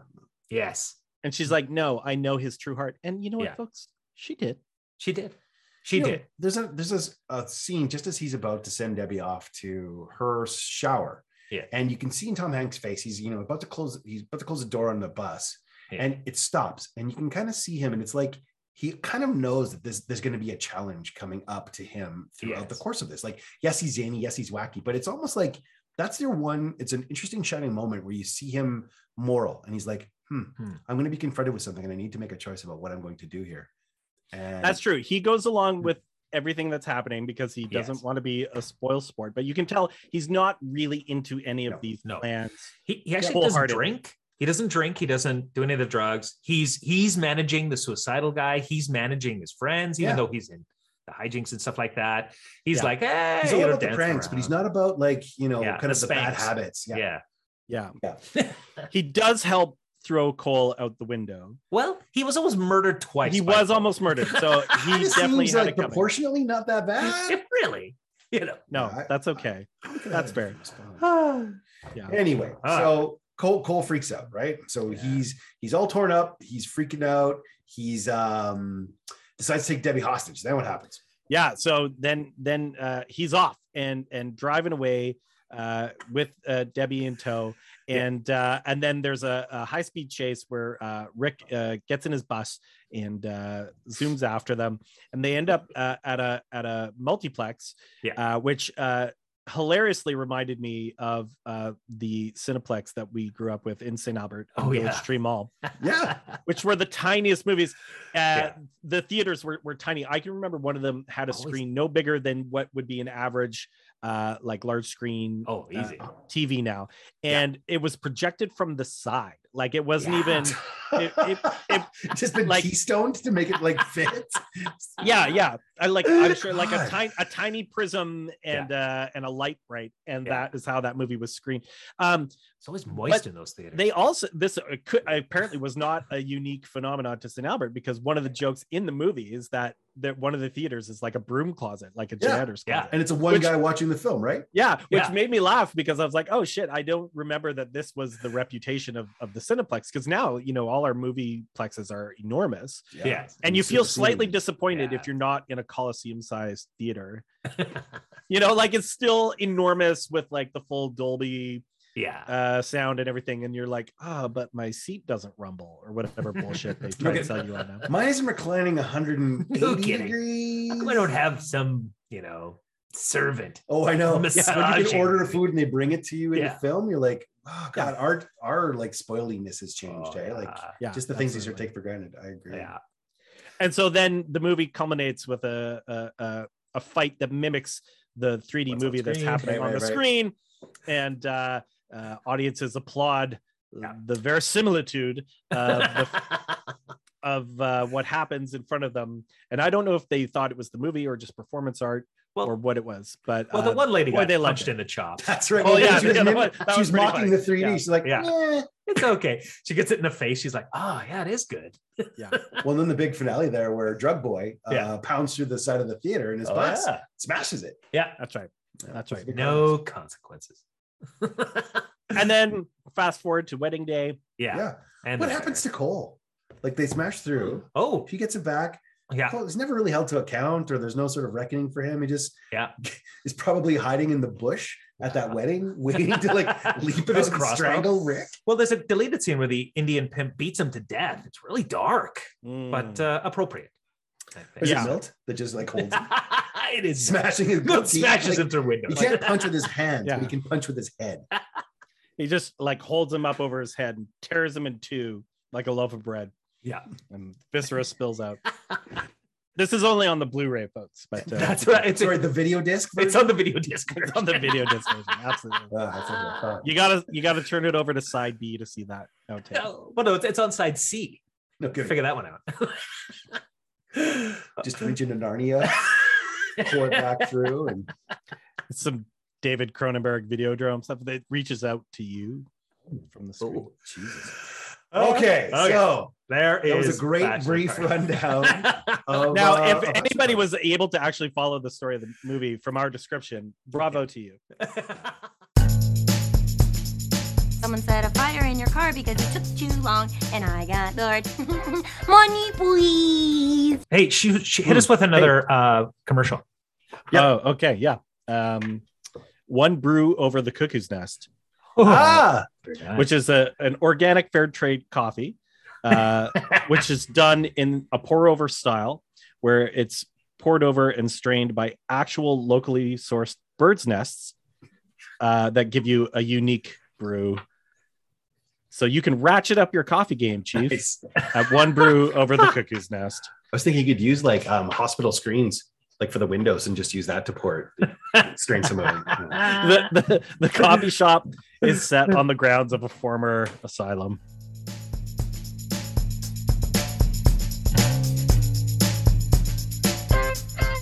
S1: Yes,
S2: And she's like, "No, I know his true heart." And you know what,
S1: Yeah.
S2: folks? She did.
S1: she did. She
S3: You know,
S1: did.
S3: There's a there's this a scene just as he's about to send Debbie off to her shower.
S1: Yeah.
S3: And you can see in Tom Hanks' face, he's you know about to close he's about to close the door on the bus,
S1: Yeah.
S3: and it stops, and you can kind of see him, and it's like he kind of knows that this there's going to be a challenge coming up to him throughout the
S1: Yes.
S3: course of this. Like, yes, he's zany, yes, he's wacky, but it's almost like that's your one. It's an interesting shining moment where you see him moral, and he's like, hmm,
S1: Hmm.
S3: I'm going to be confronted with something, and I need to make a choice about what I'm going to do here. And
S2: That's true. He goes along with everything that's happening because he doesn't
S1: Yes.
S2: want to be a spoil sport. But you can tell he's not really into any of
S3: No,
S2: these
S1: no.
S2: plans.
S1: He, he actually doesn't
S2: Wholehearted.
S1: drink. He doesn't drink. He doesn't do any of the drugs. He's he's managing the suicidal guy. He's managing his friends, even
S3: Yeah.
S1: though he's in the hijinks and stuff like that. He's
S2: Yeah.
S1: like, hey,
S3: he's
S1: you
S3: all
S1: know,
S3: about the
S1: dancing
S3: pranks, but he's
S1: around."
S3: not about like you know
S1: Yeah,
S3: kind
S1: the
S3: of the bad
S1: spanks.
S3: habits. Yeah.
S1: yeah.
S2: Yeah.
S3: Yeah.
S2: he does help throw Cole out the window.
S1: Well, he was almost murdered twice.
S2: he
S1: by
S2: was
S1: Cole.
S2: almost murdered. So he
S3: Kinda
S2: definitely
S3: seems like
S2: had it coming.
S3: proportionally not that bad.
S1: It really, you know.
S2: No,
S3: Yeah, I-
S2: that's okay. That's fair.
S3: Oh,
S2: Yeah.
S3: Anyway,
S1: Ah.
S3: so Cole Cole freaks out, right? So
S2: Yeah.
S3: he's he's all torn up. He's freaking out. He's um decides to take Debbie hostage. Then what happens?
S2: Yeah. So then then uh, he's off and and driving away uh, with uh, Debbie in tow. And uh, and then there's a, a high speed chase where uh, Rick uh, gets in his bus and uh, zooms after them, and they end up uh, at a at a multiplex,
S1: Yeah.
S2: uh, which uh, hilariously reminded me of uh, the Cineplex that we grew up with in St. Albert, on
S1: Oh,
S2: Village
S1: yeah.
S2: Street Mall
S3: Yeah.
S2: which were the tiniest movies. Uh,
S1: Yeah.
S2: The theaters were, were tiny. I can remember one of them had a
S1: Always.
S2: screen no bigger than what would be an average, uh, like large screen
S1: Oh, easy.
S2: TV now,
S1: Yeah.
S2: and it was projected from the side. Like it wasn't even. it- it-
S3: just been
S2: like-
S3: keystoned to make it like fit.
S2: Yeah, yeah. I like. I'm sure, like a
S3: God.
S2: tiny, a tiny prism and uh, and a light right, and
S1: Yeah.
S2: that is how that movie was screened. Um,
S1: It's always moist
S2: But
S1: in those theaters.
S2: they also this uh, could, apparently was not a unique phenomenon to St. Albert because one of the jokes in the movie is that that one of the theaters is like a broom closet, like a
S3: Yeah,
S2: janitor's
S1: yeah.
S2: closet.
S3: And it's a one
S2: Which-
S3: guy watching the film, right?
S2: Yeah, which
S1: Yeah.
S2: made me laugh because I was like, "Oh shit, I don't remember that this was the reputation of, of the Cineplex." Because now, you know, all our movie plexes are enormous,
S1: Yeah.
S2: and you feel slightly
S3: dis-
S2: disappointed
S1: Yeah.
S2: if you're not in a Coliseum-sized theater. you know, like it's still enormous with like the full Dolby
S1: yeah.
S2: uh, sound and everything, and you're like, ah, but my seat doesn't rumble or whatever bullshit they try to
S3: Okay.
S2: sell you on now.
S3: Mine isn't reclining 180
S1: No kidding.
S3: degrees.
S1: How come I don't have some, you know, servant
S3: Oh, I know. Yeah, when you
S1: Massaging. Oh,
S3: can order food and they bring it to you in
S1: Yeah.
S3: the film. You're like, oh god, our our like spoiliness has changed.
S1: Oh,
S3: eh? Like
S1: yeah.
S2: Yeah,
S3: just the things these are
S2: absolutely.
S3: take for granted. I agree.
S1: yeah.
S2: And so then the movie culminates with a a, a, a fight that mimics the 3D
S1: What's on
S2: movie that's
S1: screen?
S2: happening
S3: Right,
S2: on
S3: right,
S2: the
S3: right.
S2: screen, and uh, uh, audiences applaud
S1: Yeah.
S2: the verisimilitude of, the, uh, of uh, what happens in front of them. And I don't know if they thought it was the movie or just performance art
S1: Well-
S2: or what it was. But
S1: Well, the
S2: uh,
S1: one lady
S2: boy,
S1: got
S2: they
S1: they
S2: loved
S1: punched
S2: it.
S1: in the chops.
S3: That's right.
S2: Well,
S3: Well,
S2: yeah,
S3: she was,
S2: yeah, that
S3: mim-
S2: was- that
S3: she was
S2: was pretty
S3: mocking the
S2: funny.
S3: 3D.
S2: Yeah.
S3: She's like, "Eh."
S1: Yeah.
S3: yeah.
S1: It's okay. She gets it in the face. She's like, oh yeah, it is good.
S3: Well, then the big finale there where Drug Boy uh,
S1: Yeah.
S3: pounds through the side of the theater and his
S1: Oh,
S3: bus
S1: yeah.
S3: smashes it.
S1: yeah.
S2: that's right. That's right.
S1: No consequences. yeah.
S2: And then fast forward to wedding day.
S3: Yeah.
S1: And
S3: What
S1: the-
S3: happens to Cole? Like they smash through.
S1: Oh
S3: She gets it back.
S1: yeah.
S3: Cole, he's never really held to account, or there's no sort of reckoning for him. He just
S1: Yeah.
S3: is probably hiding in the bush at that wedding, waiting to like leap
S1: With
S3: out
S1: his
S3: and
S1: crossbow.
S3: strangle Rick.
S1: Well, there's a deleted scene where the Indian pimp beats him to death. It's really dark,
S2: Mm.
S1: but uh, appropriate. I think.
S3: Hmm. Is
S2: Yeah.
S3: it Milt that just like holds,
S1: it is
S3: smashing his
S1: Milt
S3: goatee?
S1: smashes
S3: Like,
S1: him through a window.
S3: He can't punch with his hands,
S2: Yeah.
S3: but he can punch with his head.
S2: he just like holds him up over his head and tears him in two like a loaf of bread.
S1: Yeah.
S2: And viscera spills out. this is only on the Blu-ray, folks, but uh,
S1: That's right. It's,
S3: Sorry, the video disc.
S1: it's
S3: version?
S1: on the video disc.
S2: it's on the video disc version. Absolutely.
S3: Ah, that's what I thought.
S2: You gotta you gotta turn it over to side B to see that outtake.
S1: No, well, no, it's, it's on side C.
S3: No good.
S1: Figure that one out.
S3: Just reach into Narnia, pour it back through, and
S2: It's some David Cronenberg video drone stuff that reaches out to you from the screen.
S1: Oh, Jesus.
S3: okay. So
S1: there is
S3: that was a great
S1: Bachelor
S3: brief
S1: Party.
S3: rundown. Of,
S2: Now,
S3: uh,
S2: if
S3: of-
S2: anybody was able to actually follow the story of the movie from our description, bravo to you.
S4: Someone set a fire in your car because it took too long and I got bored. Money, please.
S1: hey, she she hit us with
S3: Hmm.
S1: another uh, commercial.
S2: Oh, okay, yeah. Um, one brew over the cuckoo's nest,
S1: Oh,
S3: ah,
S2: which is a, an organic fair trade coffee, uh, which is done in a pour over style, where it's poured over and strained by actual locally sourced birds' nests uh, that give you a unique brew. So you can ratchet up your coffee game, Chief,
S3: Nice.
S2: at one brew over the cuckoo's nest.
S3: I was thinking you could use like um, hospital screens, like for the windows, and just use that to pour it, strain some of it.
S2: the, the, the coffee shop is set on the grounds of a former asylum.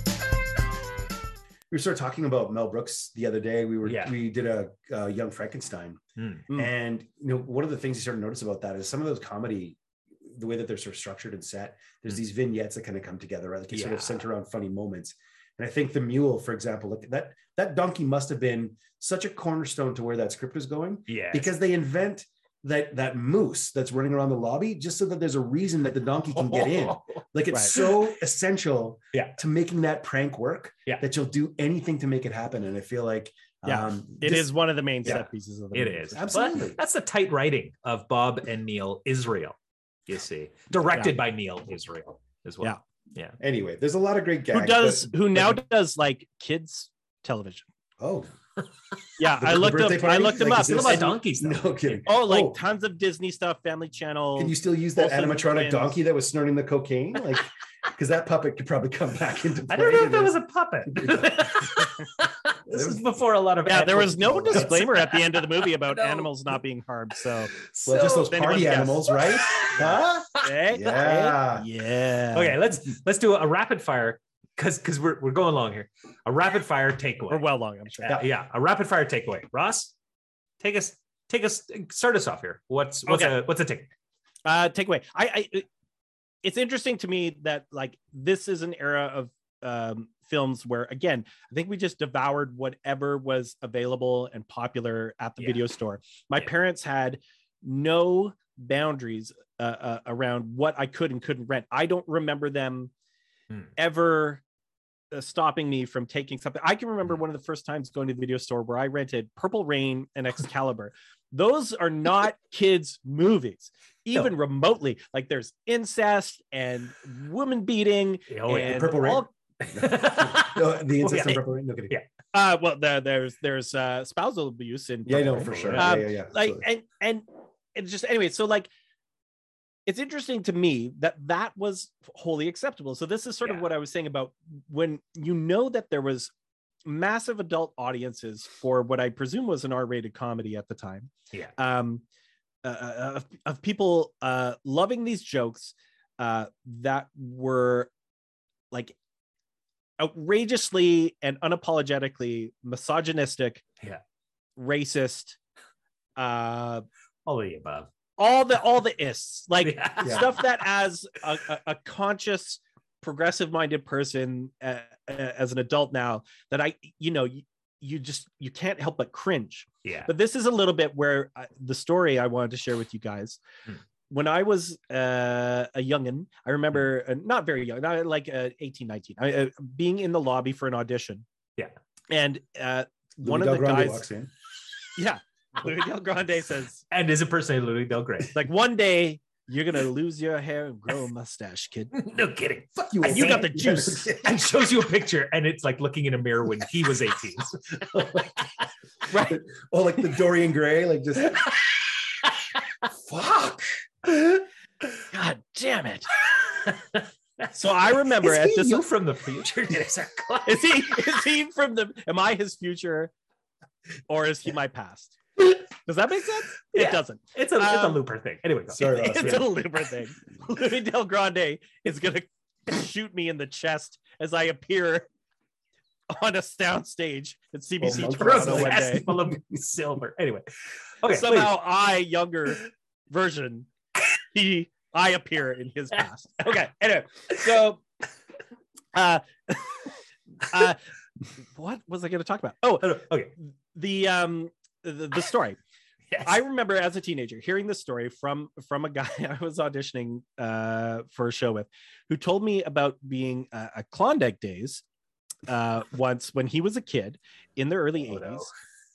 S3: We were sort of talking about Mel Brooks the other day. We were
S1: Yeah.
S3: we did a uh, Young Frankenstein,
S1: Hmm.
S2: Hmm.
S3: and you know one of the things you sort of notice about that is some of those comedy, the way that they're sort of structured and set. There's these vignettes that kind of come together, right? Like it's sort of
S1: Hmm. Yeah.
S3: centered around funny moments. And I think the mule, for example, like that that donkey must have been such a cornerstone to where that script was going
S1: yeah,
S3: because they invent that that moose that's running around the lobby just so that there's a reason that the donkey can get in. Like it's
S2: Right.
S3: so essential
S1: Yeah.
S3: to making that prank work
S1: Yeah.
S3: that you'll do anything to make it happen. And I feel like
S2: Yeah.
S3: um,
S2: It is
S3: this-
S2: one of the main
S3: yeah.
S2: set pieces of the
S1: It
S2: movie.
S1: is
S3: Absolutely.
S1: But that's the tight writing of Bob and Neil Israel. You see, directed
S2: Yeah.
S1: by Neil Israel as well.
S3: anyway. There's a lot of great gags.
S2: Who does
S3: but-
S2: who now does like kids television?
S3: oh,
S2: Yeah,
S3: The-
S2: I
S3: the
S2: looked up.
S3: birthday
S2: I
S3: party?
S2: looked him
S3: Like,
S2: up.
S3: is
S1: Still
S3: this-
S2: And-
S1: about donkeys though.
S3: no kidding.
S2: oh, like
S3: Oh.
S2: tons of Disney stuff, Family Channel.
S3: Can you still use that
S2: Olsen
S3: animatronic
S2: twins.
S3: donkey that was snorting the cocaine? Like, because that puppet could probably come back into play.
S1: I don't know if
S3: in
S1: that was
S3: this.
S1: a puppet. this is before a lot of
S2: yeah, there was no
S3: Animal control.
S2: disclaimer at the end of the movie about
S1: No.
S2: animals not being harmed. So,
S3: well, just
S1: So-
S3: those
S2: if anyone
S3: party
S2: guessed.
S3: animals, right? huh?
S2: eh, eh,
S3: Yeah.
S2: yeah.
S1: okay. Let's let's do a rapid fire because because we're we're going long here. A rapid fire
S2: Or
S1: takeaway.
S2: well long, I'm sure.
S1: yeah. yeah, a rapid fire takeaway. Ross, take us take us start us off here. What's what's
S2: Okay.
S1: a what's a take?
S2: uh takeaway i i it's interesting to me that like this is an era of um films where again i think we just devoured whatever was available and popular at the
S1: Yeah.
S2: video store my
S1: Yeah.
S2: parents had no boundaries uh, uh, around what i could and couldn't rent i don't remember them
S1: Hmm.
S2: ever uh, stopping me from taking something i can remember
S1: Hmm.
S2: one of the first times going to the video store where i rented purple rain and excalibur those are not kids movies even remotely like there's incest and woman beating
S1: Oh,
S2: and
S3: Purple Rain?
S2: all-
S3: No, Oh, the incest
S1: yeah.
S3: and Purple Rain? No kidding.
S1: Yeah.
S2: uh well there, there's there's uh spousal abuse in
S3: Yeah, I
S2: Purple
S3: know
S2: Rain.
S3: for sure.
S2: Um,
S3: yeah, yeah, yeah.
S2: like
S3: absolutely.
S2: and and it's just anyway so like it's interesting to me that that was wholly acceptable so this is sort
S1: Yeah.
S2: of what i was saying about when you know that there was massive adult audiences for what i presume was an r-rated comedy at the time
S1: Yeah.
S2: um uh, uh, of, of people uh loving these jokes uh that were like outrageously and unapologetically misogynistic,
S1: Yeah.
S2: racist, uh,
S1: all of the above.
S2: all the all the ists like
S1: Yeah.
S3: Yeah.
S2: stuff that as a, a, a conscious progressive minded person uh, uh, as an adult now that i you know you, you just you can't help but cringe
S1: Yeah.
S2: but this is a little bit where I, the story i wanted to share with you guys
S1: Hmm.
S2: when i was uh, a youngin i remember
S3: Hmm.
S2: uh, not very young not like uh, 18 19 I, uh, being in the lobby for an audition
S1: Yeah.
S2: and uh, one
S3: Louis Del
S2: of the
S3: Grande
S2: guys
S3: walks in.
S2: yeah Louis Del Grande says
S1: And is impersonating Louis Del Grey.
S2: like one day you're gonna lose your hair and grow a mustache, kid.
S1: no kidding.
S3: Fuck you.
S2: And you got the
S3: Old Man.
S2: juice.
S1: And shows you a picture, and it's like looking in a mirror when he was 18.
S2: Right?
S3: oh, like the Dorian Gray, like just. Fuck.
S2: God damn it. So I remember
S1: Is
S2: at
S1: he
S2: this.
S1: you from the future?
S2: Is he is he from the? Am I his future, or is he my past? Does that make sense?
S1: Yeah.
S2: It doesn't.
S1: It's a, it's a
S2: Um,
S1: looper thing. Anyway, go.
S3: Sorry, Ross.
S2: It's
S3: yeah.
S2: a Libra thing. Louis Del Grande is gonna shoot me in the chest as I appear on a soundstage at CBC
S3: Oh my
S1: Rose
S2: Toronto
S1: is
S2: one day.
S1: full of silver. Anyway, okay.
S2: somehow I, younger version, he, I appear in his past. Okay. Anyway, so, uh, uh, what was I going to talk about? Oh,
S1: please. No, no, Okay.
S2: the um, the, the story.
S1: Yes.
S2: I remember as a teenager hearing this story from from a guy I was auditioning uh, for a show with, who told me about being uh, a Klondike Days uh, once when he was a kid in the early
S3: Oh,
S2: 80s
S3: no.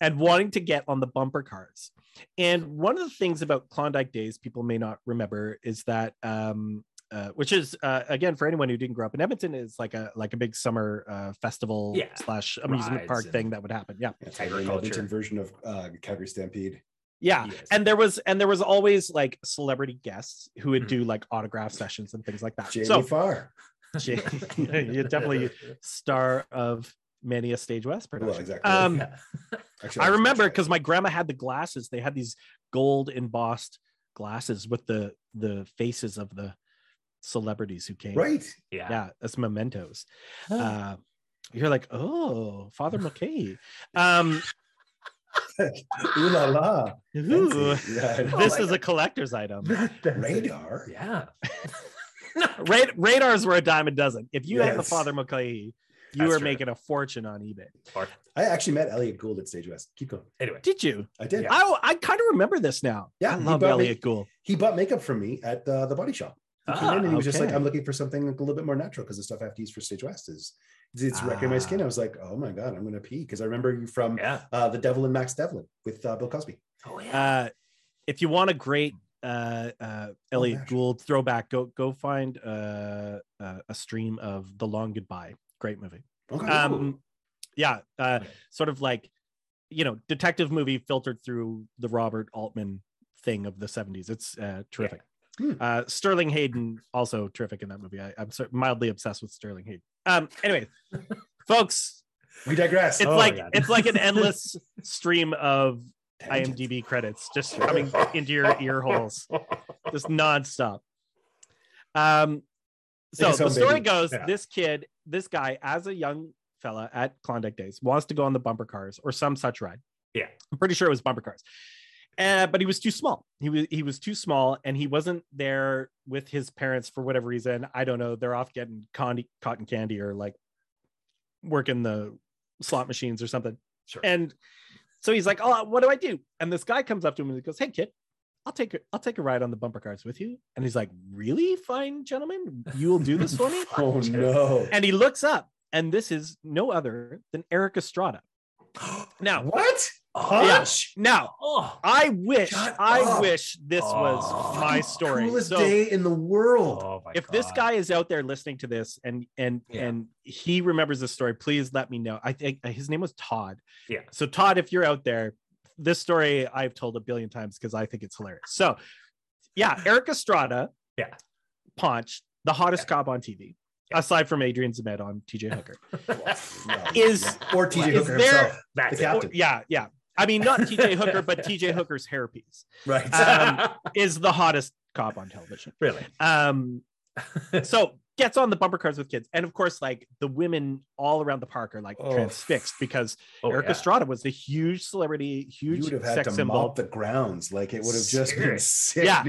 S2: and wanting to get on the bumper cars. And one of the things about Klondike Days people may not remember is that, um, uh, which is uh, again for anyone who didn't grow up in Edmonton, is like a like a big summer uh, festival
S1: Yeah.
S2: slash amusement
S1: Rides
S2: park
S1: and-
S2: thing that would happen. Yeah,
S3: It's like an
S1: Agriculture.
S3: Edmonton version of uh, Calgary Stampede.
S2: yeah.
S1: Yes.
S2: And there was and there was always like celebrity guests who would
S1: Mhm.
S2: do like autograph sessions and things like that.
S3: Hmm. Jamie
S2: Ah, so
S3: Farr.
S2: Jamie, you're definitely star of many a Stage West production.
S3: Well, exactly.
S2: Um,
S1: Yeah.
S3: Actually,
S2: I
S3: was-
S2: remember because my grandma had the glasses. They had these gold embossed glasses with the the faces of the celebrities who came.
S3: Right.
S1: yeah.
S2: Yeah, that's mementos. Uh, you're like, oh, Father McKay. Um,
S3: Ooh la la.
S2: ooh,
S3: Fancy. Yeah, I know.
S2: this is a collector's item.
S3: radar.
S1: Yeah.
S2: Rad- radars were a dime a dozen. If you had the
S3: Yes.
S2: Father McKay, you
S1: That's
S2: were
S1: true.
S2: making a fortune on eBay.
S1: Or-
S3: I actually met Elliot Gould at Stage West. Keep going.
S1: anyway.
S2: Did you?
S3: I did.
S1: Yeah.
S2: I I kind of remember this now.
S3: Yeah,
S2: I
S3: he
S2: love
S3: bought me-
S2: Elliot Gould.
S3: He bought makeup from me at uh, the body shop. He came in and
S1: Ah,
S3: he was just like,
S2: okay.
S3: I'm looking for something like a little bit more natural because the stuff I have to use for Stage West is it's wrecking my
S2: Ah.
S3: skin. I was like, oh my God, I'm going to pee because I remember you from
S1: yeah.
S3: uh, The Devil and Max Devlin with uh, Bill Cosby.
S1: Oh, yeah.
S2: uh, if you want a great uh,
S3: Oh,
S2: uh, Elliot
S3: gosh.
S2: Gould throwback, go go find uh, uh, a stream of The Long Goodbye. Great movie.
S3: Okay.
S2: Um, yeah, uh,
S1: Okay.
S2: sort of like you know detective movie filtered through the Robert Altman thing of the '70s. It's uh, terrific.
S3: Hmm.
S2: Uh, Sterling Hayden also terrific in that movie. I, I'm sort mildly obsessed with Sterling Hayden. Um, anyway, folks,
S3: we digress.
S2: it's
S1: Oh my
S2: like
S1: God.
S2: it's like an endless stream of
S3: Tangents.
S2: IMDb credits just coming into your ear holes, just nonstop. Um, so
S3: Take us
S2: the
S3: home,
S2: story
S3: baby.
S2: goes:
S1: Yeah.
S2: this kid, this guy, as a young fella at Klondike Days, wants to go on the bumper cars or some such ride.
S1: Yeah.
S2: I'm pretty sure it was bumper cars. Uh, but he was too small. He was he was too small, and he wasn't there with his parents for whatever reason. I don't know. They're off getting condi- cotton candy or like working the slot machines or something.
S1: Sure.
S2: And so he's like, "Oh, what do I do?" And this guy comes up to him and he goes, "Hey, kid, I'll take a, I'll take a ride on the bumper cars with you." And he's like, "Really, fine gentleman, you will do this for me?"
S3: oh no.
S2: and he looks up, and this is no other than Eric Estrada. Now,
S3: what?
S1: oh,
S2: yeah.
S3: Hush.
S2: now,
S1: Oh.
S2: I wish,
S3: Shut
S2: I
S3: up.
S2: wish this was
S1: Oh.
S2: my story.
S3: Coolest
S2: So-
S3: day in the world.
S1: Oh, my
S2: if this
S1: God.
S2: guy is out there listening to this and and
S1: Yeah.
S2: and he remembers this story please let me know i think uh, his name was todd
S1: Yeah.
S2: so todd if you're out there this story i've told a billion times because i think it's hilarious so yeah eric estrada
S1: Yeah.
S2: paunch the hottest cop on tv
S1: Yeah.
S2: aside from adrian zemed on tj hooker
S3: No,
S2: is-
S3: yeah. or TJ
S2: is
S3: Hooker
S2: there-
S3: himself, the
S1: That's it.
S3: captain,
S2: yeah yeah i mean not tj hooker but tj hooker's hairpiece
S3: right?
S2: um, is the hottest cop on television
S1: really?
S2: um so gets on the bumper cars with kids. And of course, like the women all around the park are like
S3: Oh.
S2: transfixed because
S1: Oh,
S2: Eric
S1: yeah.
S2: Estrada was the huge celebrity,
S3: You
S2: huge
S3: would have had
S2: sex
S3: to
S2: symbol.
S3: mop the grounds. Like it would have just been sick.
S2: Yeah.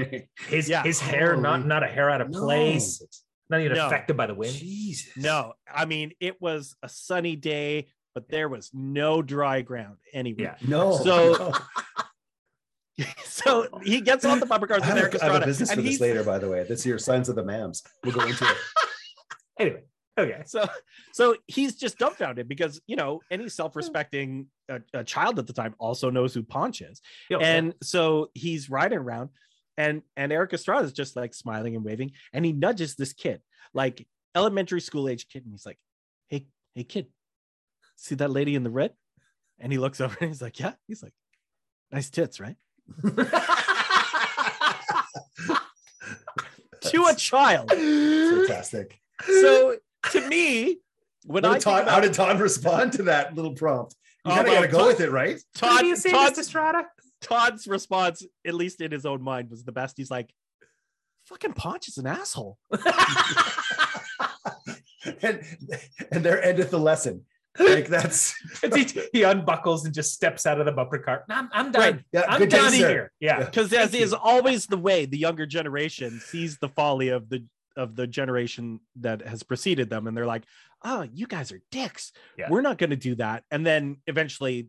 S1: His
S2: Yeah.
S1: his hair not
S3: Holy-
S1: not a hair out of
S3: No.
S1: place. It's not even
S2: No.
S1: affected by the wind.
S3: Jesus.
S2: no, I mean, it was a sunny day, but there was no dry ground anywhere.
S3: No.
S2: So-
S3: no.
S2: so he gets on the bumper cars
S3: I
S2: with
S3: have,
S2: Eric
S3: a, I have a
S2: Estrada.
S3: business for
S2: and
S3: this
S2: he's
S3: later, by the way. This is your Signs of the Mams. We'll go into it.
S1: Anyway, Oh, okay.
S2: so so he's just dumbfounded because you know any self-respecting uh, a child at the time also knows who Ponch is
S3: Oh,
S1: Yo,
S2: and so he's riding around and and eric estrada is just like smiling and waving and he nudges this kid like elementary school age kid and he's like hey hey kid see that lady in the red and he looks over and he's like yeah he's like nice tits right to a child
S3: Fantastic.
S2: so to me when
S3: What
S2: i
S3: did Todd,
S2: think
S3: how did Todd respond to that little prompt? You
S2: Oh,
S3: kind of got to
S2: well,
S3: go
S2: Todd-
S3: with it, right?
S1: Todd,
S2: Todd,
S1: you say
S2: Todd's,
S1: Mr. Strada?
S2: Todd's response, at least in his own mind, was the best. He's like, fucking Ponch is an asshole.
S3: and and there endeth the lesson. Like that's
S1: he, he unbuckles and just steps out of the bumper car. I'm, I'm done.
S2: Right.
S3: yeah,
S1: I'm
S3: good
S1: done
S3: day, sir.
S1: here. Yeah.
S2: Because as
S3: Thank
S2: is always the way, the younger generation sees the folly of the of the generation that has preceded them, and they're like, "Oh, you guys are dicks.
S1: Yeah.
S2: We're not going to do that." And then eventually,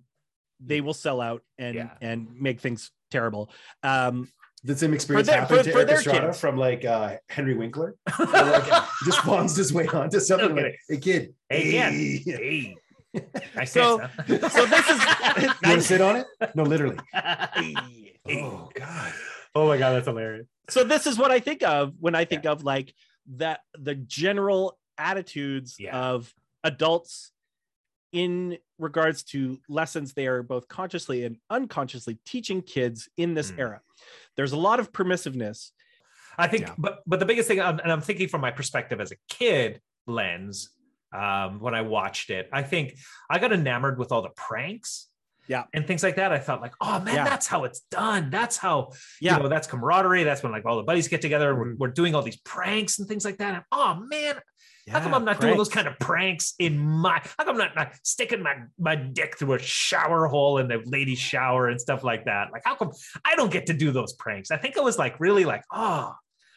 S2: they will sell out and
S1: Yeah.
S2: and make things terrible. Um,
S3: The same experience
S2: their-
S3: happened
S2: for-
S3: to
S2: for
S3: Eric
S2: their
S3: Estrada
S2: kids.
S3: from like uh, Henry Winkler. Like, just bonds his way onto something
S1: Okay.
S3: like, hey kid,
S1: Hey, kid.
S3: hey.
S1: Hey. Nice
S2: So-
S1: dance,
S2: so this is
S3: You want to sit on it? No, literally.
S1: huh?
S3: Oh God.
S1: oh my God, that's hilarious.
S2: so this is what I think of when I think of like that the general attitudes
S1: Yeah.
S2: of adults in regards to lessons they are both consciously and unconsciously teaching kids in this
S1: Mm.
S2: era. There's a lot of permissiveness.
S1: I think,
S2: Yeah.
S1: but but the biggest thing, um, and I'm thinking from my perspective as a kid lens, um, when I watched it, I think I got enamored with all the pranks,
S2: Yeah.
S1: and things like that. I thought like, oh man,
S2: Yeah.
S1: that's how it's done. That's how
S2: Yeah. Mm-hmm.
S1: you know that's camaraderie. That's when like all the buddies get together. We're,
S3: Mhm.
S1: we're doing all these pranks and things like that. And, oh man, how come
S2: Yeah,
S1: I'm not doing those
S2: pranks.
S1: kind of pranks in my? How come I'm not, not sticking my my dick through a shower hole in the ladies' shower and stuff like that? Like, how come I don't get to do those pranks? I think I was like really like, oh,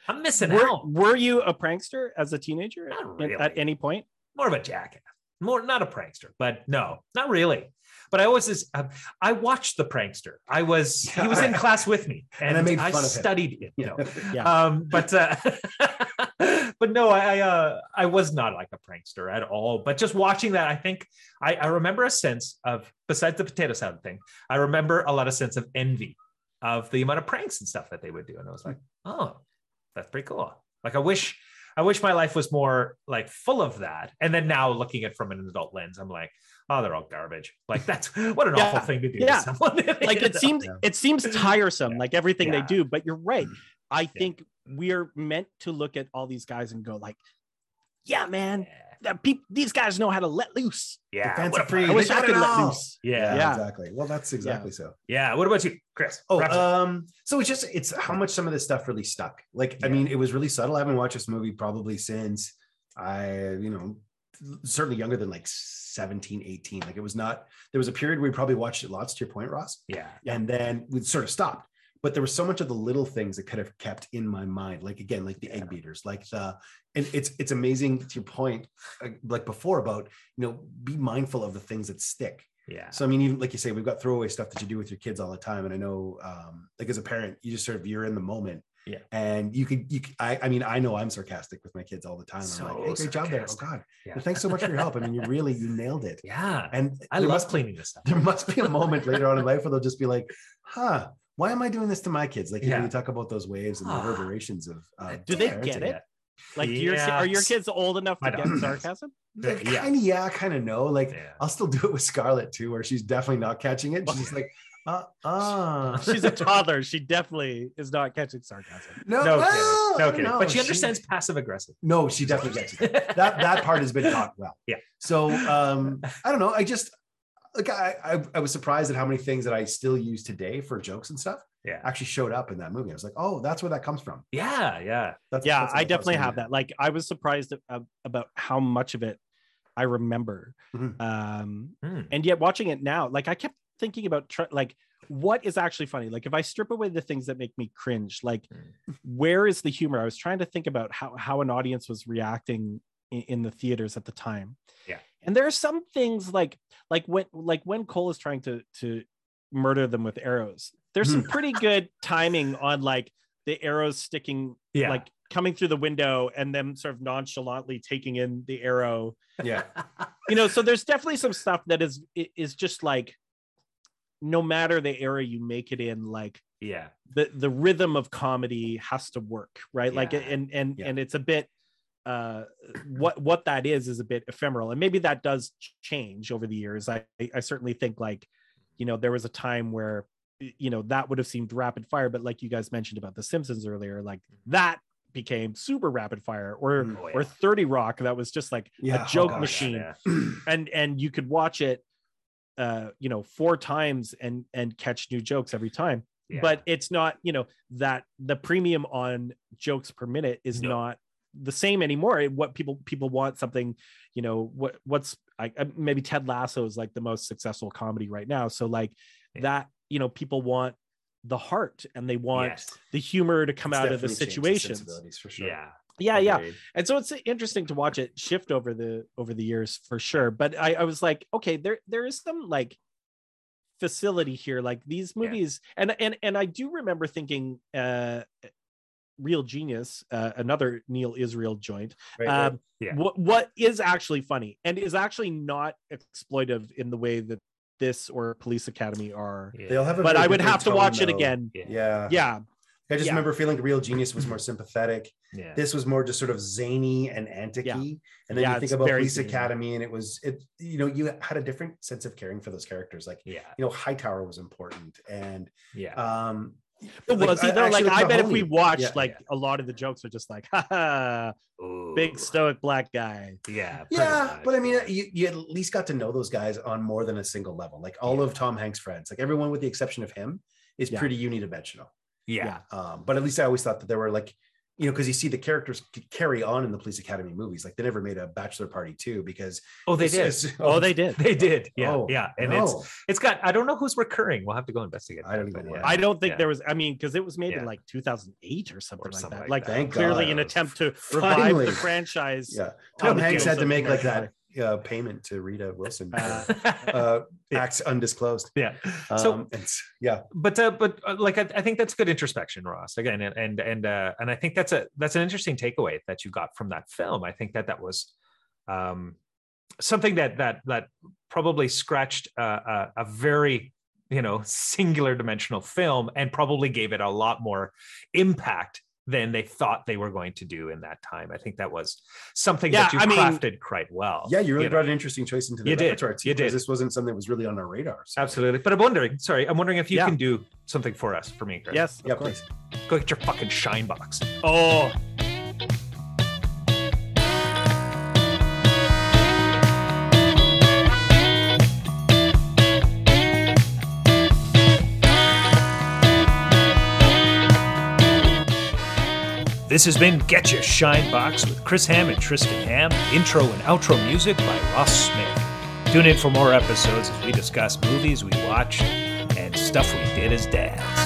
S1: I'm missing out.
S2: were, were you a prankster as a teenager
S1: Not
S2: at-
S1: really.
S2: at any point?
S1: More of a jackass, more not a prankster, but no, not really. But I always is um, I watched the prankster. I was he was in class with me, and,
S3: I made
S1: I
S3: fun of him.
S1: studied it. No,
S2: Yeah.
S1: um but uh but no i I, uh i was not like a prankster at all but just watching that i think i i remember a sense of besides the potato salad thing i remember a lot of sense of envy of the amount of pranks and stuff that they would do and i was like oh that's pretty cool like i wish i wish my life was more like full of that and then now looking at it from an adult lens i'm like oh they're all garbage like that's what an
S2: Yeah.
S1: awful thing to do
S2: Yeah.
S1: to someone
S2: like
S1: You
S2: it
S1: know?
S2: seems
S3: Yeah.
S2: it seems tiresome
S1: Yeah.
S2: like everything
S1: Yeah. Hmm.
S2: they do but you're right i think we're meant to look at all these guys and go like yeah man that peop these guys know how to let loose
S1: yeah
S3: Fancy
S1: what a-
S3: free.
S2: i
S3: They
S2: wish i
S3: got it
S2: could let
S3: all.
S2: loose
S1: yeah
S2: Yeah.
S3: Exactly. Well, that's exactly so.
S1: yeah what about you chris
S3: Oh,
S1: Wrap it up.
S3: um, so it's just it's how much some of this stuff really stuck. Like, I
S1: Yeah.
S3: mean, it was really subtle. I haven't watched this movie probably since I, you know, certainly younger than like 17, 18. Like it was not there was a period where we probably watched it lots to your point, Ross.
S1: yeah
S2: Yeah.
S3: And then we sort of stopped. But there was so much of the little things that could have kept in my mind, like again, like the egg beaters, like the, and it's it's amazing to your point, uh, like before about you know be mindful of the things that stick.
S1: yeah
S3: So I mean, even like you say, we've got throwaway stuff that you do with your kids all the time, and I know, um, like as a parent, you just sort of you're in the moment,
S1: Yeah.
S3: And you could, you, c- I, I mean, I know I'm sarcastic with my kids all the time.
S1: So
S3: I'm like, hey, great job there. Oh
S1: sarcastic.
S3: God,
S1: Yeah.
S3: Well, thanks so much for your help. I mean, you really you nailed it.
S1: Yeah.
S3: And
S1: I
S3: there
S1: love
S3: must,
S1: cleaning this up.
S3: there must be a moment later on in life where they'll just be like, huh, why am I doing this to my kids? Like you know,
S1: Yeah.
S3: you talk about those waves and the
S1: Ah.
S3: reverberations of. Uh,
S2: do they get
S3: parenting.
S2: it like do your, ki- are your
S1: Yes.
S2: kids old enough
S1: I
S2: to get
S1: don't.
S2: sarcasm
S3: Like,
S1: Yeah.
S3: Kind of, yeah, kind of no. Like
S1: Yeah.
S3: I'll still do it with Scarlett too, where she's definitely not catching it. She's like, uh, uh.
S2: she's a toddler she definitely is not catching sarcasm
S3: No,
S1: No
S3: well,
S1: kidding.
S3: I
S1: No
S3: don't
S1: kidding.
S3: know.
S1: But she understands passive aggressive.
S3: No, she definitely gets it. That that part has been taught well.
S1: Yeah.
S3: So um, I don't know. I just like I, I I was surprised at how many things that I still use today for jokes and stuff.
S1: Yeah.
S3: actually showed up in that movie. I was like, oh, that's where that comes from.
S1: Yeah. Yeah.
S3: That's,
S2: yeah,
S3: that's what
S2: I
S3: thought
S2: definitely
S3: was gonna
S2: have
S3: be
S2: that. Like, I was surprised ab- about how much of it I remember.
S3: Mhm.
S2: Um,
S1: Hmm.
S2: and yet watching it now like i kept thinking about tr- like what is actually funny like if i strip away the things that make me cringe like
S1: Mm.
S2: where is the humor i was trying to think about how how an audience was reacting in, in the theaters at the time
S1: Yeah.
S2: and there are some things like like when like when cole is trying to to murder them with arrows there's some pretty good timing on like the arrows sticking
S1: Yeah.
S2: like coming through the window and them sort of nonchalantly taking in the arrow
S3: Yeah.
S2: you know so there's definitely some stuff that is i- is just like no matter the era you make it in like
S1: yeah.
S2: the the rhythm of comedy has to work right like
S1: Yeah.
S2: and and
S3: Yeah.
S2: and it's a bit uh what what that is is a bit ephemeral and maybe that does ch- change over the years i I- i certainly think like you know there was a time where y- you know that would have seemed rapid fire but like you guys mentioned about the simpsons earlier like that became super rapid fire or
S3: Mm.
S1: Oh,
S2: or 30 rock that was just like
S3: Yeah. Oh,
S2: a joke
S3: gosh.
S2: machine and and you could watch it uh you know four times and and catch new jokes every time
S1: Yeah.
S2: but it's not you know that the premium on jokes per minute is
S1: No.
S2: not the same anymore It- what people people want something you know what what's I, I- maybe ted lasso is like the most successful comedy right now so like
S1: Yeah.
S2: that you know people want the heart and they want
S1: Yes.
S2: the humor to come
S3: It's
S2: out of the
S3: definitely changed
S2: situations
S3: sensibilities for sure.
S1: Yeah.
S2: yeah yeah
S3: Agreed.
S2: and so it's interesting to watch it shift over the over the years for sure but i i was like okay there there is some like facility here like these movies and and and i do remember thinking uh real genius uh, another neil israel joint
S3: Right, right.
S2: um
S1: Yeah.
S2: what what is actually funny and is actually not exploitive in the way that this or police academy are
S1: Yeah.
S3: they all have a
S2: but
S3: very
S2: i would
S3: different
S2: have to
S3: tone,
S2: watch it
S3: though.
S2: again
S1: Yeah.
S3: Yeah.
S2: yeah
S3: I just
S2: Yeah.
S3: remember feeling Real Genius was more sympathetic.
S1: Yeah.
S3: This was more just sort of zany and antic
S2: Yeah.
S3: And then
S2: Yeah,
S3: you think
S2: it's
S3: about
S2: very
S3: Police
S2: zany.
S3: Academy, and it was it. You know, you had a different sense of caring for those characters. Like
S1: Yeah.
S3: you know, Hightower was important, and
S1: Yeah.
S3: um,
S2: But was he
S3: I-
S2: though?
S3: actually
S2: Like
S3: with
S2: I bet if
S3: Mahoney,
S2: we watched,
S3: yeah,
S2: like a lot of the jokes are just like, ha ha,
S1: Ooh.
S2: big stoic black guy.
S1: Yeah. pretty
S3: uh, Yeah,
S1: much,
S3: but I mean, uh,
S1: yeah.
S3: you, you at least got to know those guys on more than a single level. Like all of Tom Hanks' friends, like everyone with the exception of him, is
S2: Yeah.
S3: pretty unidimensional.
S1: yeah.
S2: yeah.
S3: Um, but at least I always thought that there were like, you know, because you see the characters c- carry on in the Police Academy movies. Like they never made a Bachelor Party two because
S1: Oh, they
S3: it's-
S1: did.
S3: it's-
S2: Oh, they did.
S1: They did. Yeah.
S3: Oh,
S1: yeah. And it's
S3: no.
S1: it's got I don't know who's recurring. We'll have to go investigate.
S3: I don't
S1: that,
S3: even
S1: but
S3: know.
S1: yeah.
S2: I don't think
S1: Yeah.
S2: there was. I mean, because it was made
S1: Yeah.
S2: in like 2008 or something
S1: Or something
S2: like that.
S1: like
S2: Like
S1: that.
S3: Thank
S2: clearly
S3: God.
S2: an attempt to
S3: Finally.
S2: revive the franchise.
S3: yeah. Tom
S2: Totally
S3: Hanks had to
S2: kills
S3: make
S2: it.
S3: like that uh, payment to Rita Wilson.
S2: Uh,
S3: for, uh, acts undisclosed.
S1: yeah.
S3: Um,
S1: So
S3: it's, yeah,
S1: but uh, but uh, like I, I think that's good introspection ross again and and and, uh, and i think that's a that's an interesting takeaway that you got from that film i think that that was um something that that that probably scratched a, a, a very you know singular dimensional film and probably gave it a lot more impact than they thought they were going to do in that time i think that was something that you
S2: Yeah, I mean-
S1: crafted quite well
S3: yeah, you really
S1: know.
S3: brought an interesting choice into the
S1: You did.
S3: repertoire too,
S1: You
S3: 'cause
S1: did.
S3: This wasn't something that was really on our radar. so-
S1: absolutely but i'm wondering sorry i'm wondering if you
S2: Yeah.
S1: can do something for us for me Chris.
S2: Yes.
S3: Yeah,
S2: of course.
S3: please.
S1: go get your fucking shine box
S2: Oh,
S1: This has been Get Your Shine Box with Chris Ham and Tristan Ham, intro and outro music by Ross Smith. Tune in for more episodes as we discuss movies we watched and stuff we did as dads.